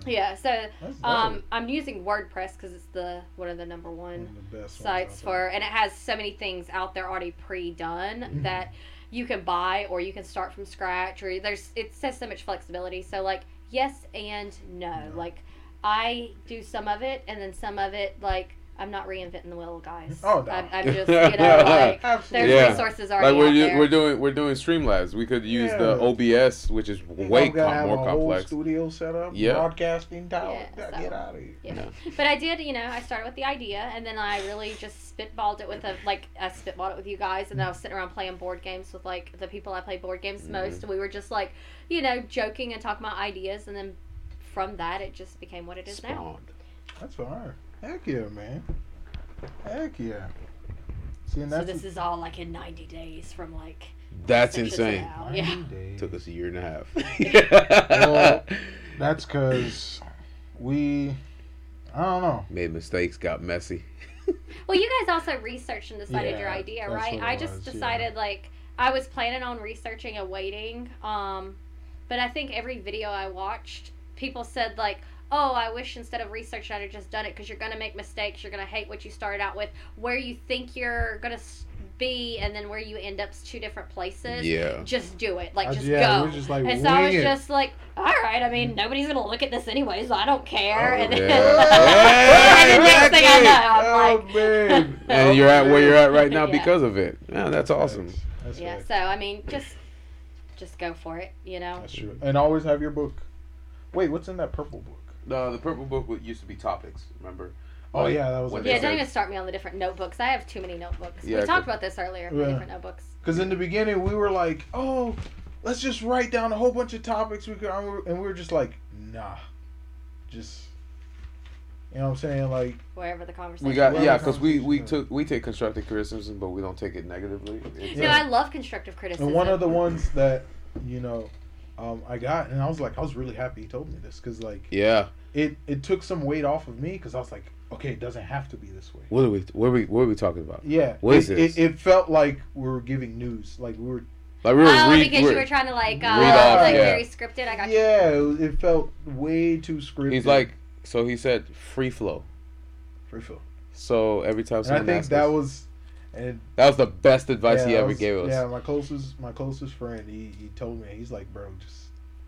Speaker 3: Yeah, so
Speaker 1: that's dope.
Speaker 3: um, I'm using WordPress because it's the one of the number
Speaker 1: One
Speaker 3: one
Speaker 1: of the best ones
Speaker 3: sites
Speaker 1: out there.
Speaker 3: for and it has so many things out there already pre-done
Speaker 1: Mhm.
Speaker 3: that you can buy or you can start from scratch or there's it says so much flexibility so like yes and no,
Speaker 1: No.
Speaker 3: like i do some of it and then some of it like i'm not reinventing the wheel guys
Speaker 1: Oh, no.
Speaker 3: I'm, I'm just you know like there's
Speaker 1: Absolutely.
Speaker 2: Yeah.
Speaker 3: resources already
Speaker 2: Like we're
Speaker 3: out
Speaker 2: u-
Speaker 3: there.
Speaker 2: we're doing we're doing Streamlabs. We could use the
Speaker 1: Yeah.
Speaker 2: OBS, which is
Speaker 1: You
Speaker 2: way
Speaker 1: don't gotta
Speaker 2: com-
Speaker 1: have
Speaker 2: more
Speaker 1: a whole
Speaker 2: complex.
Speaker 1: Studio setup,
Speaker 2: Yeah.
Speaker 1: broadcasting tower.
Speaker 3: Yeah,
Speaker 1: Gotta Get
Speaker 3: so-
Speaker 1: out of here.
Speaker 3: Yeah.
Speaker 2: Yeah.
Speaker 3: But I did, you know, I started with the idea and then I really just spitballed it with a like I spitballed it with you guys and I was sitting around playing board games with like the people I play board games
Speaker 2: Mm-hmm.
Speaker 3: most and we were just like, you know, joking and talking about ideas and then from that it just became what it is now.
Speaker 2: Spawned.
Speaker 1: That's fire. Heck yeah, man. Heck yeah. See, and
Speaker 3: So
Speaker 1: that's
Speaker 3: this is all like in ninety days from like
Speaker 2: That's
Speaker 3: six years
Speaker 2: insane.
Speaker 3: ago.
Speaker 1: Nine
Speaker 3: Yeah.
Speaker 1: days.
Speaker 2: Took us a year and a half.
Speaker 1: Well- That's because we, I don't know.
Speaker 2: Made mistakes, got messy.
Speaker 3: Well, you guys also researched and decided your
Speaker 1: Yeah,
Speaker 3: idea,
Speaker 1: that's
Speaker 3: right?
Speaker 1: what it
Speaker 3: I just
Speaker 1: was, yeah.
Speaker 3: decided like I was planning on researching and waiting, um, but I think every video I watched, people said like, "Oh, I wish instead of researching, I'd have just done it because you're gonna make mistakes, you're gonna hate what you started out with, where you think you're gonna s- be, and then where you end up's two different places.
Speaker 2: Yeah.
Speaker 3: Just do it, like
Speaker 1: I-
Speaker 3: just
Speaker 1: yeah,
Speaker 3: go."
Speaker 1: we're just like
Speaker 3: and
Speaker 1: wing
Speaker 3: so I was
Speaker 1: it.
Speaker 3: just like, all right, I mean, nobody's gonna look at this anyway, so I don't care.
Speaker 2: Oh,
Speaker 3: and then,
Speaker 2: yeah.
Speaker 3: and the next thing I know, I'm
Speaker 1: oh
Speaker 3: like,
Speaker 1: man.
Speaker 2: And you're at where you're at right now
Speaker 3: Yeah.
Speaker 2: because of it. Yeah, that's awesome.
Speaker 1: That's,
Speaker 3: yeah
Speaker 1: right.
Speaker 3: so i mean just just go for it you know
Speaker 1: That's true. And always have your book. Wait, what's in that purple book?
Speaker 2: No, the purple book would- used to be topics. Remember?
Speaker 1: Oh
Speaker 2: Like,
Speaker 1: yeah, that was
Speaker 2: when
Speaker 3: yeah
Speaker 2: they
Speaker 3: don't
Speaker 2: said-
Speaker 3: even start me on the different notebooks i have too many notebooks
Speaker 2: Yeah,
Speaker 3: we talked
Speaker 2: good.
Speaker 3: about this earlier my
Speaker 1: Yeah.
Speaker 3: different notebooks
Speaker 1: Because in the beginning we were like, oh, let's just write down a whole bunch of topics we could, and we were just like, nah, just. You know what I'm saying? Like,
Speaker 3: wherever the conversation
Speaker 2: We got
Speaker 1: Well,
Speaker 2: yeah,
Speaker 1: the
Speaker 2: because we we
Speaker 1: conversation.
Speaker 2: took we take constructive criticism, but we don't take it negatively. It's- uh,
Speaker 3: no
Speaker 1: Yeah.
Speaker 3: i love constructive criticism
Speaker 1: and one of the ones that, you know, um, I got, and I was like, I was really happy he told me this, because like,
Speaker 2: yeah.
Speaker 1: it it took some weight off of me, because I was like, okay, it doesn't have to be this way.
Speaker 2: What are we? What are we? What are we talking about?
Speaker 1: Yeah.
Speaker 2: What
Speaker 1: it,
Speaker 2: is this?
Speaker 1: It, it felt like we were giving news, like we were.
Speaker 2: Like we were
Speaker 3: Oh,
Speaker 2: read,
Speaker 3: because
Speaker 2: we're-
Speaker 3: you were trying to like uh,
Speaker 2: read
Speaker 1: off,
Speaker 3: like
Speaker 1: yeah.
Speaker 3: very scripted. I got you.
Speaker 1: yeah, it felt way too scripted.
Speaker 2: He's like, so he said free flow.
Speaker 1: free flow.
Speaker 2: So every time
Speaker 1: And I
Speaker 2: someone
Speaker 1: think
Speaker 2: asks
Speaker 1: that
Speaker 2: us-
Speaker 1: was, and
Speaker 2: that was the best advice
Speaker 1: yeah,
Speaker 2: he
Speaker 1: that
Speaker 2: ever
Speaker 1: was-
Speaker 2: gave us.
Speaker 1: Yeah, my closest my closest friend, he, he told me he's like, bro, just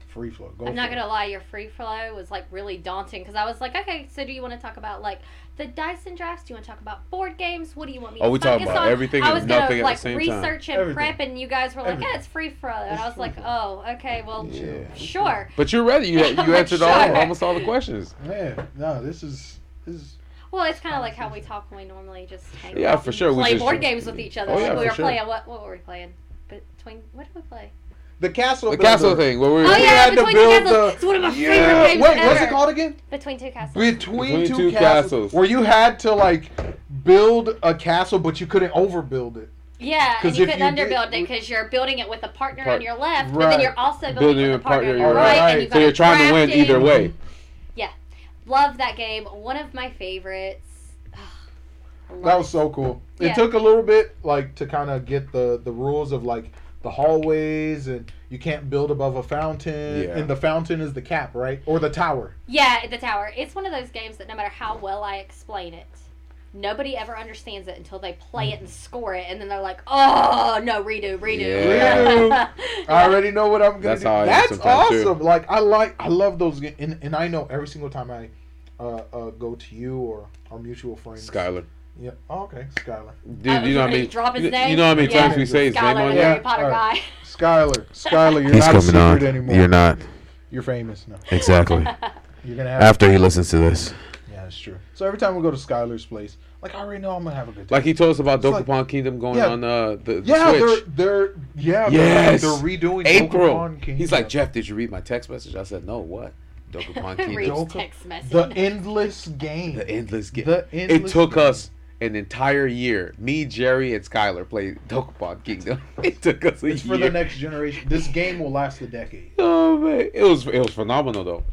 Speaker 1: free flow. Go.
Speaker 3: I'm not
Speaker 1: for
Speaker 3: gonna lie, your free flow was like really daunting because I was like, okay, so do you want to talk about like the Dyson drafts? Do you want to talk about board games? What do you want me?
Speaker 2: Oh,
Speaker 3: to
Speaker 2: we talking
Speaker 3: focus
Speaker 2: about
Speaker 3: on?
Speaker 2: everything
Speaker 3: I
Speaker 2: and
Speaker 3: was
Speaker 2: nothing
Speaker 3: gonna
Speaker 2: at
Speaker 3: like
Speaker 2: the same time.
Speaker 3: research and prep, and you guys were like,
Speaker 1: Everything.
Speaker 3: yeah, it's free flow, and
Speaker 1: It's
Speaker 3: I was
Speaker 1: free
Speaker 3: like,
Speaker 1: flow.
Speaker 3: oh, okay, well,
Speaker 1: it.
Speaker 2: Yeah.
Speaker 3: sure.
Speaker 2: But you're ready. You
Speaker 3: I'm
Speaker 2: you
Speaker 3: like,
Speaker 2: answered all
Speaker 1: sure.
Speaker 2: almost all the questions.
Speaker 1: Yeah. No, this is this is
Speaker 3: Well, it's kind of like how we talk when we normally just hang
Speaker 2: Yeah,
Speaker 3: out
Speaker 2: for
Speaker 3: and
Speaker 2: sure, we
Speaker 3: Play
Speaker 2: just-
Speaker 3: board games with each other.
Speaker 2: Oh,
Speaker 3: like
Speaker 2: yeah,
Speaker 3: we
Speaker 2: for
Speaker 3: were
Speaker 2: sure.
Speaker 3: playing what? What were we playing? between what did we play?
Speaker 1: The castle.
Speaker 2: The
Speaker 1: builder.
Speaker 2: castle thing where we were
Speaker 3: Oh
Speaker 1: We
Speaker 3: yeah,
Speaker 1: had to
Speaker 3: Between Two
Speaker 1: build
Speaker 3: Castles.
Speaker 1: the-
Speaker 3: It's one of my
Speaker 1: Yeah.
Speaker 3: favorite games
Speaker 1: Wait,
Speaker 3: ever.
Speaker 1: what's it called again?
Speaker 3: Between Two Castles.
Speaker 1: Between,
Speaker 2: Between
Speaker 1: two,
Speaker 2: Two
Speaker 1: castles,
Speaker 2: Castles.
Speaker 1: where you had to like build a castle, but you couldn't overbuild it.
Speaker 3: yeah,
Speaker 1: 'Cause
Speaker 3: and you
Speaker 1: if
Speaker 3: couldn't
Speaker 1: you did-
Speaker 3: underbuild it because you're building it with a partner
Speaker 2: Part-
Speaker 3: on your left, but then
Speaker 1: Right.
Speaker 3: you're also building,
Speaker 2: building
Speaker 3: it
Speaker 2: your
Speaker 3: with a partner
Speaker 2: partner.
Speaker 3: on
Speaker 1: your
Speaker 3: your
Speaker 1: right.
Speaker 3: right, and
Speaker 1: Right.
Speaker 3: you've got
Speaker 2: so you're trying to win
Speaker 3: crafting.
Speaker 2: either way.
Speaker 3: Love that game. One of my favorites. Love
Speaker 1: That was so cool. It
Speaker 3: Yeah.
Speaker 1: took a little bit like to kind of get the the rules of like the hallways and you can't build above a fountain
Speaker 2: Yeah.
Speaker 1: and the fountain is the cap, right? Or the tower.
Speaker 3: Yeah, the tower. It's one of those games that no matter how well I explain it, nobody ever understands it until they play it and
Speaker 2: Mm.
Speaker 3: score it, and then they're like, "Oh no, redo, redo."
Speaker 2: Yeah.
Speaker 1: Redo. I already know what I'm gonna
Speaker 2: That's
Speaker 1: do.
Speaker 2: how I am
Speaker 1: That's
Speaker 2: sometimes, too.
Speaker 1: awesome. Like I like I love those ga- and, and I know every single time I uh, uh, go to you or our mutual friends.
Speaker 2: Skylar.
Speaker 1: Yeah. Oh, okay. Skylar.
Speaker 2: Dude, you know what I
Speaker 3: gonna
Speaker 2: mean?
Speaker 3: drop his
Speaker 2: You
Speaker 3: name?
Speaker 2: you know how many
Speaker 3: Yeah.
Speaker 2: times we say his name
Speaker 3: Scholar,
Speaker 2: on
Speaker 3: the
Speaker 1: Yeah.
Speaker 2: there?
Speaker 3: Harry Potter
Speaker 1: Alright.
Speaker 3: guy.
Speaker 1: Skylar. Skylar, you're not a secret anymore. You're,
Speaker 2: not.
Speaker 1: famous now.
Speaker 2: Exactly.
Speaker 1: You're gonna have
Speaker 2: he listens to this.
Speaker 1: Yeah, that's true. So every time we go to Skylar's place, like I already know I'm gonna have a good time.
Speaker 2: Like he told us about
Speaker 1: It's like-
Speaker 2: Dokapon Kingdom going
Speaker 1: Yeah.
Speaker 2: on uh, the, the
Speaker 1: yeah, they're
Speaker 2: Switch.
Speaker 1: they're yeah,
Speaker 2: Yes.
Speaker 1: they're, they're redoing
Speaker 2: April.
Speaker 1: Pokemon Kingdom.
Speaker 2: He's like, Jeff, did you read my text message? I said, no, what? Dokapon
Speaker 3: Read
Speaker 2: Kingdom.
Speaker 1: Dope.
Speaker 3: text message.
Speaker 1: the endless game.
Speaker 2: the endless game.
Speaker 1: The
Speaker 2: it
Speaker 1: endless
Speaker 2: took
Speaker 1: game.
Speaker 2: us an entire year. Me, Jerry, and Skylar played Dokapon Kingdom. it took us a
Speaker 1: It's
Speaker 2: year.
Speaker 1: for the next generation. This game will last a decade.
Speaker 2: Oh man, it was it was phenomenal though.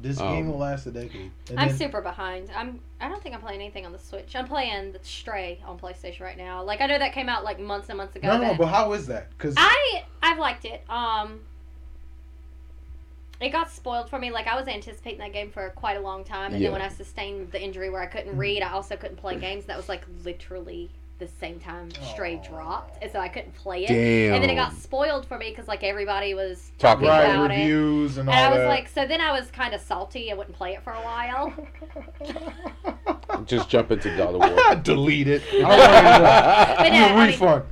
Speaker 1: This
Speaker 2: Um,
Speaker 1: game will last a decade. And
Speaker 3: I'm
Speaker 1: then-
Speaker 3: super behind. I'm. I don't think I'm playing anything on the Switch. I'm playing the Stray on PlayStation right now. Like I know that came out like months and months ago.
Speaker 1: No, no,
Speaker 3: but
Speaker 1: but how is that? Because
Speaker 3: I I've liked it. Um it got spoiled for me. Like I was anticipating that game for quite a long time, and
Speaker 2: Yeah.
Speaker 3: then when I sustained the injury where I couldn't
Speaker 1: Mm-hmm.
Speaker 3: read, I also couldn't play games. That was like literally the same time Stray
Speaker 1: Aw.
Speaker 3: dropped, and so I couldn't play it.
Speaker 2: Damn.
Speaker 3: And then it got spoiled for me because like everybody was
Speaker 2: Talking
Speaker 3: about
Speaker 1: right
Speaker 3: it.
Speaker 1: reviews and all
Speaker 3: And I was
Speaker 1: that.
Speaker 3: like, so then I was kind of salty. I wouldn't play it for a while.
Speaker 2: Just jump into God of War.
Speaker 1: delete it. I
Speaker 3: But
Speaker 1: want
Speaker 3: no, I
Speaker 1: a
Speaker 3: mean-
Speaker 1: refund.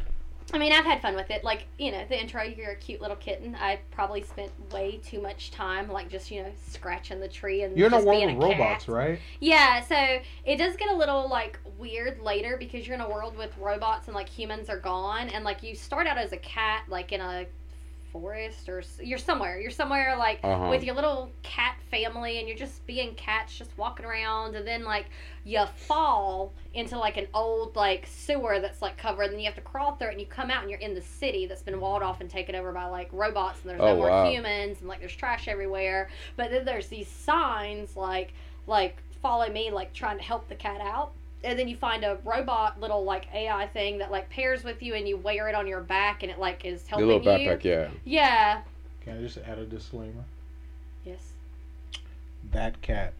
Speaker 3: I mean, I've had fun with it. Like, you know, the intro, you're a cute little kitten. I probably spent way too much time, like, just, you know, scratching the tree and
Speaker 1: You're in a
Speaker 3: just
Speaker 1: world
Speaker 3: being
Speaker 1: with
Speaker 3: a cat.
Speaker 1: robots, right?
Speaker 3: Yeah, so it does get a little, like, weird later because you're in a world with robots and, like, humans are gone. And, like, you start out as a cat, like, in a forest or s- you're somewhere. You're somewhere, like,
Speaker 2: Uh-huh.
Speaker 3: with your little cat family and you're just being cats just walking around and then like you fall into like an old like sewer that's like covered and you have to crawl through it and you come out and you're in the city that's been walled off and taken over by like robots and there's no
Speaker 2: Oh,
Speaker 3: more
Speaker 2: wow.
Speaker 3: humans and like there's trash everywhere but then there's these signs like like follow me like trying to help the cat out and then you find a robot little like AI thing that like pairs with you and you wear it on your back and it like is
Speaker 2: Your
Speaker 3: helping
Speaker 2: little
Speaker 3: you.
Speaker 2: backpack, yeah.
Speaker 3: Yeah.
Speaker 1: Can I just add a disclaimer?
Speaker 3: Yes.
Speaker 1: That cat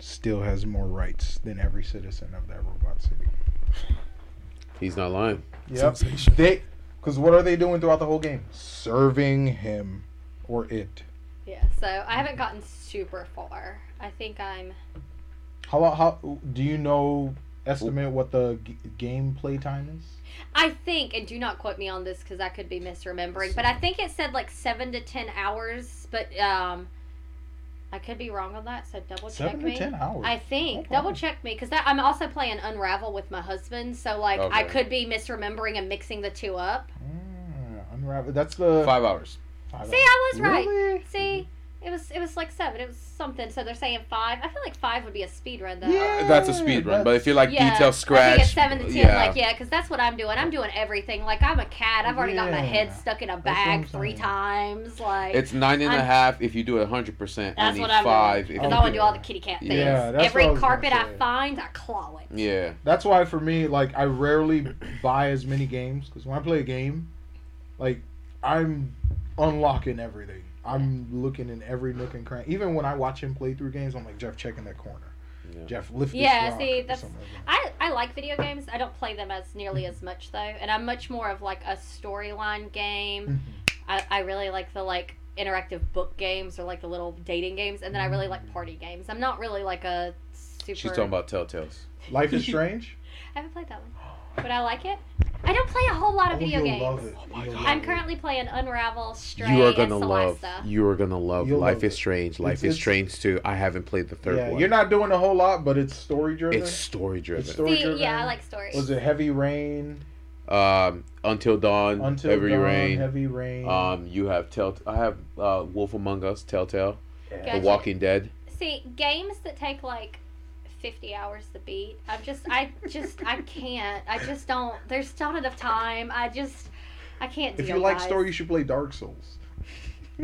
Speaker 1: still has more rights than every citizen of that robot city.
Speaker 2: He's not lying.
Speaker 1: Yep. They, because what are they doing throughout the whole game? Serving him or it.
Speaker 3: Yeah, so I haven't gotten super far. I think I'm.
Speaker 1: How lo- how do you know estimate what the g- game play time is?
Speaker 3: I think, and do not quote me on this because I could be misremembering, but I think it said like seven to ten hours, but um, I could be wrong on that. So double check
Speaker 1: Seven
Speaker 3: me.
Speaker 1: to ten hours.
Speaker 3: I think
Speaker 1: Okay.
Speaker 3: double check me because I'm also playing Unravel with my husband, so like
Speaker 2: Okay.
Speaker 3: I could be misremembering and mixing the two up.
Speaker 1: Mm, unravel. That's the.
Speaker 2: Five hours.
Speaker 1: five
Speaker 3: See,
Speaker 1: hours.
Speaker 3: I was right.
Speaker 1: Really?
Speaker 3: See, it was it was like seven. It was something. So they're saying five. I feel like five would be a speed run though.
Speaker 1: Yeah.
Speaker 2: That's a speed run, but if you're like
Speaker 3: Yeah,
Speaker 2: detail
Speaker 3: I
Speaker 2: scratch,
Speaker 3: think it's seven to ten.
Speaker 2: yeah.
Speaker 3: Like yeah, because that's what I'm doing. I'm doing everything. Like I'm a cat. I've already got my head
Speaker 1: Yeah,
Speaker 3: stuck in a
Speaker 1: what I'm
Speaker 3: bag three
Speaker 1: saying.
Speaker 3: times. Like
Speaker 2: it's nine and a
Speaker 3: I'm-
Speaker 2: half if you do it hundred percent.
Speaker 3: that's
Speaker 2: Only
Speaker 3: what I'm
Speaker 2: five
Speaker 3: doing.
Speaker 2: if
Speaker 3: Because
Speaker 2: you
Speaker 3: I
Speaker 1: I'm
Speaker 3: want to do all the kitty cat things.
Speaker 1: Yeah, that's
Speaker 3: Every
Speaker 1: what I was gonna
Speaker 3: carpet I
Speaker 1: say.
Speaker 3: find, I claw it.
Speaker 2: Yeah.
Speaker 1: That's why for me, like, I rarely buy as many games because when I play a game, like, I'm unlocking everything. I'm looking in every nook and cranny. Even when I watch him play through games, I'm like, Jeff, check in that corner.
Speaker 2: Yeah.
Speaker 1: Jeff, lift this
Speaker 3: Yeah,
Speaker 1: rock,"
Speaker 3: see,
Speaker 1: or
Speaker 3: that's-
Speaker 1: something like
Speaker 3: I, I like video games. I don't play them as nearly as much though, and I'm much more of like a storyline game.
Speaker 1: that. Mhm.
Speaker 3: I, I really like the like interactive book games or like the little dating games, and then I really like party games. I'm not really like a super.
Speaker 2: She's talking about Telltales.
Speaker 1: Life is Strange.
Speaker 3: I haven't played that one. But I like it. I don't play a whole lot of video
Speaker 1: you'll
Speaker 3: games.
Speaker 1: love it.
Speaker 2: Oh my
Speaker 1: You'll
Speaker 2: God.
Speaker 1: love
Speaker 3: I'm
Speaker 1: it.
Speaker 3: currently playing Unravel, Stray,
Speaker 2: you are gonna
Speaker 3: and
Speaker 2: love.
Speaker 3: Celesta.
Speaker 2: You are gonna love.
Speaker 1: You'll
Speaker 2: Life
Speaker 1: love
Speaker 2: is
Speaker 1: it.
Speaker 2: strange. Life
Speaker 1: It's-
Speaker 2: is
Speaker 1: it's-
Speaker 2: strange too. I haven't played the third
Speaker 1: Yeah,
Speaker 2: one.
Speaker 1: you're not doing a whole lot, but it's story driven.
Speaker 2: It's story driven.
Speaker 1: It's story-
Speaker 3: See, yeah, I
Speaker 1: driven.
Speaker 3: like stories.
Speaker 1: Was it Heavy Rain?
Speaker 2: Um, Until Dawn,
Speaker 1: Until
Speaker 2: Heavy
Speaker 1: Dawn,
Speaker 2: Rain.
Speaker 1: Heavy Rain.
Speaker 2: Um, you have Tell. I have uh, Wolf Among Us, Telltale,
Speaker 1: yeah.
Speaker 3: Gotcha.
Speaker 2: The Walking Dead.
Speaker 3: See, games that take like 50 hours to beat. I'm just, I just, I can't. I just don't. There's not enough time. I just, I can't deal.
Speaker 1: If you like
Speaker 3: guys.
Speaker 1: story, you should play Dark Souls.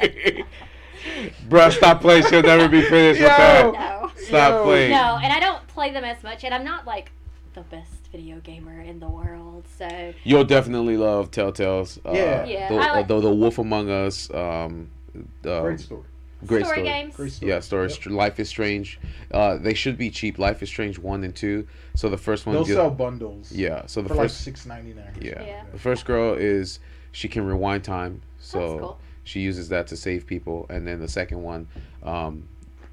Speaker 2: Bruh, stop playing. She'll never be finished
Speaker 1: Yo!
Speaker 2: with that.
Speaker 3: no,
Speaker 2: Stop
Speaker 1: Yo.
Speaker 2: playing.
Speaker 3: no, and I don't play them as much, and I'm not like the best video gamer in the world. So
Speaker 2: You'll definitely love Telltale's. Uh,
Speaker 1: Yeah.
Speaker 3: Yeah,
Speaker 2: The,
Speaker 3: I like-
Speaker 2: the, the Wolf Among Us. Um, um,
Speaker 1: Great story.
Speaker 2: great
Speaker 3: story,
Speaker 2: story.
Speaker 3: games.
Speaker 1: Great story.
Speaker 2: Yeah, story. Str- Life is Strange. Uh, they should be cheap. Life is Strange one and two. So the first one.
Speaker 1: They'll
Speaker 2: deal-
Speaker 1: sell bundles.
Speaker 2: yeah. So the
Speaker 1: for like
Speaker 2: first.
Speaker 1: six ninety nine.
Speaker 2: yeah.
Speaker 3: Yeah.
Speaker 2: The first girl is she can rewind time. So
Speaker 3: That's cool.
Speaker 2: she uses that to save people. And then the second one, um,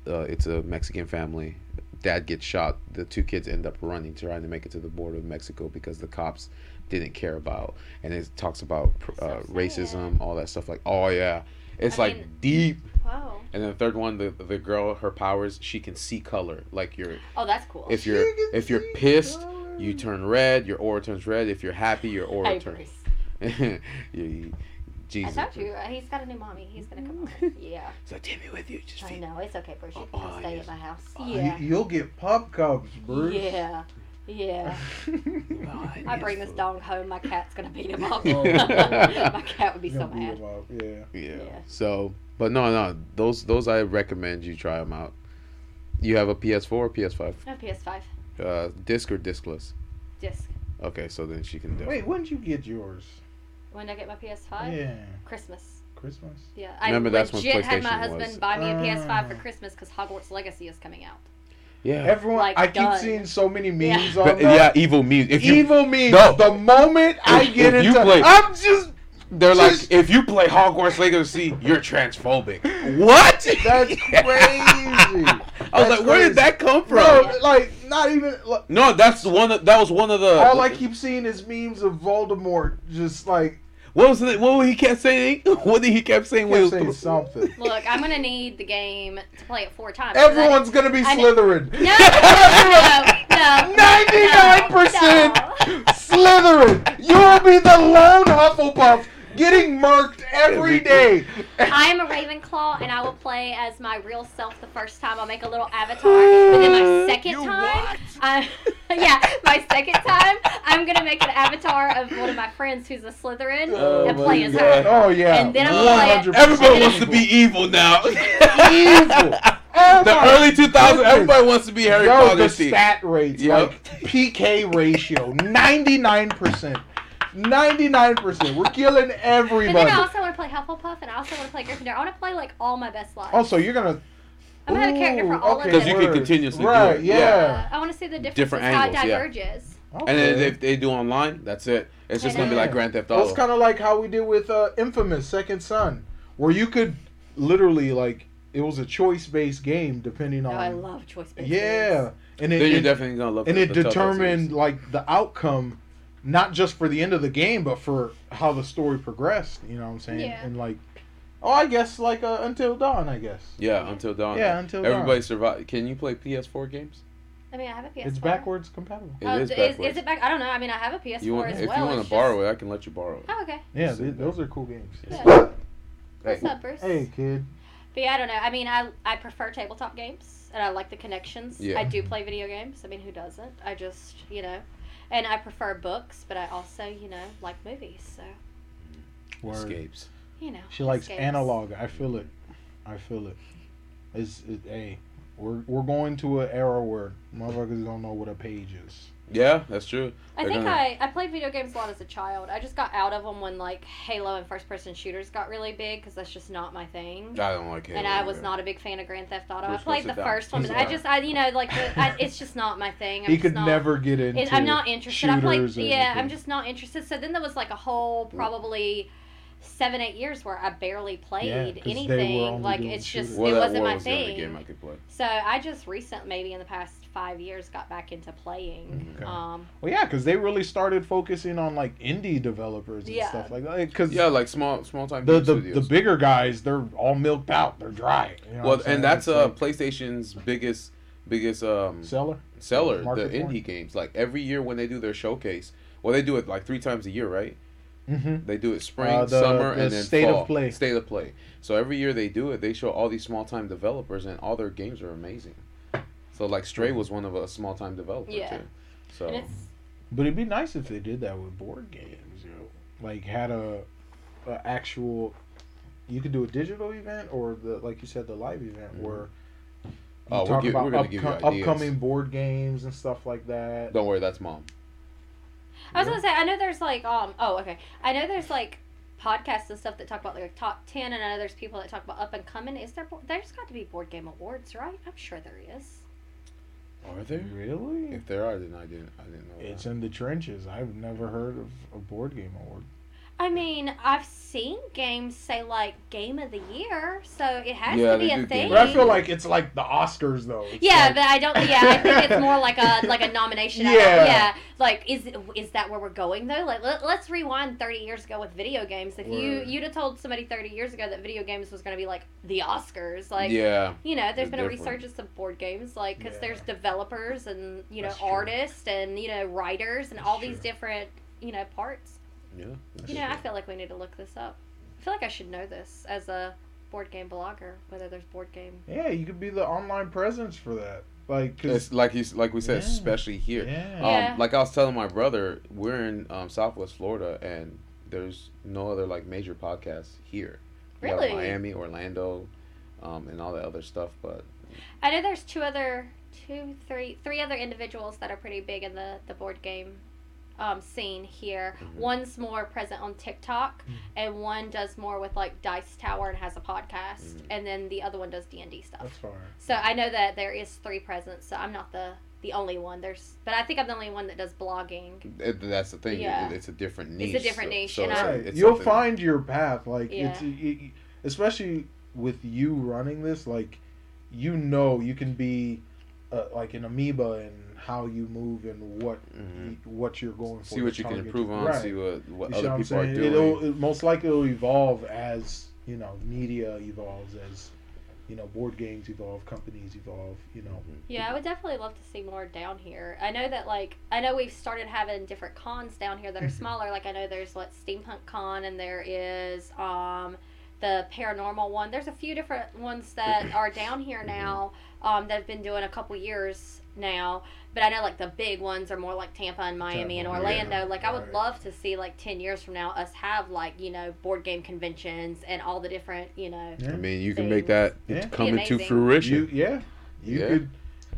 Speaker 2: uh, it's a Mexican family. Dad gets shot. The two kids end up running, trying to make it to the border of Mexico because the cops didn't care about. And it talks about pr- uh,
Speaker 3: That's so
Speaker 2: racism, all that stuff. Like, oh yeah, it's
Speaker 3: I
Speaker 2: like
Speaker 3: mean-
Speaker 2: deep.
Speaker 3: wow.
Speaker 2: And then the third one, the the girl, her powers, she can see color. Like you're,
Speaker 3: Oh, that's cool.
Speaker 2: if you're if you're pissed, you turn red. Your aura turns red. If you're happy, your aura
Speaker 3: Hey,
Speaker 2: turns.
Speaker 3: Bruce.
Speaker 2: you, you,
Speaker 3: I
Speaker 2: Jesus.
Speaker 3: told you uh, he's got a new mommy. He's gonna come. on. Yeah,
Speaker 2: So take me with you. Just
Speaker 3: I
Speaker 2: feed
Speaker 3: know it's okay, Bruce. You can
Speaker 2: Oh,
Speaker 3: come stay
Speaker 2: yes.
Speaker 3: at my house.
Speaker 1: Oh,
Speaker 3: Yeah,
Speaker 1: You, will get pup cubs, Bruce.
Speaker 3: yeah, yeah. I bring this dog home, my cat's gonna beat him up.
Speaker 1: Oh.
Speaker 3: my cat would be
Speaker 1: He'll
Speaker 3: so
Speaker 1: beat
Speaker 3: mad.
Speaker 1: him up, Yeah.
Speaker 2: Yeah.
Speaker 3: Yeah.
Speaker 2: So, but no, no, those those I recommend you try them out. You have a PS4 or PS5
Speaker 3: No PS5
Speaker 2: uh, disc or discless?
Speaker 3: disc.
Speaker 2: Okay, so then she can do.
Speaker 1: Wait, when did you get yours?
Speaker 3: When did I get my PS5?
Speaker 1: Yeah.
Speaker 3: Christmas.
Speaker 1: Christmas.
Speaker 3: Yeah, I
Speaker 2: Remember, that's when
Speaker 3: legit had my
Speaker 2: PlayStation
Speaker 3: husband
Speaker 2: was.
Speaker 3: buy me a PS5 for
Speaker 1: Ah.
Speaker 3: Christmas because Hogwarts Legacy is coming out.
Speaker 2: Yeah.
Speaker 1: Everyone,
Speaker 3: Like,
Speaker 1: I keep
Speaker 3: done.
Speaker 1: seeing so many memes
Speaker 3: Yeah.
Speaker 1: on
Speaker 2: But,
Speaker 1: that.
Speaker 2: yeah, evil mute. If you,
Speaker 1: Evil memes.
Speaker 2: No.
Speaker 1: The moment I
Speaker 2: If-
Speaker 1: get
Speaker 2: if
Speaker 1: into,
Speaker 2: you play-
Speaker 1: I'm just.
Speaker 2: they're
Speaker 1: Just-
Speaker 2: like, if you play Hogwarts Legacy, you're transphobic. What?
Speaker 1: That's crazy.
Speaker 2: I was
Speaker 1: That's
Speaker 2: like, where
Speaker 1: crazy.
Speaker 2: did that come from?
Speaker 1: Bro, like, not even. Like,
Speaker 2: No, that's the one. Of, that was one of the.
Speaker 1: all I keep seeing is memes of Voldemort just like
Speaker 2: What was it? What he kept saying? What did he kept saying? when
Speaker 1: kept
Speaker 2: he
Speaker 1: saying
Speaker 2: was-
Speaker 1: something.
Speaker 3: Look, I'm gonna need the game to play it four times. 'cause I-
Speaker 1: Everyone's gonna be
Speaker 3: I didn't-
Speaker 1: Slytherin.
Speaker 3: No, no, no, no, no,
Speaker 1: 99%
Speaker 3: no.
Speaker 1: Slytherin! You will be the lone Hufflepuff getting marked every
Speaker 2: Every-
Speaker 1: day.
Speaker 3: I am a Ravenclaw, and I will play as my real self the first time. I'll make a little avatar, and then my second
Speaker 2: You
Speaker 3: time, I, yeah, my second time, I'm gonna make an avatar of one of my friends who's a Slytherin
Speaker 2: Oh
Speaker 3: and
Speaker 2: my
Speaker 3: play as
Speaker 2: God.
Speaker 3: her.
Speaker 1: Oh yeah.
Speaker 3: And then I'm gonna play
Speaker 1: 100%
Speaker 3: it.
Speaker 2: Everybody wants to be evil now.
Speaker 1: evil. Oh
Speaker 2: the
Speaker 1: my
Speaker 2: early 2000s,
Speaker 1: goodness.
Speaker 2: everybody wants to be Harry
Speaker 1: Yo, the
Speaker 2: Potter. team.
Speaker 1: stat rates,
Speaker 2: Yep.
Speaker 1: like PK ratio, ninety nine percent, ninety nine percent. We're killing
Speaker 3: And then
Speaker 1: everybody.
Speaker 3: I also want to play Hufflepuff, and I also want to play Gryffindor. I want to play like all my best lives.
Speaker 1: Also, you're gonna.
Speaker 3: I'm gonna have a character for
Speaker 1: Ooh,
Speaker 3: all of
Speaker 1: okay,
Speaker 3: them.
Speaker 2: 'Cause you can
Speaker 1: word.
Speaker 2: continuously do
Speaker 1: Right?
Speaker 2: it,
Speaker 1: Yeah.
Speaker 3: Uh, I want to see the differences,
Speaker 2: Different
Speaker 3: how
Speaker 2: angles,
Speaker 3: it
Speaker 2: yeah.
Speaker 3: diverges.
Speaker 2: And then
Speaker 1: Okay.
Speaker 2: if they do online, that's it. It's just gonna be like Grand Theft
Speaker 1: That's
Speaker 2: Auto.
Speaker 1: kind of like how we did with uh, Infamous Second Son, where you could literally like it was a choice based game depending
Speaker 3: Oh,
Speaker 1: on
Speaker 3: I love choice based.
Speaker 1: yeah, and it,
Speaker 2: then you're
Speaker 1: it-
Speaker 2: definitely gonna love.
Speaker 1: and
Speaker 2: the-
Speaker 1: it
Speaker 2: the Telltale
Speaker 1: determined
Speaker 2: series.
Speaker 1: like the outcome, not just for the end of the game, but for how the story progressed. You know what I'm saying?
Speaker 3: Yeah.
Speaker 1: And like, oh, I guess like uh, Until Dawn, I guess.
Speaker 2: Yeah, until dawn.
Speaker 1: Yeah, Until Dawn.
Speaker 2: everybody survived. Can you play PS4 games?
Speaker 3: I mean, I have a PS4.
Speaker 1: It's backwards compatible.
Speaker 2: It is
Speaker 3: Oh, is, is,
Speaker 2: backwards.
Speaker 3: it back? I don't know. I mean, I have a PS4
Speaker 2: you want,
Speaker 3: as
Speaker 2: if
Speaker 3: well.
Speaker 2: you want
Speaker 3: it's
Speaker 2: to borrow
Speaker 3: just...
Speaker 2: it, I can let you borrow it.
Speaker 3: Oh, okay.
Speaker 1: Yeah,
Speaker 2: It's in
Speaker 1: th-
Speaker 2: there.
Speaker 1: those are cool games.
Speaker 3: Yeah.
Speaker 2: Hey.
Speaker 3: What's up, Bruce?
Speaker 1: Hey, kid.
Speaker 3: But yeah, I don't know. I mean, I I prefer tabletop games, and I like the connections.
Speaker 2: Yeah.
Speaker 3: I do play video games. I mean, who doesn't? I just, you know, and I prefer books, but I also, you know, like movies. So,
Speaker 1: Word.
Speaker 2: Escapes.
Speaker 3: you know.
Speaker 1: She likes
Speaker 3: escapes.
Speaker 1: analog. I feel it. I feel it. It's it, hey, we're we're going to an era where motherfuckers don't know what a page is.
Speaker 2: Yeah, that's true.
Speaker 3: I
Speaker 2: They're
Speaker 3: think
Speaker 2: gonna-
Speaker 3: I, I played video games a lot as a child. I just got out of them when like Halo and first person shooters got really big because that's just not my thing.
Speaker 2: I don't like it.
Speaker 3: and I was not a big fan of Grand Theft Auto. I
Speaker 2: Bruce, go
Speaker 3: played
Speaker 2: sit
Speaker 3: the
Speaker 2: down.
Speaker 3: first one,
Speaker 2: Go
Speaker 3: but
Speaker 2: sit
Speaker 3: I
Speaker 2: down.
Speaker 3: just I you know like the, I, it's just not my thing. I'm
Speaker 1: he
Speaker 3: just
Speaker 1: could
Speaker 3: not,
Speaker 1: never get into.
Speaker 3: It, I'm not interested. I played
Speaker 1: shooters or
Speaker 3: yeah. I'm
Speaker 1: anything.
Speaker 3: just not interested. So then there was like a whole probably seven eight years where I barely played
Speaker 1: 'cause they were only
Speaker 3: anything. Like
Speaker 1: doing
Speaker 3: it's
Speaker 1: shooters.
Speaker 3: just
Speaker 2: Well,
Speaker 3: it
Speaker 2: that
Speaker 3: wasn't
Speaker 2: War
Speaker 3: my
Speaker 2: was the
Speaker 3: thing.
Speaker 2: only game I could play.
Speaker 3: so I just recently maybe in the past five years got back into playing.
Speaker 1: Mm-hmm. Okay.
Speaker 3: Um,
Speaker 1: Well, yeah, because they really started focusing on like indie developers and
Speaker 3: Yeah.
Speaker 1: stuff like that. Because
Speaker 2: Yeah, like small small time
Speaker 1: the
Speaker 2: game
Speaker 1: the, the
Speaker 2: studios.
Speaker 1: bigger guys, they're all milked out. They're dry. You know what
Speaker 2: well,
Speaker 1: I'm saying?
Speaker 2: and
Speaker 1: It's
Speaker 2: that's uh
Speaker 1: like
Speaker 2: PlayStation's biggest biggest um
Speaker 1: seller.
Speaker 2: seller
Speaker 1: Market
Speaker 2: the
Speaker 1: point.
Speaker 2: indie games. Like every year when they do their showcase, well, they do it like three times a year, right?
Speaker 1: Mm-hmm.
Speaker 2: They do it spring,
Speaker 1: Uh, the-
Speaker 2: summer,
Speaker 1: the
Speaker 2: and then
Speaker 1: state of
Speaker 2: fall.
Speaker 1: play.
Speaker 2: State of play. So every year they do it. They show all these small time developers, and all their games are amazing. So like Stray was one of a small time developer
Speaker 3: Yeah.
Speaker 2: too. So
Speaker 3: And it's
Speaker 1: But it'd be nice if they did that with board games, yo. Like had a, a actual, you could do a digital event or the like you said the live event
Speaker 2: Mhm.
Speaker 1: where. You
Speaker 2: Oh, we'll
Speaker 1: talk
Speaker 2: give-
Speaker 1: about
Speaker 2: we're gonna give you
Speaker 1: upco-
Speaker 2: ideas.
Speaker 1: upcoming board games and stuff like that.
Speaker 2: don't worry, that's mom.
Speaker 3: I was gonna say I know there's like um oh okay I know there's like podcasts and stuff that talk about like top ten and I know there's people that talk about up and coming. Is there bo- there's got to be board game awards right? I'm sure there is.
Speaker 2: Are there?
Speaker 1: Really?
Speaker 2: If there are, then I didn't. I didn't know.
Speaker 1: It's
Speaker 2: that.
Speaker 1: in the trenches. I've never heard of a board game award.
Speaker 3: I mean I've seen games say like game of the year, so it has
Speaker 2: Yeah,
Speaker 3: to be
Speaker 2: they
Speaker 3: a
Speaker 2: do
Speaker 3: thing.
Speaker 2: games.
Speaker 1: But I feel like it's like the Oscars though. It's
Speaker 3: Yeah,
Speaker 1: like-
Speaker 3: but I don't. Yeah, I think it's more like a like a nomination. I don't-
Speaker 1: Yeah.
Speaker 3: yeah. Like, is is that where we're going though? Like, let, us rewind thirty years ago with video games. If you
Speaker 2: Word.
Speaker 3: you'd have told somebody thirty years ago that video games was going to be like the Oscars, like
Speaker 2: yeah,
Speaker 3: you know, there's
Speaker 2: They're
Speaker 3: been a
Speaker 2: different.
Speaker 3: resurgence of board games, like because
Speaker 1: Yeah.
Speaker 3: there's developers and you know
Speaker 1: That's true.
Speaker 3: artists and you know writers and
Speaker 1: That's
Speaker 3: all these
Speaker 1: true.
Speaker 3: different you know parts.
Speaker 2: yeah. that's
Speaker 3: You know, I
Speaker 2: true.
Speaker 3: feel like we need to look this up. I feel like I should know this as a board game blogger, whether there's board game.
Speaker 1: Yeah, you could be the online presence for that. Like, cause
Speaker 2: It's like he's like we said,
Speaker 1: Yeah.
Speaker 2: especially here.
Speaker 1: yeah,
Speaker 2: Um,
Speaker 3: Yeah.
Speaker 2: Like I was telling my brother, we're in um, Southwest Florida, and there's no other like major podcasts here. We have
Speaker 3: Really?
Speaker 2: Miami, Orlando, um, and all that other stuff. But
Speaker 3: I know there's two other, two, three, three other individuals that are pretty big in the the board game um, scene here.
Speaker 2: Mhm.
Speaker 3: One's more present on TikTok,
Speaker 1: Mhm.
Speaker 3: and one does more with like Dice Tower and has a podcast,
Speaker 2: Mhm.
Speaker 3: and then the other one does D and D stuff.
Speaker 1: that's fine.
Speaker 3: So I know that there is three presents. So I'm not the the only one. There's, but I think I'm the only one that does blogging.
Speaker 2: it, that's the thing.
Speaker 3: Yeah.
Speaker 2: It, it's a different
Speaker 3: a
Speaker 2: niche.
Speaker 3: different niche, and
Speaker 2: it's-
Speaker 3: I-
Speaker 1: Right.
Speaker 2: it's
Speaker 1: You'll
Speaker 2: something-
Speaker 1: find your path. Like,
Speaker 3: Yeah.
Speaker 1: it's it, it- especially with you running this. Like, you know, you can be uh, like an amoeba and how you move and what
Speaker 2: Mhm.
Speaker 1: you- what you're going for.
Speaker 2: See what
Speaker 1: to
Speaker 2: you
Speaker 1: try
Speaker 2: can
Speaker 1: to get
Speaker 2: improve
Speaker 1: to-
Speaker 2: on.
Speaker 1: Right.
Speaker 2: See what what
Speaker 1: You see
Speaker 2: other
Speaker 1: what I'm
Speaker 2: people are
Speaker 1: saying?
Speaker 2: doing.
Speaker 1: It'll it, most likely it'll evolve as you know media evolves, as you know board games evolve, companies evolve. You know,
Speaker 3: Yeah, I would definitely love to see more down here. I know that like I know we've started having different cons down here that are
Speaker 1: Mhm.
Speaker 3: smaller. Like I know there's like Steampunk Con and there is um the paranormal one. There's a few different ones that are down here
Speaker 1: Mm-hmm.
Speaker 3: now um, that have been doing a couple years now. But I know like the big ones are more like Tampa and Miami and
Speaker 1: Tampa,
Speaker 3: Orlando.
Speaker 1: yeah,
Speaker 3: like I would
Speaker 1: right.
Speaker 3: love to see like ten years from now us have like you know board game conventions and all the different you know
Speaker 1: Yeah.
Speaker 2: I mean, you can make
Speaker 3: Things.
Speaker 2: that
Speaker 1: Yeah.
Speaker 2: come
Speaker 3: Be
Speaker 2: into
Speaker 3: amazing.
Speaker 2: fruition.
Speaker 1: you yeah, you
Speaker 2: Yeah.
Speaker 1: could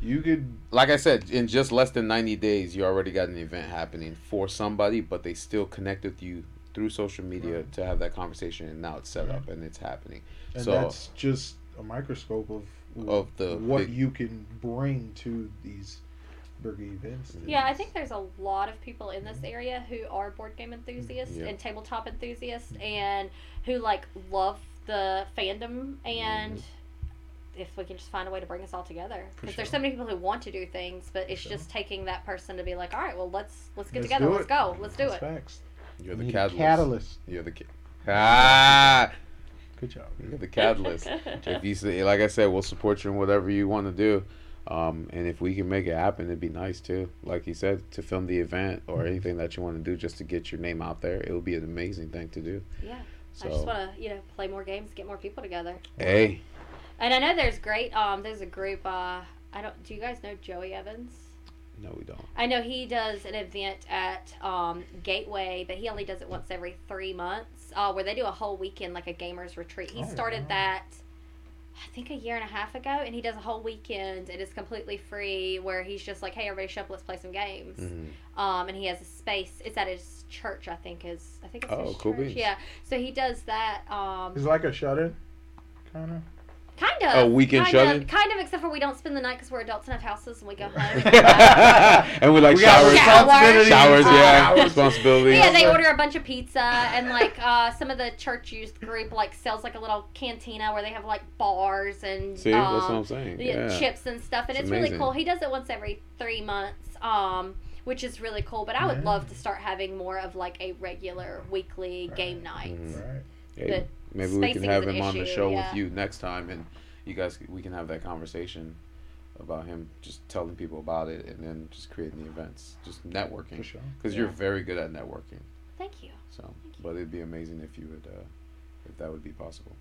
Speaker 1: you could
Speaker 2: like I said, in just less than 90 days, you already got an event happening for somebody, but they still connect with you through social media
Speaker 1: Right.
Speaker 2: to have that conversation, and now it's set up and it's happening.
Speaker 1: And
Speaker 2: So-
Speaker 1: that's just a microscope of
Speaker 2: Of the
Speaker 1: what
Speaker 2: big-
Speaker 1: you can bring to these bigger events.
Speaker 3: Yeah, I think there's a lot of people in this area who are board game enthusiasts
Speaker 2: Yeah.
Speaker 3: and tabletop enthusiasts and who like love the fandom and if we can just find a way to bring us all together
Speaker 1: Mm-hmm. For
Speaker 3: because there's
Speaker 1: sure.
Speaker 3: so many people who want to do things but it's
Speaker 1: sure.
Speaker 3: just taking that person to be like all right well let's let's get
Speaker 1: Let's
Speaker 3: together
Speaker 1: do
Speaker 3: let's
Speaker 1: it.
Speaker 3: go let's do
Speaker 1: That's
Speaker 3: it
Speaker 1: Facts.
Speaker 2: You're the
Speaker 1: Need a
Speaker 2: catalyst.
Speaker 1: catalyst.
Speaker 2: You're the ca- ah,
Speaker 1: Good job.
Speaker 2: you're the catalyst. if you say, like I said, we'll support you in whatever you want to do. Um, and if we can make it happen, it'd be nice too. Like you said, to film the event
Speaker 1: Mm-hmm.
Speaker 2: or anything that you want to do just to get your name out there, it would be an amazing thing to do.
Speaker 3: yeah
Speaker 2: So,
Speaker 3: i just want to you know play more games get more people together
Speaker 2: hey,
Speaker 3: and i know there's great um there's a group uh i don't do you guys know joey evans
Speaker 2: no, we don't.
Speaker 3: I know he does an event at um, Gateway, but he only does it once every three months, uh, where they do a whole weekend, like a gamers retreat. He
Speaker 1: Oh,
Speaker 3: started
Speaker 1: wow.
Speaker 3: that, I think, a year and a half ago, and he does a whole weekend, and it's completely free, where he's just like, "Hey, everybody, show up, let's play some games."
Speaker 2: Mhm.
Speaker 3: Um, and he has a space. It's at his church, I think. Is I think it's
Speaker 2: Oh,
Speaker 3: his
Speaker 2: cool
Speaker 3: church.
Speaker 2: beans.
Speaker 3: Yeah, so he does that. Um,
Speaker 1: It's like a shut in, kind of.
Speaker 3: Kind of.
Speaker 2: A weekend
Speaker 3: kind
Speaker 2: shut-in?
Speaker 3: Of, kind of, except for we don't spend the night because we're adults and have houses and we go home. and come back.
Speaker 2: and we like
Speaker 1: We got
Speaker 2: showers,
Speaker 1: responsibilities.
Speaker 2: showers, yeah,
Speaker 1: Showers.
Speaker 2: responsibilities.
Speaker 3: yeah, they order a bunch of pizza and like uh, some of the church youth group like sells like a little cantina where they have like bars and
Speaker 2: See,
Speaker 3: um,
Speaker 2: that's what I'm saying.
Speaker 3: yeah,
Speaker 2: Yeah,
Speaker 3: chips and stuff, and
Speaker 2: It's
Speaker 3: it's, really
Speaker 2: amazing.
Speaker 3: cool. He does it once every three months, um, which is really cool. But I would
Speaker 1: Yeah.
Speaker 3: love to start having more of like a regular weekly
Speaker 1: Right.
Speaker 3: game night.
Speaker 2: Mhm.
Speaker 1: Right.
Speaker 2: Hey, maybe we
Speaker 3: spacing
Speaker 2: can
Speaker 3: is
Speaker 2: have
Speaker 3: an
Speaker 2: him on the
Speaker 3: issue,
Speaker 2: show
Speaker 3: yeah.
Speaker 2: with you next time, and you guys we can have that conversation about him just telling people about it and then just creating the events, just networking.
Speaker 1: for sure.
Speaker 2: Because you're
Speaker 3: Yeah.
Speaker 2: very good at networking.
Speaker 3: Thank you.
Speaker 2: So,
Speaker 3: Thank you.
Speaker 2: but it'd be amazing if you would, uh, if that would be possible.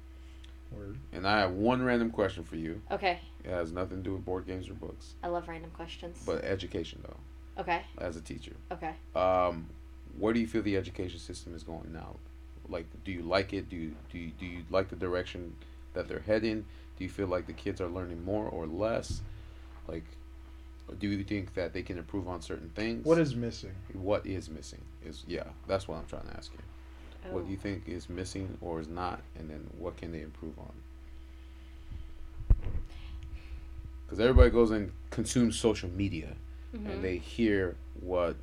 Speaker 1: Word.
Speaker 2: And I have one random question for you.
Speaker 3: Okay,
Speaker 2: It has nothing to do with board games or books,
Speaker 3: I love random questions.
Speaker 2: but education though.
Speaker 3: okay,
Speaker 2: As a teacher,
Speaker 3: okay.
Speaker 2: um, where do you feel the education system is going now? Like, do you like it? Do you do you, do you like the direction that they're heading? Do you feel like the kids are learning more or less? Like, do you think that they can improve on certain things?
Speaker 1: What is missing?
Speaker 2: what is missing? Is yeah, that's what I'm trying to ask you. What do you think is missing or is not, and then what can they improve on? Because everybody goes and consumes social media,
Speaker 3: Oh. Mm-hmm.
Speaker 2: and they hear what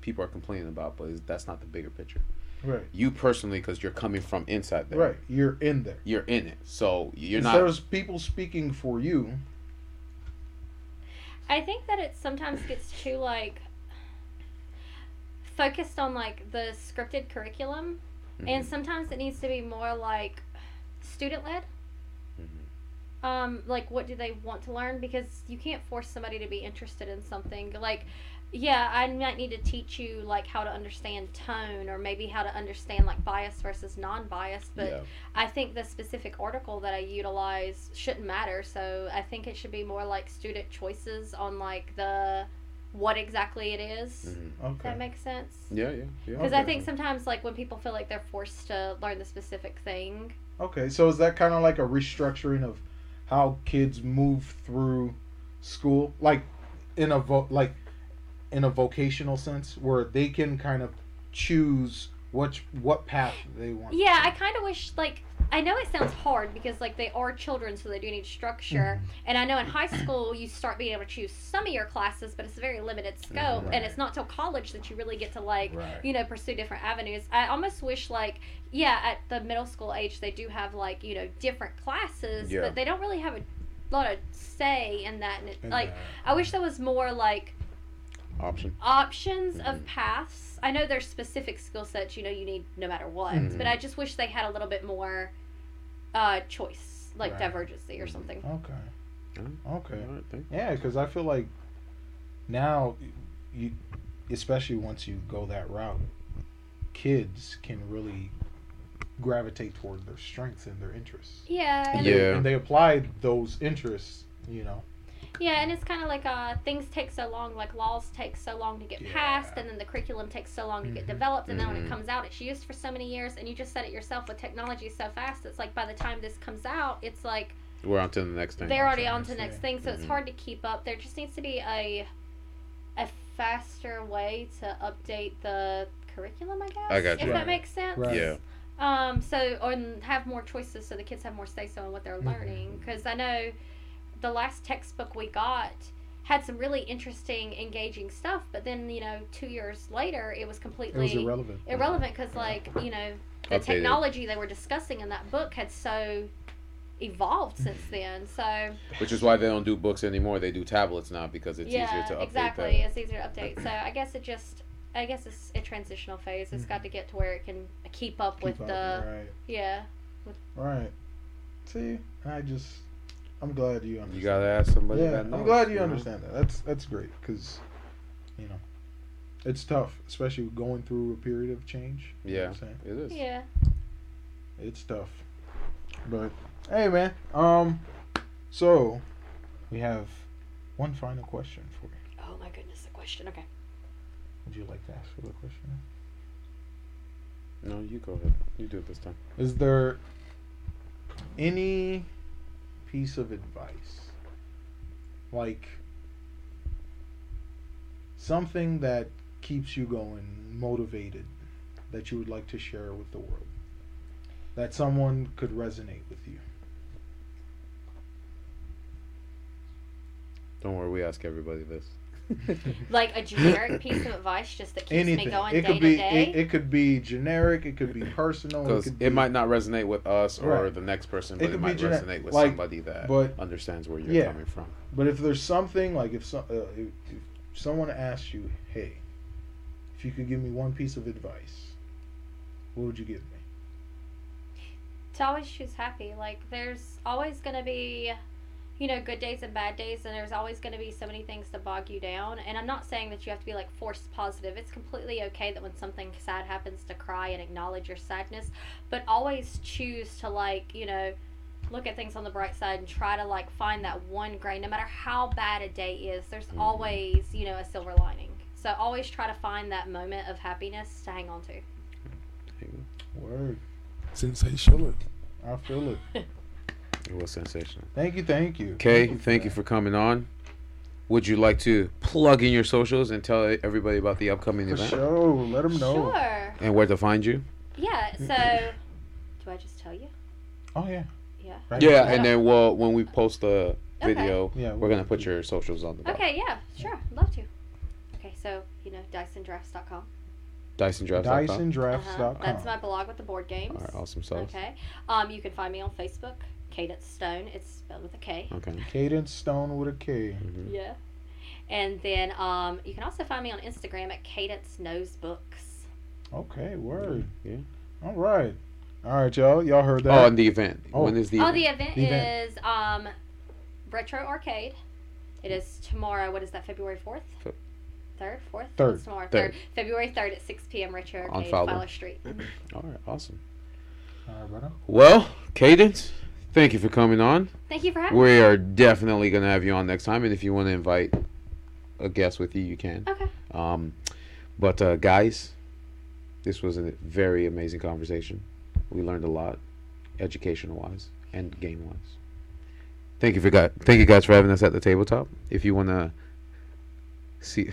Speaker 2: people are complaining about, but is- that's not the bigger picture.
Speaker 1: Right.
Speaker 2: You personally, because you're coming from inside there,
Speaker 1: Right. You're in there.
Speaker 2: You're in it, so you're
Speaker 1: If
Speaker 2: not.
Speaker 1: There's people speaking for you.
Speaker 3: I think that it sometimes gets too like focused on like the scripted curriculum, and
Speaker 2: Mhm,
Speaker 3: sometimes it needs to be more like student led.
Speaker 2: mhm.
Speaker 3: um like what do they want to learn because you can't force somebody to be interested in something like yeah i might need to teach you like how to understand tone or maybe how to understand like bias versus non-bias but
Speaker 2: yeah,
Speaker 3: i think the specific article that i utilize shouldn't matter so i think it should be more like student choices on like the what exactly it is.
Speaker 2: mhm.
Speaker 3: If that
Speaker 1: Mm-hmm. Okay.
Speaker 3: makes sense
Speaker 2: yeah, yeah, yeah.
Speaker 3: because i
Speaker 1: Okay.
Speaker 3: think sometimes like when people feel like they're forced to learn the specific thing
Speaker 1: Okay. So is that kind of like a restructuring of how kids move through school, like in a vo- like in a vocational sense, where they can kind of choose which what path they want. to
Speaker 3: Yeah, I
Speaker 1: take?
Speaker 3: kind of wish like I know it sounds hard because like they are children, so they do need structure.
Speaker 1: Mm-hmm.
Speaker 3: And I know in high school you start being able to choose some of your classes, but it's a very limited
Speaker 1: Mm-hmm.
Speaker 3: scope, and it's not till college that you really get to like
Speaker 1: Right.
Speaker 3: you know pursue different avenues. I almost wish like yeah, at the middle school age they do have like you know different classes,
Speaker 2: Yeah.
Speaker 3: but they don't really have a lot of say in that. And it,
Speaker 1: And,
Speaker 3: like
Speaker 1: uh,
Speaker 3: I wish there was more like
Speaker 2: Option.
Speaker 3: options of
Speaker 2: Mhm.
Speaker 3: paths. I know there's specific skill sets you know you need no matter what,
Speaker 2: Mhm.
Speaker 3: but I just wish they had a little bit more uh, choice, like
Speaker 1: Right. Mm-hmm.
Speaker 3: divergency or
Speaker 2: Mhm.
Speaker 3: something.
Speaker 1: Okay.
Speaker 2: Yeah.
Speaker 1: Okay.
Speaker 2: All right, thank you.
Speaker 1: Yeah, because I feel like now, you, especially once you go that route, kids can really gravitate toward their strengths and their interests.
Speaker 3: Yeah, and
Speaker 1: They-
Speaker 2: Yeah.
Speaker 1: and they apply those interests, you know.
Speaker 3: Yeah, and it's kind of like uh, things take so long, like laws take so long to get
Speaker 1: Yeah.
Speaker 3: passed, and then the curriculum takes so long to get
Speaker 1: Mhm.
Speaker 3: developed, and then when
Speaker 2: Mhm.
Speaker 3: it comes out, it's used for so many years, and you just said it yourself with technology so fast, it's like by the time this comes out, it's like
Speaker 2: We're on to the next thing.
Speaker 3: they're already
Speaker 1: trying
Speaker 3: on
Speaker 1: to
Speaker 3: to the
Speaker 1: say.
Speaker 3: next thing, so it's
Speaker 2: Mhm.
Speaker 3: hard to keep up. There just needs to be a a faster way to update the curriculum, I guess.
Speaker 2: I got
Speaker 3: If
Speaker 1: you. Right.
Speaker 3: that makes sense.
Speaker 1: Right.
Speaker 2: Yeah.
Speaker 3: Um. So and have more choices, so the kids have more say so in what they're
Speaker 1: Mhm.
Speaker 3: learning. Because I know the last textbook we got had some really interesting, engaging stuff, but then you know, two years later, it was
Speaker 1: It
Speaker 3: completely
Speaker 1: was irrelevant.
Speaker 3: irrelevant because like you know the
Speaker 2: Updated.
Speaker 3: technology they were discussing in that book had so evolved since then so
Speaker 2: Which is why they don't do books anymore. They do tablets now because it's easier
Speaker 3: yeah
Speaker 2: to update
Speaker 3: exactly
Speaker 2: that.
Speaker 3: it's easier to update so i guess it just i guess it's a transitional phase It's got to get to where it can keep up
Speaker 1: Keep
Speaker 3: with
Speaker 1: up,
Speaker 3: the
Speaker 1: right,
Speaker 3: yeah
Speaker 1: right. See, I just, I'm glad you understand.
Speaker 2: You gotta ask somebody.
Speaker 1: yeah,
Speaker 2: that
Speaker 1: I'm
Speaker 2: knows,
Speaker 1: glad you
Speaker 2: know?
Speaker 1: understand that. That's that's great because, you know, it's tough, especially going through a period of change. You know what
Speaker 2: Yeah.
Speaker 1: I'm saying?
Speaker 2: It is.
Speaker 3: yeah
Speaker 1: It's tough. But hey man, um so we have one final question for you.
Speaker 3: oh my goodness the question okay
Speaker 1: Would you like to ask for the question?
Speaker 2: No, you go ahead. You do it this time.
Speaker 1: Is there any piece of advice like something that keeps you going, motivated that you would like to share with the world? That someone could resonate with you.
Speaker 2: Don't worry, we ask everybody this.
Speaker 3: like a generic piece of advice just that keeps
Speaker 1: Anything.
Speaker 3: me going
Speaker 1: It
Speaker 3: day
Speaker 1: could
Speaker 3: to
Speaker 1: be
Speaker 3: day
Speaker 1: it, it could be generic, it could be personal,
Speaker 2: Because
Speaker 1: could
Speaker 2: it,
Speaker 1: be-
Speaker 2: might not resonate with us or
Speaker 1: Right.
Speaker 2: the next person,
Speaker 1: It
Speaker 2: but it,
Speaker 1: could be
Speaker 2: might
Speaker 1: genet-
Speaker 2: resonate with
Speaker 1: like,
Speaker 2: somebody that
Speaker 1: but-
Speaker 2: understands where you're
Speaker 1: Yeah.
Speaker 2: coming from.
Speaker 1: But if there's something like if, some, uh, if if someone asks you, "Hey, if you could give me one piece of advice, what would you give me?"
Speaker 3: to always choose happy. Like there's always gonna be, you know, good days and bad days, and there's always going to be so many things to bog you down. And I'm not saying that you have to be like forced positive. It's completely okay that when something sad happens to cry and acknowledge your sadness, but always choose to like, you know, look at things on the bright side and try to like find that one grain. No matter how bad a day is, there's
Speaker 2: Mhm.
Speaker 3: always, you know, a silver lining. So always try to find that moment of happiness to hang on to.
Speaker 1: Word.
Speaker 4: Sensational.
Speaker 1: I feel it.
Speaker 2: It was sensational.
Speaker 1: Thank you. Thank you.
Speaker 2: Okay, thank you for coming on. Would you like to plug in your socials and tell everybody about the upcoming
Speaker 1: For
Speaker 2: event
Speaker 1: sure. Let them know.
Speaker 3: Sure.
Speaker 2: and where to find you?
Speaker 3: Yeah. So, do I just tell you?
Speaker 1: Oh yeah.
Speaker 3: Yeah.
Speaker 1: Right.
Speaker 2: Yeah, and then well, when we post the
Speaker 3: Okay.
Speaker 2: video,
Speaker 1: Yeah.
Speaker 2: we're gonna put your socials on the bottom.
Speaker 3: Okay. Yeah. Sure. Love to. Okay. So you know, DysonDrafts.com.
Speaker 2: DysonDrive.com.
Speaker 1: DysonDrafts.com.
Speaker 3: Uh-huh. That's my blog with the board games.
Speaker 2: All right, awesome sauce.
Speaker 3: Okay. Um, you can find me on Facebook, Cadence Stone. It's spelled with a K.
Speaker 2: Okay.
Speaker 1: Cadence Stone with a K.
Speaker 2: Mhm.
Speaker 3: Yeah. And then um, you can also find me on Instagram at Cadence Knows Books.
Speaker 1: Okay. Word.
Speaker 2: Yeah.
Speaker 1: All right. All right, y'all. Y'all heard
Speaker 2: Oh,
Speaker 1: that.
Speaker 2: and the event.
Speaker 1: Oh.
Speaker 2: When is the?
Speaker 3: Oh,
Speaker 2: event?
Speaker 3: the event
Speaker 1: The event.
Speaker 3: is um, Retro Arcade. It is tomorrow. What is that? February fourth.
Speaker 2: Fe-
Speaker 3: Third, fourth,
Speaker 1: Third.
Speaker 3: It's tomorrow.
Speaker 2: Third.
Speaker 3: Third. February third at six p.m. Retro
Speaker 2: On
Speaker 3: Arcade,
Speaker 2: Fowler.
Speaker 3: Fowler Street.
Speaker 2: All right. Awesome.
Speaker 1: All right, brother.
Speaker 2: Well, Cadence, thank you for coming on.
Speaker 3: Thank you for having me.
Speaker 2: We are definitely gonna have you on next time, and if you want to invite a guest with you, you can.
Speaker 3: Okay.
Speaker 2: Um, but uh, guys, this was a very amazing conversation. We learned a lot, educational wise and game wise. Thank you for guys. Thank you guys for having us at the tabletop. If you wanna see,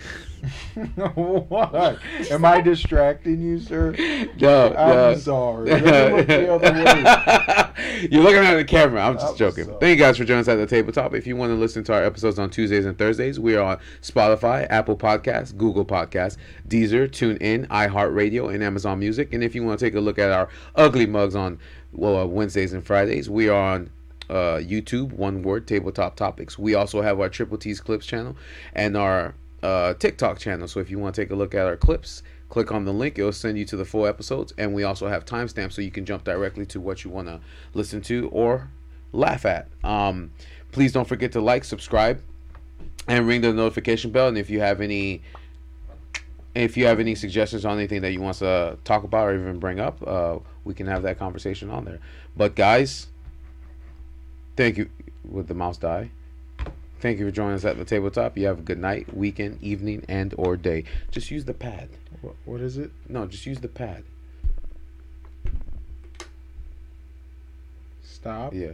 Speaker 1: what? Am I distracting you, sir?
Speaker 2: no,
Speaker 1: I'm
Speaker 2: no.
Speaker 1: sorry. Let me look the other way.
Speaker 2: You're looking at the camera. I'm just
Speaker 1: I'm
Speaker 2: joking.
Speaker 1: sorry.
Speaker 2: Thank you guys for joining us at the tabletop. If you want to listen to our episodes on Tuesdays and Thursdays, we are on Spotify, Apple Podcasts, Google Podcasts, Deezer, TuneIn, iHeartRadio, and Amazon Music. And if you want to take a look at our ugly mugs on well uh, Wednesdays and Fridays, we are on uh, YouTube, one word, tabletop topics. We also have our Triple T's Clips channel and our uh, TikTok channel. So if you want to take a look at our clips, click on the link. It'll send you to the full episodes. And we also have timestamps so you can jump directly to what you want to listen to or laugh at. Um, please don't forget to like, subscribe, and ring the notification bell. And if you have any if you have any suggestions on anything that you want to talk about or even bring up, uh, we can have that conversation on there. But guys, thank you. Would the mouse die? Thank you for joining us at the tabletop. You have a good night, weekend, evening, and or day. Just use the pad.
Speaker 1: What, what is it?
Speaker 2: No, just use the pad.
Speaker 1: Stop.
Speaker 2: Yeah.